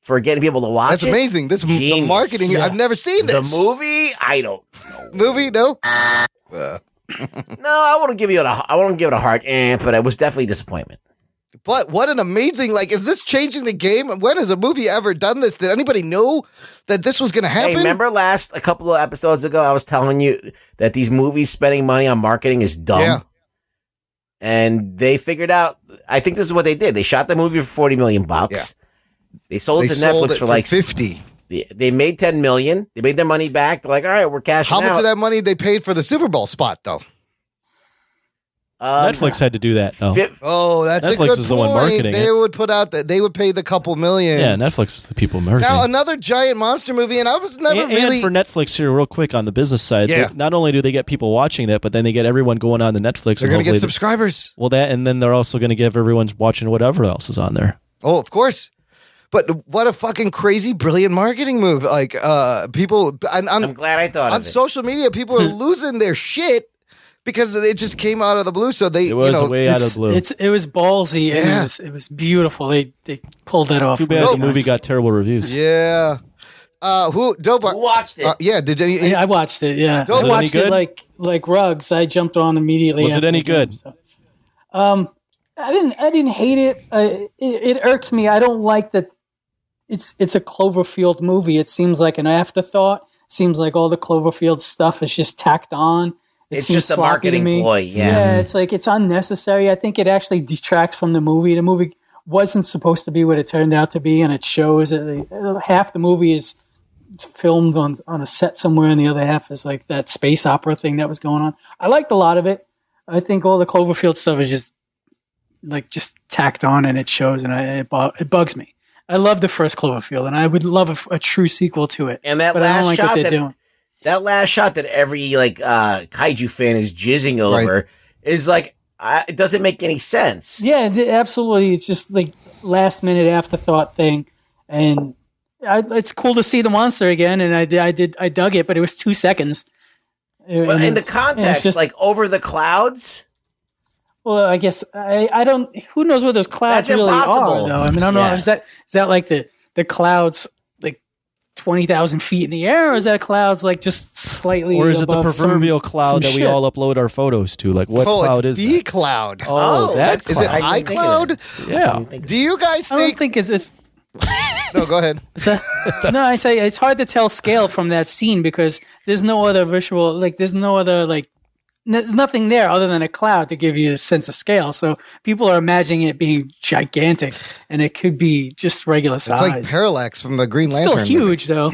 S4: for getting people to watch
S1: That's
S4: it,
S1: amazing. This m- the
S4: Genius.
S1: marketing.
S5: Yeah.
S1: I've never seen
S4: The
S1: this
S4: movie, I don't
S1: movie. No. Uh,
S4: No, I wouldn't give you a. I wouldn't give it a hard, eh, but it was definitely a disappointment.
S1: But what an amazing like is this changing the game? When has a movie ever done this? Did anybody know that this was going to happen?
S4: Hey, remember last a couple of episodes ago, I was telling you that these movies spending money on marketing is dumb.
S1: Yeah.
S4: And they figured out. I think this is what they did. They shot the movie for forty million bucks. They sold
S1: They
S4: it to
S1: sold
S4: Netflix
S1: it
S4: for like.
S1: fifty.
S4: they- They made ten million. They made their money back. They're like, all right, we're cashing
S1: How much
S4: out.
S1: of that money they paid for the Super Bowl spot though?
S4: Um,
S6: Netflix had to do that though.
S4: fi-
S1: Oh, that's a
S6: Netflix
S1: good
S6: is the
S1: point.
S6: one marketing
S1: they
S6: it.
S1: would put out that they would pay the couple million.
S6: yeah, Netflix is the people marketing.
S1: now another giant monster movie, and I was
S6: A-
S1: never
S6: and,
S1: really.
S6: for Netflix here, real quick on the business side, they-
S1: Yeah.
S6: not only do they get people watching that, but then they get everyone going on to Netflix.
S1: they're
S6: and
S1: going to
S6: hopefully-
S1: get subscribers.
S6: Well, that and then they're also going to give everyone's watching whatever else is on there.
S1: Oh, of course. But what a fucking crazy, brilliant marketing move! Like, uh, people. I'm, I'm,
S4: glad I thought
S1: on
S4: of it.
S1: social media. People are losing their shit because it just came out of the blue. So they, you know,
S5: It's- It's, it was ballsy. and
S1: Yeah.
S5: It, was, it was beautiful. They, they pulled that off.
S6: Too bad the movie got terrible reviews.
S1: Yeah. Uh, who dope? Who
S4: watched it?
S1: yeah, did any,
S5: I watched it. Yeah,
S1: Dope. Was it
S5: I
S1: any
S5: watched
S1: good?
S5: it like like rugs. I jumped on immediately.
S6: Was it
S5: after
S6: any
S5: the game,
S6: good?
S5: so. Um, I didn't. I didn't hate it. I, it. It irked me. I don't like that. It's it's a Cloverfield movie. It seems like an afterthought. Seems like all the Cloverfield stuff is just tacked on. It
S4: It's
S5: seems
S4: just a
S5: sloppy to
S4: marketing
S5: me.
S4: ploy, yeah.
S5: yeah, it's like it's unnecessary. I think it actually detracts from the movie. The movie wasn't supposed to be what it turned out to be, and it shows. That uh, half the movie is filmed on on a set somewhere, and the other half is like that space opera thing that was going on. I liked a lot of it. I think all the Cloverfield stuff is just like just tacked on, and it shows, and I, it, bu- it bugs me. I love the first Cloverfield, and I would love a f- a, true sequel to it.
S4: And that
S5: but I
S4: last
S5: don't like
S4: shot
S5: what they're
S4: that,
S5: doing.
S4: that last shot that every like uh kaiju fan is jizzing over is like I, it doesn't make any sense.
S5: Yeah, it- absolutely. It's just like last minute afterthought thing, and I, it's cool to see the monster again. And I did, I did, I dug it, but it was two seconds. And
S4: But in the
S5: it's- and it's
S4: context,
S5: just-
S4: like over the clouds,
S5: well, I guess I, I don't. Who knows what those clouds
S4: That's
S5: really
S4: impossible.
S5: are, though? I mean, I don't know.
S4: Yeah.
S5: Is that is that like the the clouds like twenty thousand feet in the air, or is that clouds like just slightly?
S6: Or is it the
S5: above some-
S6: proverbial
S5: some
S6: cloud that we
S5: shit?
S6: all upload our photos to? Like, what
S1: oh,
S6: cloud
S1: it's
S6: is
S1: the cloud.
S6: Oh, that
S1: is it
S6: cloud. I didn't think of
S1: iCloud?
S6: that? Yeah.
S1: Do you guys
S5: I don't think it's. it's
S1: no, go ahead.
S5: no, I say it's hard to tell scale from that scene because there's no other visual, like there's no other like n- there's nothing there other than a cloud to give you a sense of scale. So people are imagining it being gigantic, and it could be just regular
S1: It's
S5: size.
S1: like Parallax from the Green
S5: It's
S1: Lantern.
S5: Still
S1: movie.
S5: huge though.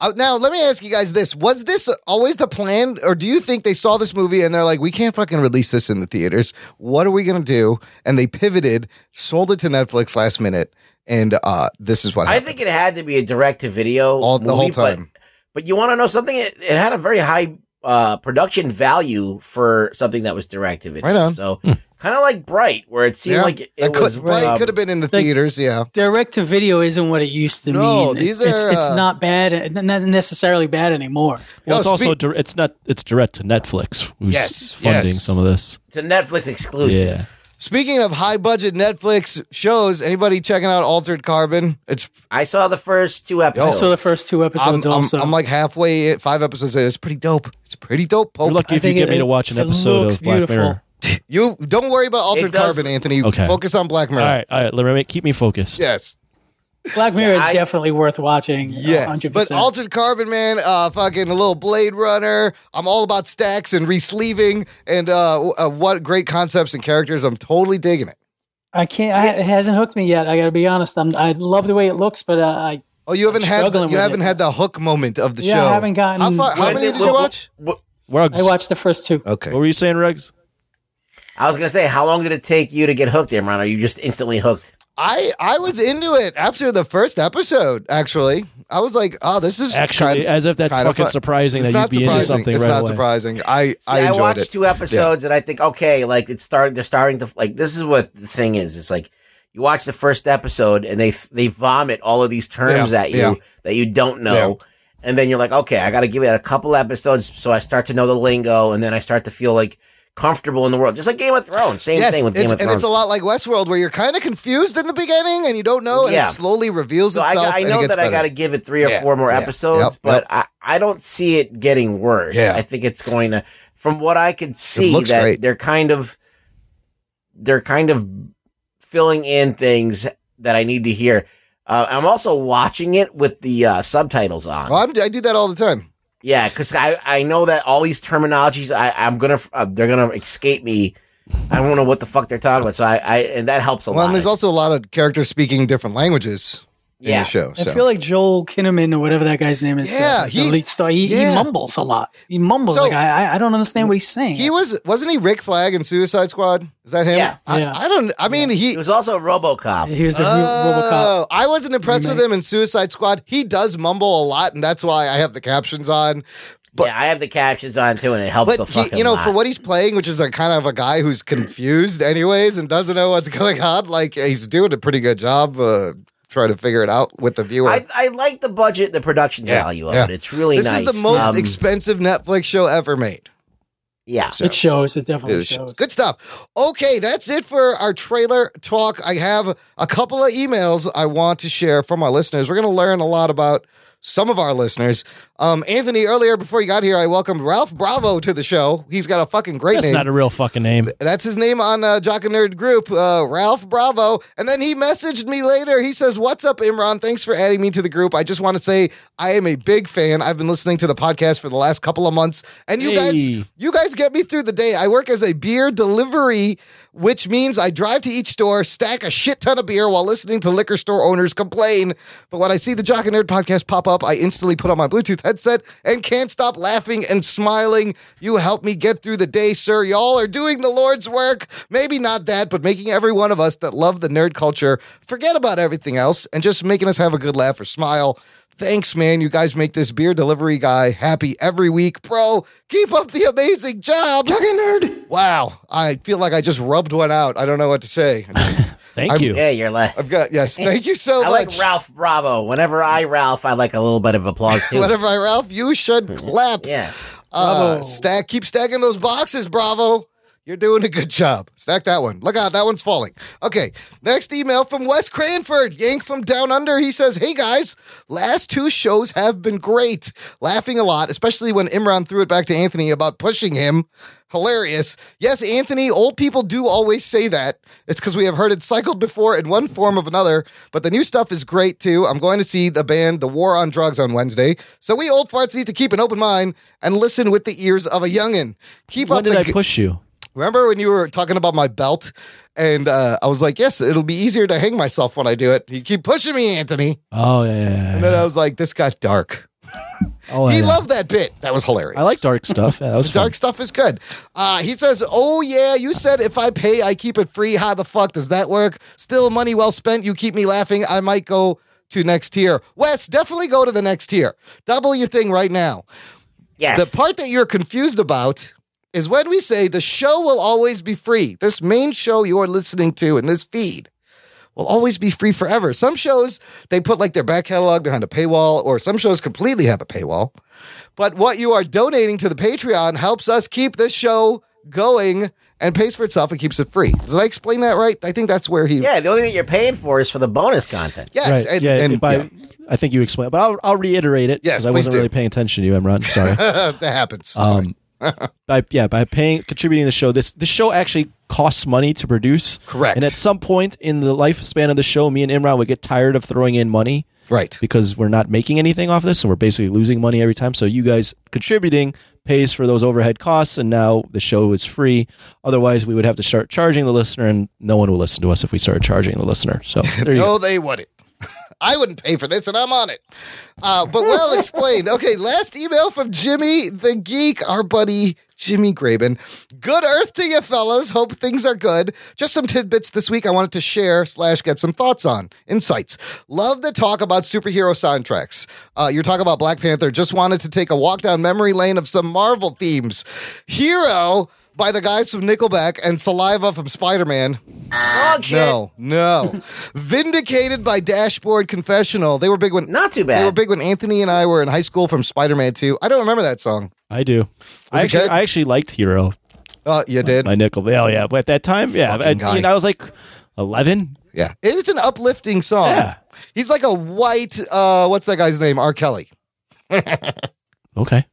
S1: Uh, now, let me ask you guys this: Was this always the plan, or do you think they saw this movie and they're like, "We can't fucking release this in the theaters. What are we gonna do?" And they pivoted, sold it to Netflix last minute, and uh, this is what
S4: I
S1: happened.
S4: think it had to be a direct to video
S1: All- the whole time.
S4: But, but you want to know something? It, it had a very high uh production value for something that was direct to video.
S1: Right on.
S4: So kind of like Bright, where it seemed
S1: Yeah.
S4: like it,
S1: That could-
S4: was
S1: Bright
S4: um,
S1: could have been in the theaters. Yeah,
S5: Direct to video isn't what it used to
S1: No,
S5: mean.
S1: these
S5: it's,
S1: are,
S5: it's,
S1: uh,
S5: it's not bad, n- not necessarily bad anymore.
S6: Well, it's also dir- it's not it's direct to Netflix who's
S1: Yes,
S6: funding
S1: yes.
S6: some of this.
S4: It's a Netflix exclusive.
S6: Yeah.
S1: Speaking of high budget Netflix shows, anybody checking out Altered Carbon? It's
S4: I saw the first two
S5: I
S4: episodes.
S5: saw the first two episodes.
S1: I'm, I'm-
S5: also,
S1: I'm like halfway, in- five episodes in. It's pretty dope. It's pretty dope. Pope.
S6: You're lucky
S5: I
S6: if you
S5: think
S6: get
S5: it-
S6: me to watch an
S5: it
S6: episode
S5: looks
S6: of Black
S5: beautiful.
S6: Mirror.
S1: You don't worry about Altered
S4: does-
S1: Carbon, Anthony.
S6: Okay.
S1: Focus on Black
S6: All
S1: Mirror.
S6: right, all right. Let me keep me focused.
S1: Yes.
S5: Black Mirror is
S1: I-
S5: definitely worth watching.
S1: Yes,
S5: 100%.
S1: but Altered Carbon, man, uh, fucking a little Blade Runner. I'm all about stacks and resleeving and uh, w- uh, what great concepts and characters. I'm totally digging it.
S5: I can't. I, it hasn't hooked me yet. I got to be honest. I'm, I love the way it looks, but uh, I
S1: oh, you haven't
S5: I'm
S1: had the,
S5: struggling
S1: you
S5: with
S1: haven't
S5: it.
S1: had the hook moment of the
S5: Yeah, I
S1: show.
S5: haven't gotten-
S1: How, far, how
S5: What-
S1: many did you
S5: what-
S1: watch?
S6: Rugs.
S5: I watched the first two.
S1: Okay.
S6: What were you saying, Rugs?
S4: I was gonna say, how long did it take you to get hooked, Imran? Are you just instantly hooked?
S1: I I was into it after the first episode. Actually, I was like, oh, this is
S6: Actually,
S1: kind-
S6: as if that's
S1: kind of
S6: fucking
S1: fun.
S6: surprising
S1: It's
S6: that you'd
S1: not
S6: be into
S1: surprising.
S6: something
S1: It's
S6: right
S1: not
S6: away.
S1: surprising. I
S4: See,
S1: I
S4: I,
S1: enjoyed
S4: watched
S1: it.
S4: two episodes and I think, okay, like it's starting. They're starting to like. This is what the thing is. It's like you watch the first episode and they they vomit all of these terms
S1: Yeah,
S4: at you
S1: yeah.
S4: that you don't know, and then you're like, okay, I got to give it a couple episodes so I start to know the lingo, and then I start to feel like comfortable in the world, just like Game of Thrones. Same
S1: yes,
S4: thing with Game
S1: it's,
S4: of Thrones.
S1: and it's a lot like Westworld, where you're kind of confused in the beginning and you don't know, and
S4: Yeah.
S1: it slowly reveals
S4: So I,
S1: itself.
S4: I
S1: and it
S4: know
S1: gets
S4: that I
S1: better.
S4: got to give it three or
S1: Yeah,
S4: four more
S1: yeah,
S4: episodes,
S1: yep,
S4: but
S1: yep.
S4: I, I don't see it getting worse.
S1: Yeah.
S4: I think it's going to, from what I could see,
S1: looks
S4: that
S1: great.
S4: they're kind of they're kind of filling in things that I need to hear. Uh, I'm also watching it with the uh, subtitles on.
S1: Well, I'm, I do that all the time.
S4: Yeah, because I, I know that all these terminologies I I'm gonna uh, they're gonna escape me. I don't know what the fuck they're talking about. So I, I and that helps a
S1: well, and
S4: lot.
S1: there's also a lot of characters speaking different languages in
S4: Yeah.
S1: the show.
S5: I
S1: So.
S5: feel like Joel Kinnaman or whatever that guy's name is.
S1: Yeah,
S5: uh,
S1: he-
S5: the lead star. He, he
S1: yeah.
S5: mumbles a lot. He mumbles.
S1: So-
S5: like I, I- I don't understand what he's saying.
S1: he was wasn't he Rick Flag in Suicide Squad? Is that him?
S4: Yeah.
S1: I,
S5: Yeah.
S1: I don't. I mean, he
S4: It was also RoboCop.
S5: he was the real RoboCop.
S1: Oh, I wasn't impressed with him in Suicide Squad. He does mumble a lot, and that's why I have the captions on.
S4: yeah, I have the captions on too, and it helps
S1: But he-
S4: a fucking
S1: you know,
S4: lot.
S1: for what he's playing, which is a kind of a guy who's confused, anyways, and doesn't know what's going on, like he's doing a pretty good job uh, trying to figure it out with the viewer.
S4: I, I like the budget, the production
S1: Yeah,
S4: value of
S1: yeah.
S4: it. It's really
S1: this
S4: nice.
S1: is the most
S4: Um,
S1: expensive Netflix show ever made.
S4: Yeah,
S5: it shows. It definitely
S1: It
S5: shows.
S1: Good stuff. Okay, that's it for our trailer talk. I have a couple of emails I want to share from our listeners. We're going to learn a lot about some of our listeners. Um, Anthony, earlier before you got here, I welcomed Ralph Bravo to the show. He's got a fucking great
S6: That's
S1: name.
S6: not a real fucking name.
S1: That's his name on uh, Jock and Nerd Group, uh, Ralph Bravo. And then he messaged me later. He says, What's up, Imran? Thanks for adding me to the group. I just want to say I am a big fan. I've been listening to the podcast for the last couple of months. And you
S6: Hey.
S1: guys, you guys get me through the day. I work as a beer delivery, which means I drive to each store, stack a shit ton of beer while listening to liquor store owners complain. But when I see the Jock and Nerd podcast pop up, I instantly put on my Bluetooth headset and can't stop laughing and smiling. You help me get through the day, sir. Y'all are doing the Lord's work. Maybe not that, but making every one of us that love the nerd culture forget about everything else and just making us have a good laugh or smile. Thanks, man. You guys make this beer delivery guy happy every week. Bro, keep up the amazing job. nerd. Wow. I feel like I just rubbed one out. I don't know what to say. I just-
S6: Thank
S1: I'm-
S6: you.
S4: Yeah, you're like.
S1: I've got, yes. Thank you so
S4: I
S1: much.
S4: like Ralph Bravo. Whenever I Ralph, I like a little bit of applause too.
S1: Whatever I, Ralph, you should clap.
S4: Yeah.
S1: Uh, stack, keep stacking those boxes, Bravo. You're doing a good job. Stack that one. Look out, that one's falling. Okay, next email from Wes Cranford, Yank from Down Under. He says, Hey guys, last two shows have been great. Laughing a lot, especially when Imran threw it back to Anthony about pushing him. Hilarious. Yes, Anthony, old people do always say that. It's because we have heard it cycled before in one form of another, but the new stuff is great too. I'm going to see the band The War on Drugs on Wednesday. So we old farts need to keep an open mind and listen with the ears of a youngin'. Keep
S6: When
S1: up
S6: did
S1: the
S6: I
S1: g-
S6: push you?
S1: Remember when you were talking about my belt? And uh, I was like, yes, it'll be easier to hang myself when I do it. You keep pushing me, Anthony.
S6: Oh yeah. yeah,
S1: And
S6: yeah.
S1: then I was like, this got dark.
S6: Oh,
S1: he
S6: yeah.
S1: loved that bit. That was hilarious.
S6: I like dark stuff. Yeah, that was fun.
S1: Dark stuff is good. Uh, he says, Oh, yeah, you said if I pay, I keep it free. How the fuck does that work? Still money well spent. You keep me laughing. I might go to next tier. Wes, definitely go to the next tier. Double your thing right now.
S4: Yes.
S1: The part that you're confused about is when we say the show will always be free. This main show you're listening to in this feed will always be free forever. Some shows they put like their back catalog behind a paywall, or some shows completely have a paywall. But what you are donating to the Patreon helps us keep this show going and pays for itself and keeps it free. Did I explain that right? I think that's where he.
S4: yeah, the only thing you're paying for is for the bonus content.
S1: Yes,
S6: Right,
S1: and,
S6: yeah,
S1: and-
S6: by,
S1: yeah.
S6: I think you explained, but I'll, I'll reiterate it.
S1: Yes,
S6: 'cause I
S1: please
S6: wasn't
S1: do.
S6: really paying attention to you, Imran. Sorry.
S1: that happens. It's
S6: um, by yeah, by paying contributing to the show, this this show actually costs money to produce.
S1: Correct.
S6: And at some point in the lifespan of the show, me and Imran would get tired of throwing in money.
S1: Right.
S6: Because we're not making anything off this, and we're basically losing money every time. So you guys contributing pays for those overhead costs, and now the show is free. Otherwise, we would have to start charging the listener, and no one will listen to us if we started charging the listener. So there you
S1: no,
S6: go.
S1: they wouldn't. I wouldn't pay for this, and I'm on it. Uh, but well explained. Okay, last email from Jimmy the Geek, our buddy Jimmy Graben. Good Earth to you, fellas. Hope things are good. Just some tidbits this week I wanted to share slash get some thoughts on insights. Love the talk about superhero soundtracks. Uh, you're talking about Black Panther. Just wanted to take a walk down memory lane of some Marvel themes. Hero by the guys from Nickelback and Saliva from Spider Man. Ah,
S4: Oh,
S1: No, no. Vindicated by Dashboard Confessional. They were big when not too bad. They were big when Anthony and I were in high school from Spider Man Two. I don't remember that song.
S6: I do.
S1: it
S6: I actually,
S1: good?
S6: I actually liked Hero.
S1: Uh, you did
S6: my nickel. Hell yeah! But at that time, yeah,
S1: Fucking
S6: I,
S1: guy.
S6: you know, I was like eleven.
S1: Yeah, it's an uplifting song. He's like a white. Uh, what's that guy's name? R. Kelly.
S6: Okay.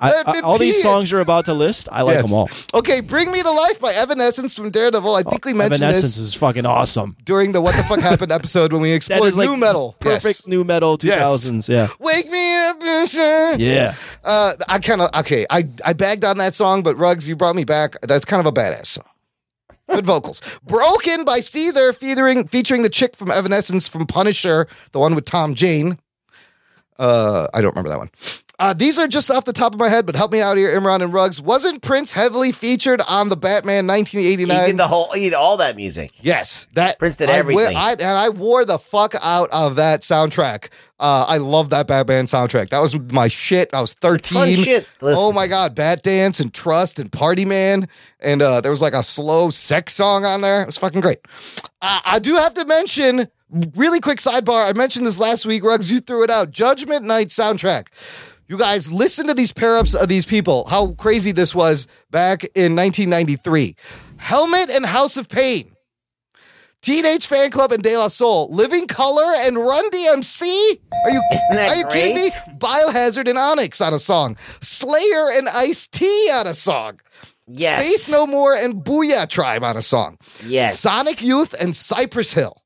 S6: I,
S1: Let me
S6: I- all these
S1: pee.
S6: songs you're about to list, I like
S1: Yes.
S6: them all.
S1: Okay, Bring Me to Life by Evanescence from Daredevil. I think we mentioned
S6: Oh, Evanescence
S1: this
S6: is fucking awesome.
S1: during the What the Fuck Happened episode when we
S6: That
S1: explored
S6: is like
S1: new metal.
S6: perfect
S1: Yes.
S6: new metal, two thousands.
S1: Wake me up, Vincent.
S6: Yeah.
S1: Uh, I kind of okay. I I bagged on that song, but Rugs, you brought me back. That's kind of a badass song. Good vocals. Broken by Seether featuring featuring the chick from Evanescence from Punisher, the one with Tom Jane. Uh, I don't remember that one. Uh, these are just off the top of my head, but help me out here, Imran and Ruggs. Wasn't Prince heavily featured on the Batman 1989?
S4: He did the whole, he did all that music.
S1: Yes, that
S4: Prince did
S1: I wi-
S4: everything.
S1: I- and I wore the fuck out of that soundtrack. Uh, I love that Batman soundtrack. That was my shit. I was 13.
S4: fun shit. Listen.
S1: Oh my God. Bat Dance and Trust and Party Man. And uh, there was like a slow sex song on there. It was fucking great. Uh, I do have to mention, really quick sidebar. I mentioned this last week. Rugs, you threw it out. Judgment Night soundtrack. You guys listen to these pair ups of these people, how crazy this was back in 1993. Helmet and House of Pain. Teenage Fan Club and De La Soul, Living Color and Run DMC. Are you
S4: that
S1: are you kidding me? Biohazard and Onyx on a song, Slayer and Ice T on a song.
S4: Yes.
S1: Faith No More and Booyah Tribe on a song.
S4: Yes.
S1: Sonic Youth and Cypress Hill.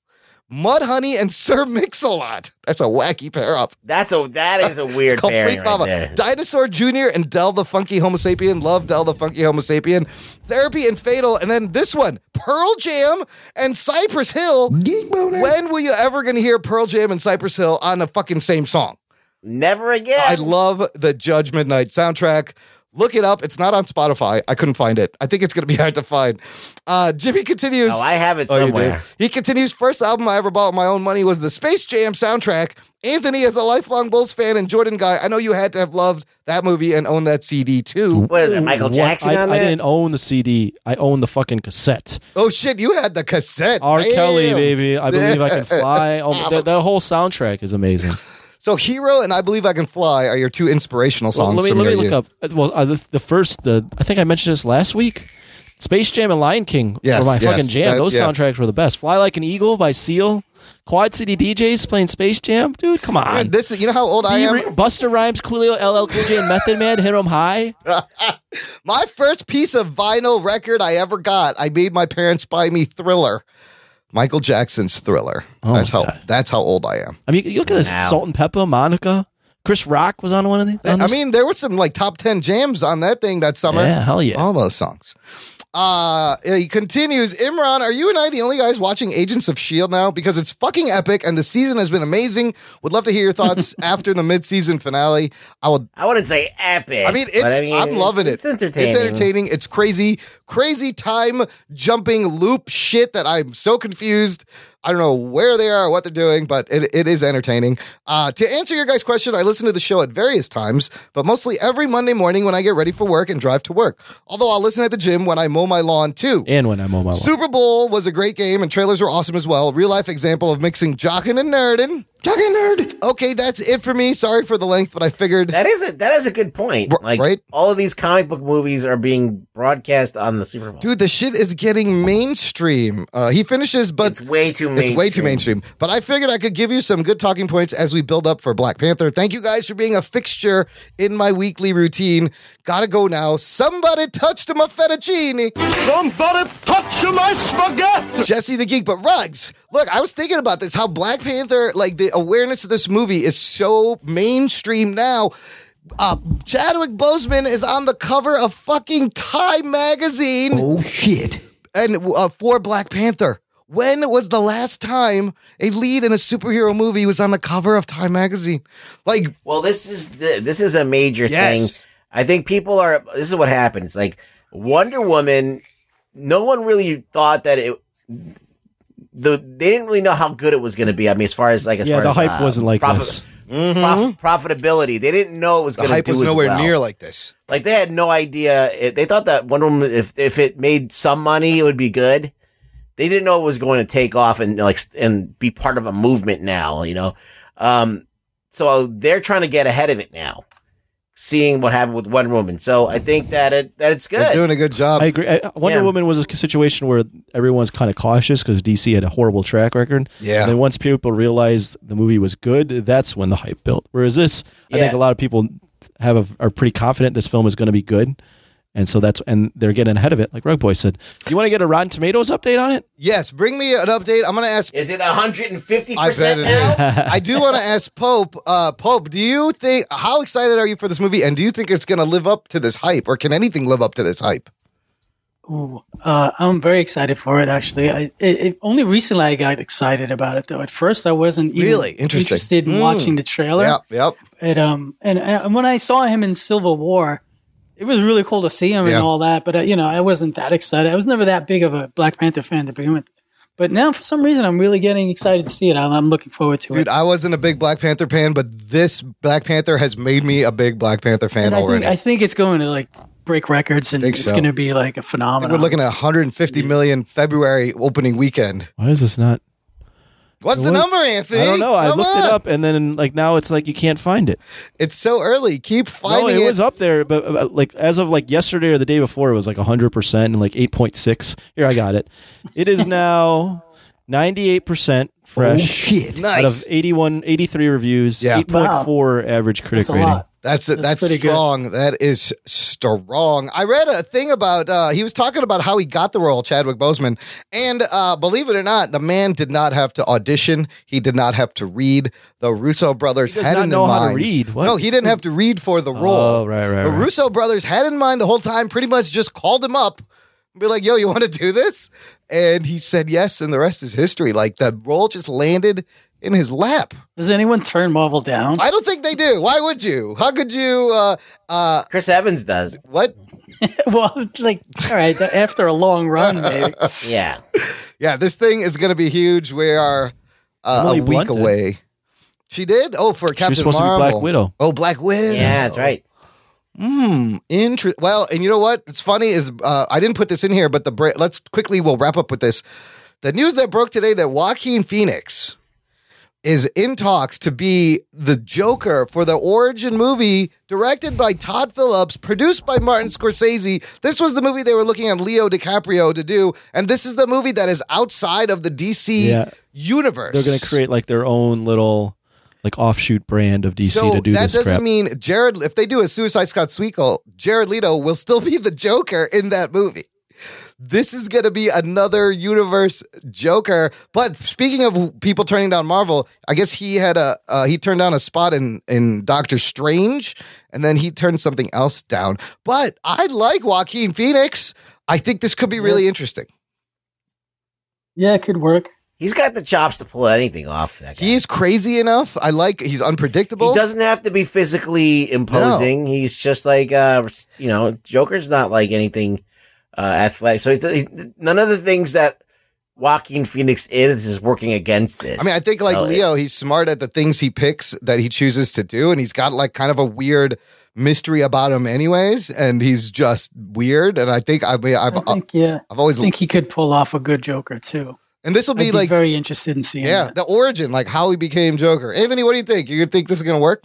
S1: Mudhoney and Sir Mix-a-Lot. That's a wacky pair up.
S4: That's a that is a weird
S1: It's called
S4: pairing
S1: Freak
S4: right
S1: Mama.
S4: there.
S1: Dinosaur Jr. and Dell the Funky Homo Sapien. Love Dell the Funky Homo Sapien. Therapy and Fatal. And then this one, Pearl Jam and Cypress Hill. When were you ever going to hear Pearl Jam and Cypress Hill on the fucking same song?
S4: Never again.
S1: I love the Judgment Night soundtrack. Look it up. It's not on Spotify. I couldn't find it. I think it's going to be hard to find. Uh, Jimmy continues.
S4: Oh, I have it
S1: you do.
S4: somewhere.
S1: He continues. First album I ever bought with my own money was the Space Jam soundtrack. Anthony is a lifelong Bulls fan and Jordan guy. I know you had to have loved that movie and own that CD too.
S4: What is it, Michael
S6: What?
S4: Jackson
S6: I,
S4: on
S6: I
S4: that?
S6: didn't own the CD. I own the fucking cassette.
S1: Oh shit, you had the cassette.
S6: R.
S1: Damn.
S6: Kelly, baby. I believe I can fly. Oh, that, that whole soundtrack is amazing.
S1: So Hero and I Believe I Can Fly are your two inspirational
S6: Well,
S1: songs.
S6: let me
S1: from
S6: let me
S1: your
S6: look
S1: youth.
S6: up. uh, Well, uh, the, the first, the I think I mentioned this last week. Space Jam and Lion King
S1: Yes,
S6: were my
S1: yes.
S6: fucking jam.
S1: That-
S6: Those
S1: yeah.
S6: soundtracks were the best. Fly Like an Eagle by Seal. Quad City DJs playing Space Jam, dude. Come on.
S1: Man, this is- you know how old I
S6: B-
S1: am?
S6: Re- Busta Rhymes, Coolio, LL Cool J, and Method Man hit 'em high.
S1: My first piece of vinyl record I ever got, I made my parents buy me Thriller. Michael Jackson's Thriller. that's how that's how old I am.
S6: I mean, you look at this.
S1: Wow.
S6: Salt and Pepper, Monica, Chris Rock was on one of these. on
S1: I
S6: this?
S1: mean, there were some like top 10 jams on that thing that summer.
S6: Yeah, hell yeah.
S1: All those songs. Uh, he continues, Imran, are you and I the only guys watching Agents of S.H.I.E.L.D. E now? Because it's fucking epic and the season has been amazing. Would love to hear your thoughts after the mid season finale. I would
S4: I wouldn't say epic.
S1: I mean,
S4: but
S1: it's, Eh, I am
S4: it's-
S1: loving
S4: It's
S1: it.
S4: entertaining.
S1: It's entertaining. It's crazy, crazy time jumping loop shit that I'm so confused. I don't know where they are or what they're doing, but it, it is entertaining. Uh, to answer your guys' question, I listen to the show at various times, but mostly every Monday morning when I get ready for work and drive to work. Although I'll listen at the gym when I mow my lawn too.
S6: and when I'm on my lawn.
S1: Super Bowl was a great game and trailers were awesome as well. Real life example of mixing jockin' and nerdin'. Jockin' nerd. Okay, that's it for me. Sorry for the length, but I figured
S4: That is a that is a good point. Like all of these comic book movies are being broadcast on the Super Bowl.
S1: Dude, the shit is getting mainstream. Uh, he finishes, but it's
S4: way too
S1: It's way too
S4: mainstream.
S1: mainstream. But I figured I could give you some good talking points as we build up for Black Panther. Thank you guys for being a fixture in my weekly routine. Gotta go now. Somebody touched my fettuccine. Somebody touched my spaghetti. Jesse the Geek, but Rugs. Look, I was thinking about this. How Black Panther, like the awareness of this movie, is so mainstream now. Uh, Chadwick Boseman is on the cover of fucking Time magazine. Oh shit! And uh, for Black Panther. When was the last time a lead in a superhero movie was on the cover of Time magazine? Like,
S4: Well, this is the, this is a major
S1: Yes.
S4: thing. I think people are. This is what happens. Like Wonder Woman, no one really thought that it. The they didn't really know how good it was going to be. I mean, as far as like as
S6: Yeah,
S4: far
S6: the
S4: as, uh,
S6: hype wasn't like this.
S4: prof- profitability, they didn't know it was.
S1: The
S4: Mm-hmm. gonna
S1: hype
S4: do
S1: was
S4: as
S1: nowhere
S4: well.
S1: near like this.
S4: Like they had no idea. It, they thought that Wonder Woman, if if it made some money, it would be good. They didn't know it was going to take off and like s- and be part of a movement now. You know, um, so they're trying to get ahead of it now, seeing what happened with Wonder Woman. So I think that it that it's good.
S1: doing a good job.
S6: I agree. I, Wonder
S4: Yeah.
S6: Woman was a situation where everyone's kind of cautious because DC had a horrible track record.
S1: Yeah.
S6: And then once people realized the movie was good, that's when the hype built. Whereas this, I think a
S4: Yeah.
S6: lot of people have a, are pretty confident this film is going to be good, and so that's and they're getting ahead of it. Like Rug Boy said, do you want to get a Rotten Tomatoes update on it?
S1: Yes, bring me an update. I'm going to ask.
S4: Is it
S1: I
S4: 150
S1: bet
S4: percent
S1: it
S4: now?
S1: is. I do want to ask Pope. Uh, Pope, do you think how excited are you for this movie, and do you think it's going to live up to this hype, or can anything live up to this hype?
S5: Ooh, uh, I'm very excited for it. Actually, I, it, it, only recently I got excited about it. Though at first I wasn't even
S1: Really? Interesting.
S5: interested in
S1: Mm.
S5: watching the trailer.
S1: Yep, yep.
S5: It, um, and, and when I saw him in Civil War, it was really cool to see him
S1: Yeah.
S5: and all that. But uh, you know, I wasn't that excited. I was never that big of a Black Panther fan to begin with. But now, for some reason, I'm really getting excited to see it. I'm, I'm looking forward to it.
S1: Dude, I wasn't a big Black Panther fan, but this Black Panther has made me a big Black Panther fan
S5: And I
S1: already.
S5: think I think it's going to like break records, and
S1: Think
S5: it's
S1: so.
S5: going to be like a
S1: I think we're
S5: phenomenon.
S1: looking at 150 million February opening weekend.
S6: Why is this not?
S1: What's the
S6: What?
S1: number, Anthony?
S6: I don't know. I
S1: Come
S6: looked
S1: on.
S6: it up, and then like now it's like you can't find it.
S1: It's so early. Keep finding
S6: no, it,
S1: it.
S6: was up there, but uh, like as of like yesterday or the day before, it was like hundred percent and like eight point six. Here, I got it. It is now ninety eight percent fresh.
S1: Oh, shit.
S6: Out
S1: Nice.
S6: of 81, 83 reviews,
S1: Yeah.
S6: eight point four average critic rating.
S1: That's that's, strong. That is strong. I read a thing about uh, he was talking about how he got the role, Chadwick Boseman, and uh, believe it or not, the man did not have to audition. He did not have to read. The Russo brothers
S6: does
S1: had
S6: not
S1: in
S6: know how to
S1: mind.
S6: read. What?
S1: No, he didn't have to read for the role.
S6: Oh, right, right,
S1: The
S6: right.
S1: Russo brothers had in mind the whole time. Pretty much just called him up. and Be like, yo, you want to do this? And he said yes, and the rest is history. Like that role just landed in his lap.
S5: Does anyone turn Marvel down?
S1: I don't think they do. Why would you? How could you? Uh, uh,
S4: Chris Evans does.
S1: What?
S5: well, like, all right, after a long run, maybe.
S4: Yeah.
S1: Yeah, this thing is going to be huge. We are uh,
S6: Emily
S1: a week
S6: Blunt did.
S1: away. She did? Oh, for Captain
S6: supposed to be
S1: Marvel.
S6: Black Widow.
S1: Oh, Black Widow.
S4: Yeah, that's right.
S1: Hmm. Inter- well, and you know what? It's funny is uh, I didn't put this in here, but the bra- let's quickly we'll wrap up with this. The news that broke today that Joaquin Phoenix is in talks to be the Joker for the origin movie directed by Todd Phillips, produced by Martin Scorsese. This was the movie they were looking at Leo DiCaprio to do, and this is the movie that is outside of the DC
S6: Yeah.
S1: universe.
S6: They're going to create like their own little like offshoot brand of DC
S1: so
S6: to do
S1: that
S6: this
S1: doesn't
S6: crap.
S1: mean Jared. If they do a Suicide Scott sequel, Jared Leto will still be the Joker in that movie. This is going to be another universe Joker. But speaking of people turning down Marvel, I guess he had a uh, he turned down a spot in in Doctor Strange, and then he turned something else down. But I like Joaquin Phoenix. I think this could be really interesting.
S5: Yeah, it could work.
S4: He's got the chops to pull anything off. that guy.
S1: He's crazy enough. I like he's unpredictable.
S4: He doesn't have to be physically imposing. He's just like, uh, you know, Joker's not like anything uh, athletic. So he, he- none of the things that Joaquin Phoenix is is working against this.
S1: I mean, I think like
S4: So it-
S1: Leo, he's smart at the things he picks that he chooses to do, and he's got like kind of a weird mystery about him, anyways. And he's just weird. And I think I mean, I've uh,
S5: think, yeah.
S1: I've always
S5: I think he could pull off a good Joker too.
S1: and this will
S5: I'd
S1: be like
S5: very interested in seeing.
S1: yeah,
S5: that.
S1: the origin, like how he became Joker. Anthony, what do you think? You think this is gonna work?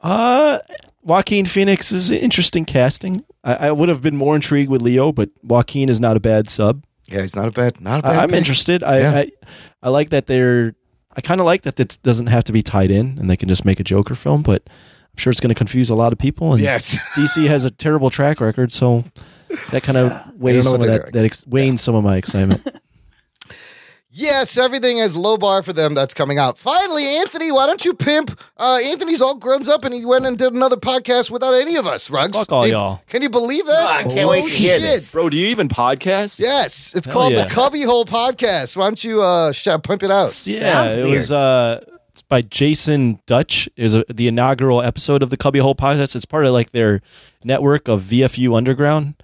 S6: Uh, Joaquin Phoenix is interesting casting. I, I would have been more intrigued with Leo, but Joaquin is not a bad sub.
S1: Yeah, he's not a bad, not a bad
S6: I, am
S1: pick.
S6: interested. I,
S1: Yeah.
S6: I, I like that they're. I kind of like that it doesn't have to be tied in, and they can just make a Joker film. But I'm sure it's going to confuse a lot of people. And
S1: Yes.
S6: DC has a terrible track record, so that kind of weighs
S1: know
S6: some
S1: what
S6: of
S1: they're
S6: that, that ex- wanes some of my excitement.
S1: Yes, everything has low bar for them that's coming out. Finally, Anthony, why don't you pimp? Uh, Anthony's all grown up and he went and did another podcast without any of us, Rugs.
S6: Fuck all
S1: Can-
S6: y'all.
S1: Can you believe that? Oh,
S6: I can't wait to hear this.
S1: Bro,
S6: do you even podcast?
S1: Yes, it's
S6: Hell
S1: called
S6: yeah.
S1: the Cubby Hole Podcast. Why don't you uh, sh- pimp it out?
S6: Yeah, it was uh, it's by Jason Dutch. It was uh the inaugural episode of the Cubbyhole podcast. It's part of like their network of VFU Underground.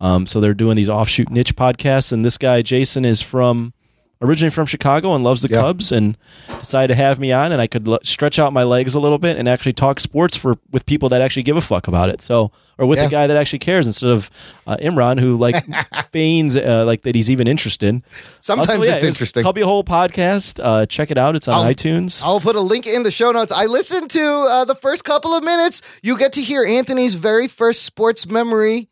S6: Um, so they're doing these offshoot niche podcasts, and this guy Jason is from originally from Chicago and loves the Cubs, and decided to have me on, and I could l- stretch out my legs a little bit and actually talk sports for with people that actually give a fuck about it. So, or with
S1: Yeah.
S6: a guy that actually cares instead of uh, Imran who like feigns uh, like that he's even interested.
S1: Sometimes
S6: Also, yeah,
S1: it's
S6: it was
S1: interesting.
S6: Cubbyhole podcast. Uh, check it out. It's on
S1: I'll-
S6: iTunes.
S1: I'll put a link in the show notes. I listened to uh, the first couple of minutes. You get to hear Anthony's very first sports memory.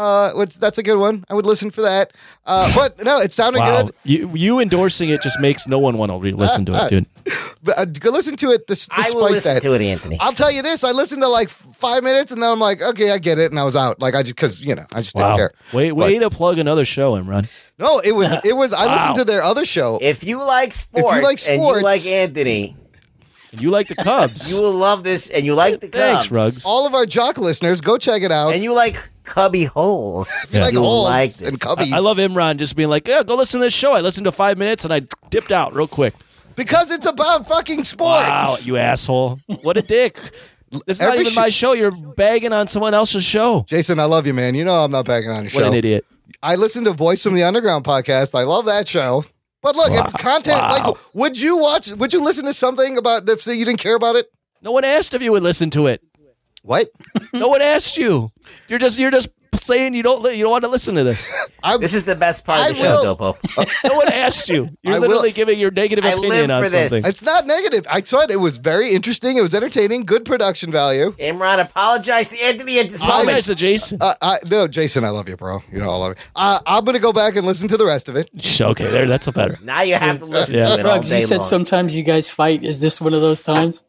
S1: Uh, what's- that's a good one. I would listen for that. Uh, but no, it sounded
S6: wow,
S1: good.
S6: you you endorsing it just makes no one want to re- listen to it, dude.
S1: But, uh, go listen to it. This,
S4: I
S1: despite
S4: will listen
S1: that.
S4: to it, Anthony.
S1: I'll tell you this: I listened to like f- five minutes, and then I'm like, okay, I get it, and I was out. Like I just because you know I just didn't
S6: Wow,
S1: care.
S6: way way to plug another show, Imran.
S1: No, it was it was. I listened
S6: Wow.
S1: to their other show.
S4: If you like sports,
S1: like
S4: and
S1: sports-
S4: you like Anthony,
S6: you like the Cubs.
S4: you will love this, and you like the Cubs.
S1: All of our jock listeners, go check it out.
S4: And you like cubby holes.
S6: Yeah.
S4: You will like this.
S6: I, I love Imran just being like, yeah, go listen to this show. I listened to five minutes and I dipped out real quick.
S1: Because it's about fucking sports.
S6: Wow, you asshole. What a dick. This is
S1: Every
S6: not even
S1: sh-
S6: my show. You're bagging on someone else's show.
S1: Jason, I love you, man. You know I'm not backing on your show.
S6: What an idiot.
S1: I listen to Voice from the Underground podcast. I love that show. But look, if content like would you watch would you listen to something about if say you didn't care about it?
S6: No one asked if you would listen to it.
S1: What?
S6: no one asked you. You're just you're just saying you don't li- you don't want to listen to this.
S4: this is the best part of the show, Dopo.
S6: no one asked you. You're
S1: I will-
S6: literally giving your negative opinion on something.
S1: It's not negative. I thought it was very interesting. It was entertaining. Good production value.
S4: Imran, apologize to Anthony at this
S1: I-
S4: moment.
S6: Jason.
S1: Uh, I, no, Jason, I love you, bro. You know I love you. Uh, I'm gonna go back and listen to the rest of it.
S6: Okay, there. That's a better.
S4: Now you have to listen
S6: Yeah.
S4: to it all
S5: Ruggs,
S4: day
S5: you said
S4: long.
S5: sometimes you guys fight. Is this one of those times?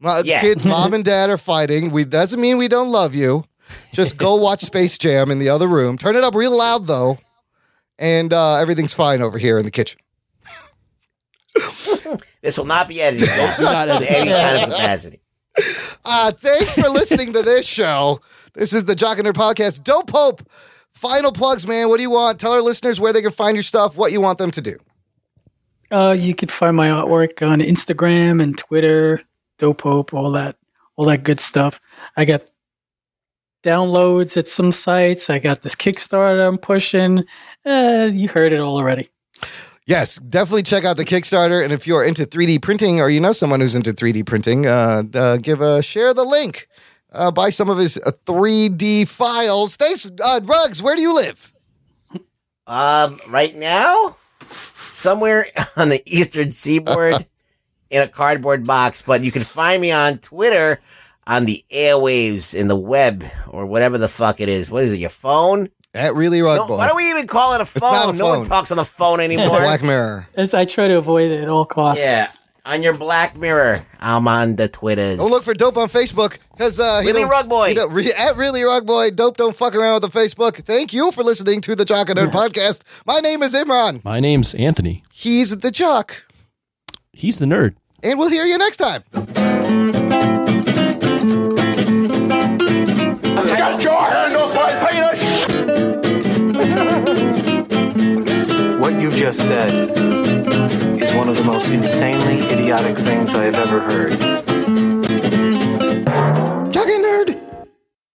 S1: My
S5: Yeah.
S1: kids, mom and dad are fighting. We doesn't mean we don't love you. Just go watch Space Jam in the other room. Turn it up real loud though, and uh, everything's fine over here in the kitchen.
S4: This will not be edited. Don't not
S1: edited.
S4: any kind of capacity.
S1: Uh, thanks for listening to this show. This is the Jock and Nerd Podcast. Dope Pope. Final plugs, man. What do you want? Tell our listeners where they can find your stuff, what you want them to do.
S5: Uh, you can find my artwork on Instagram and Twitter, Dope Hope, all that, all that good stuff. I got downloads at some sites. I got this Kickstarter I'm pushing. Uh, you heard it all already.
S1: Yes, definitely check out the Kickstarter. And if you're into 3D printing or you know someone who's into 3D printing, uh, uh, give a share the link. Uh, buy some of his uh, 3D files. Thanks, uh, Rugs. Where do you live?
S4: Um, right now, somewhere on the eastern seaboard in a cardboard box, but you can find me on Twitter on the airwaves in the web or whatever the fuck it is. What is it? Your phone?
S1: That really rug
S4: no, Why do we even call it a phone?
S1: not a
S4: No one
S1: phone.
S4: talks on the phone anymore.
S1: Mirror.
S5: It's, I try to avoid it at all costs.
S4: Yeah. On your Black Mirror. I'm on the Twitters.
S1: Don't look for Dope on Facebook because uh, he
S4: Really
S1: don't-
S4: Rug Boy.
S1: he don't- re- at really Rug Boy. Dope don't fuck around with the Facebook. Thank you for listening to the Jock and Nerd podcast. My name is Imran.
S6: My name's Anthony.
S1: He's the Jock,
S6: He's the nerd.
S1: and we'll hear you next time.
S3: Got your hand off my penis!
S16: What you've just said is one of the most insanely idiotic things I have ever heard.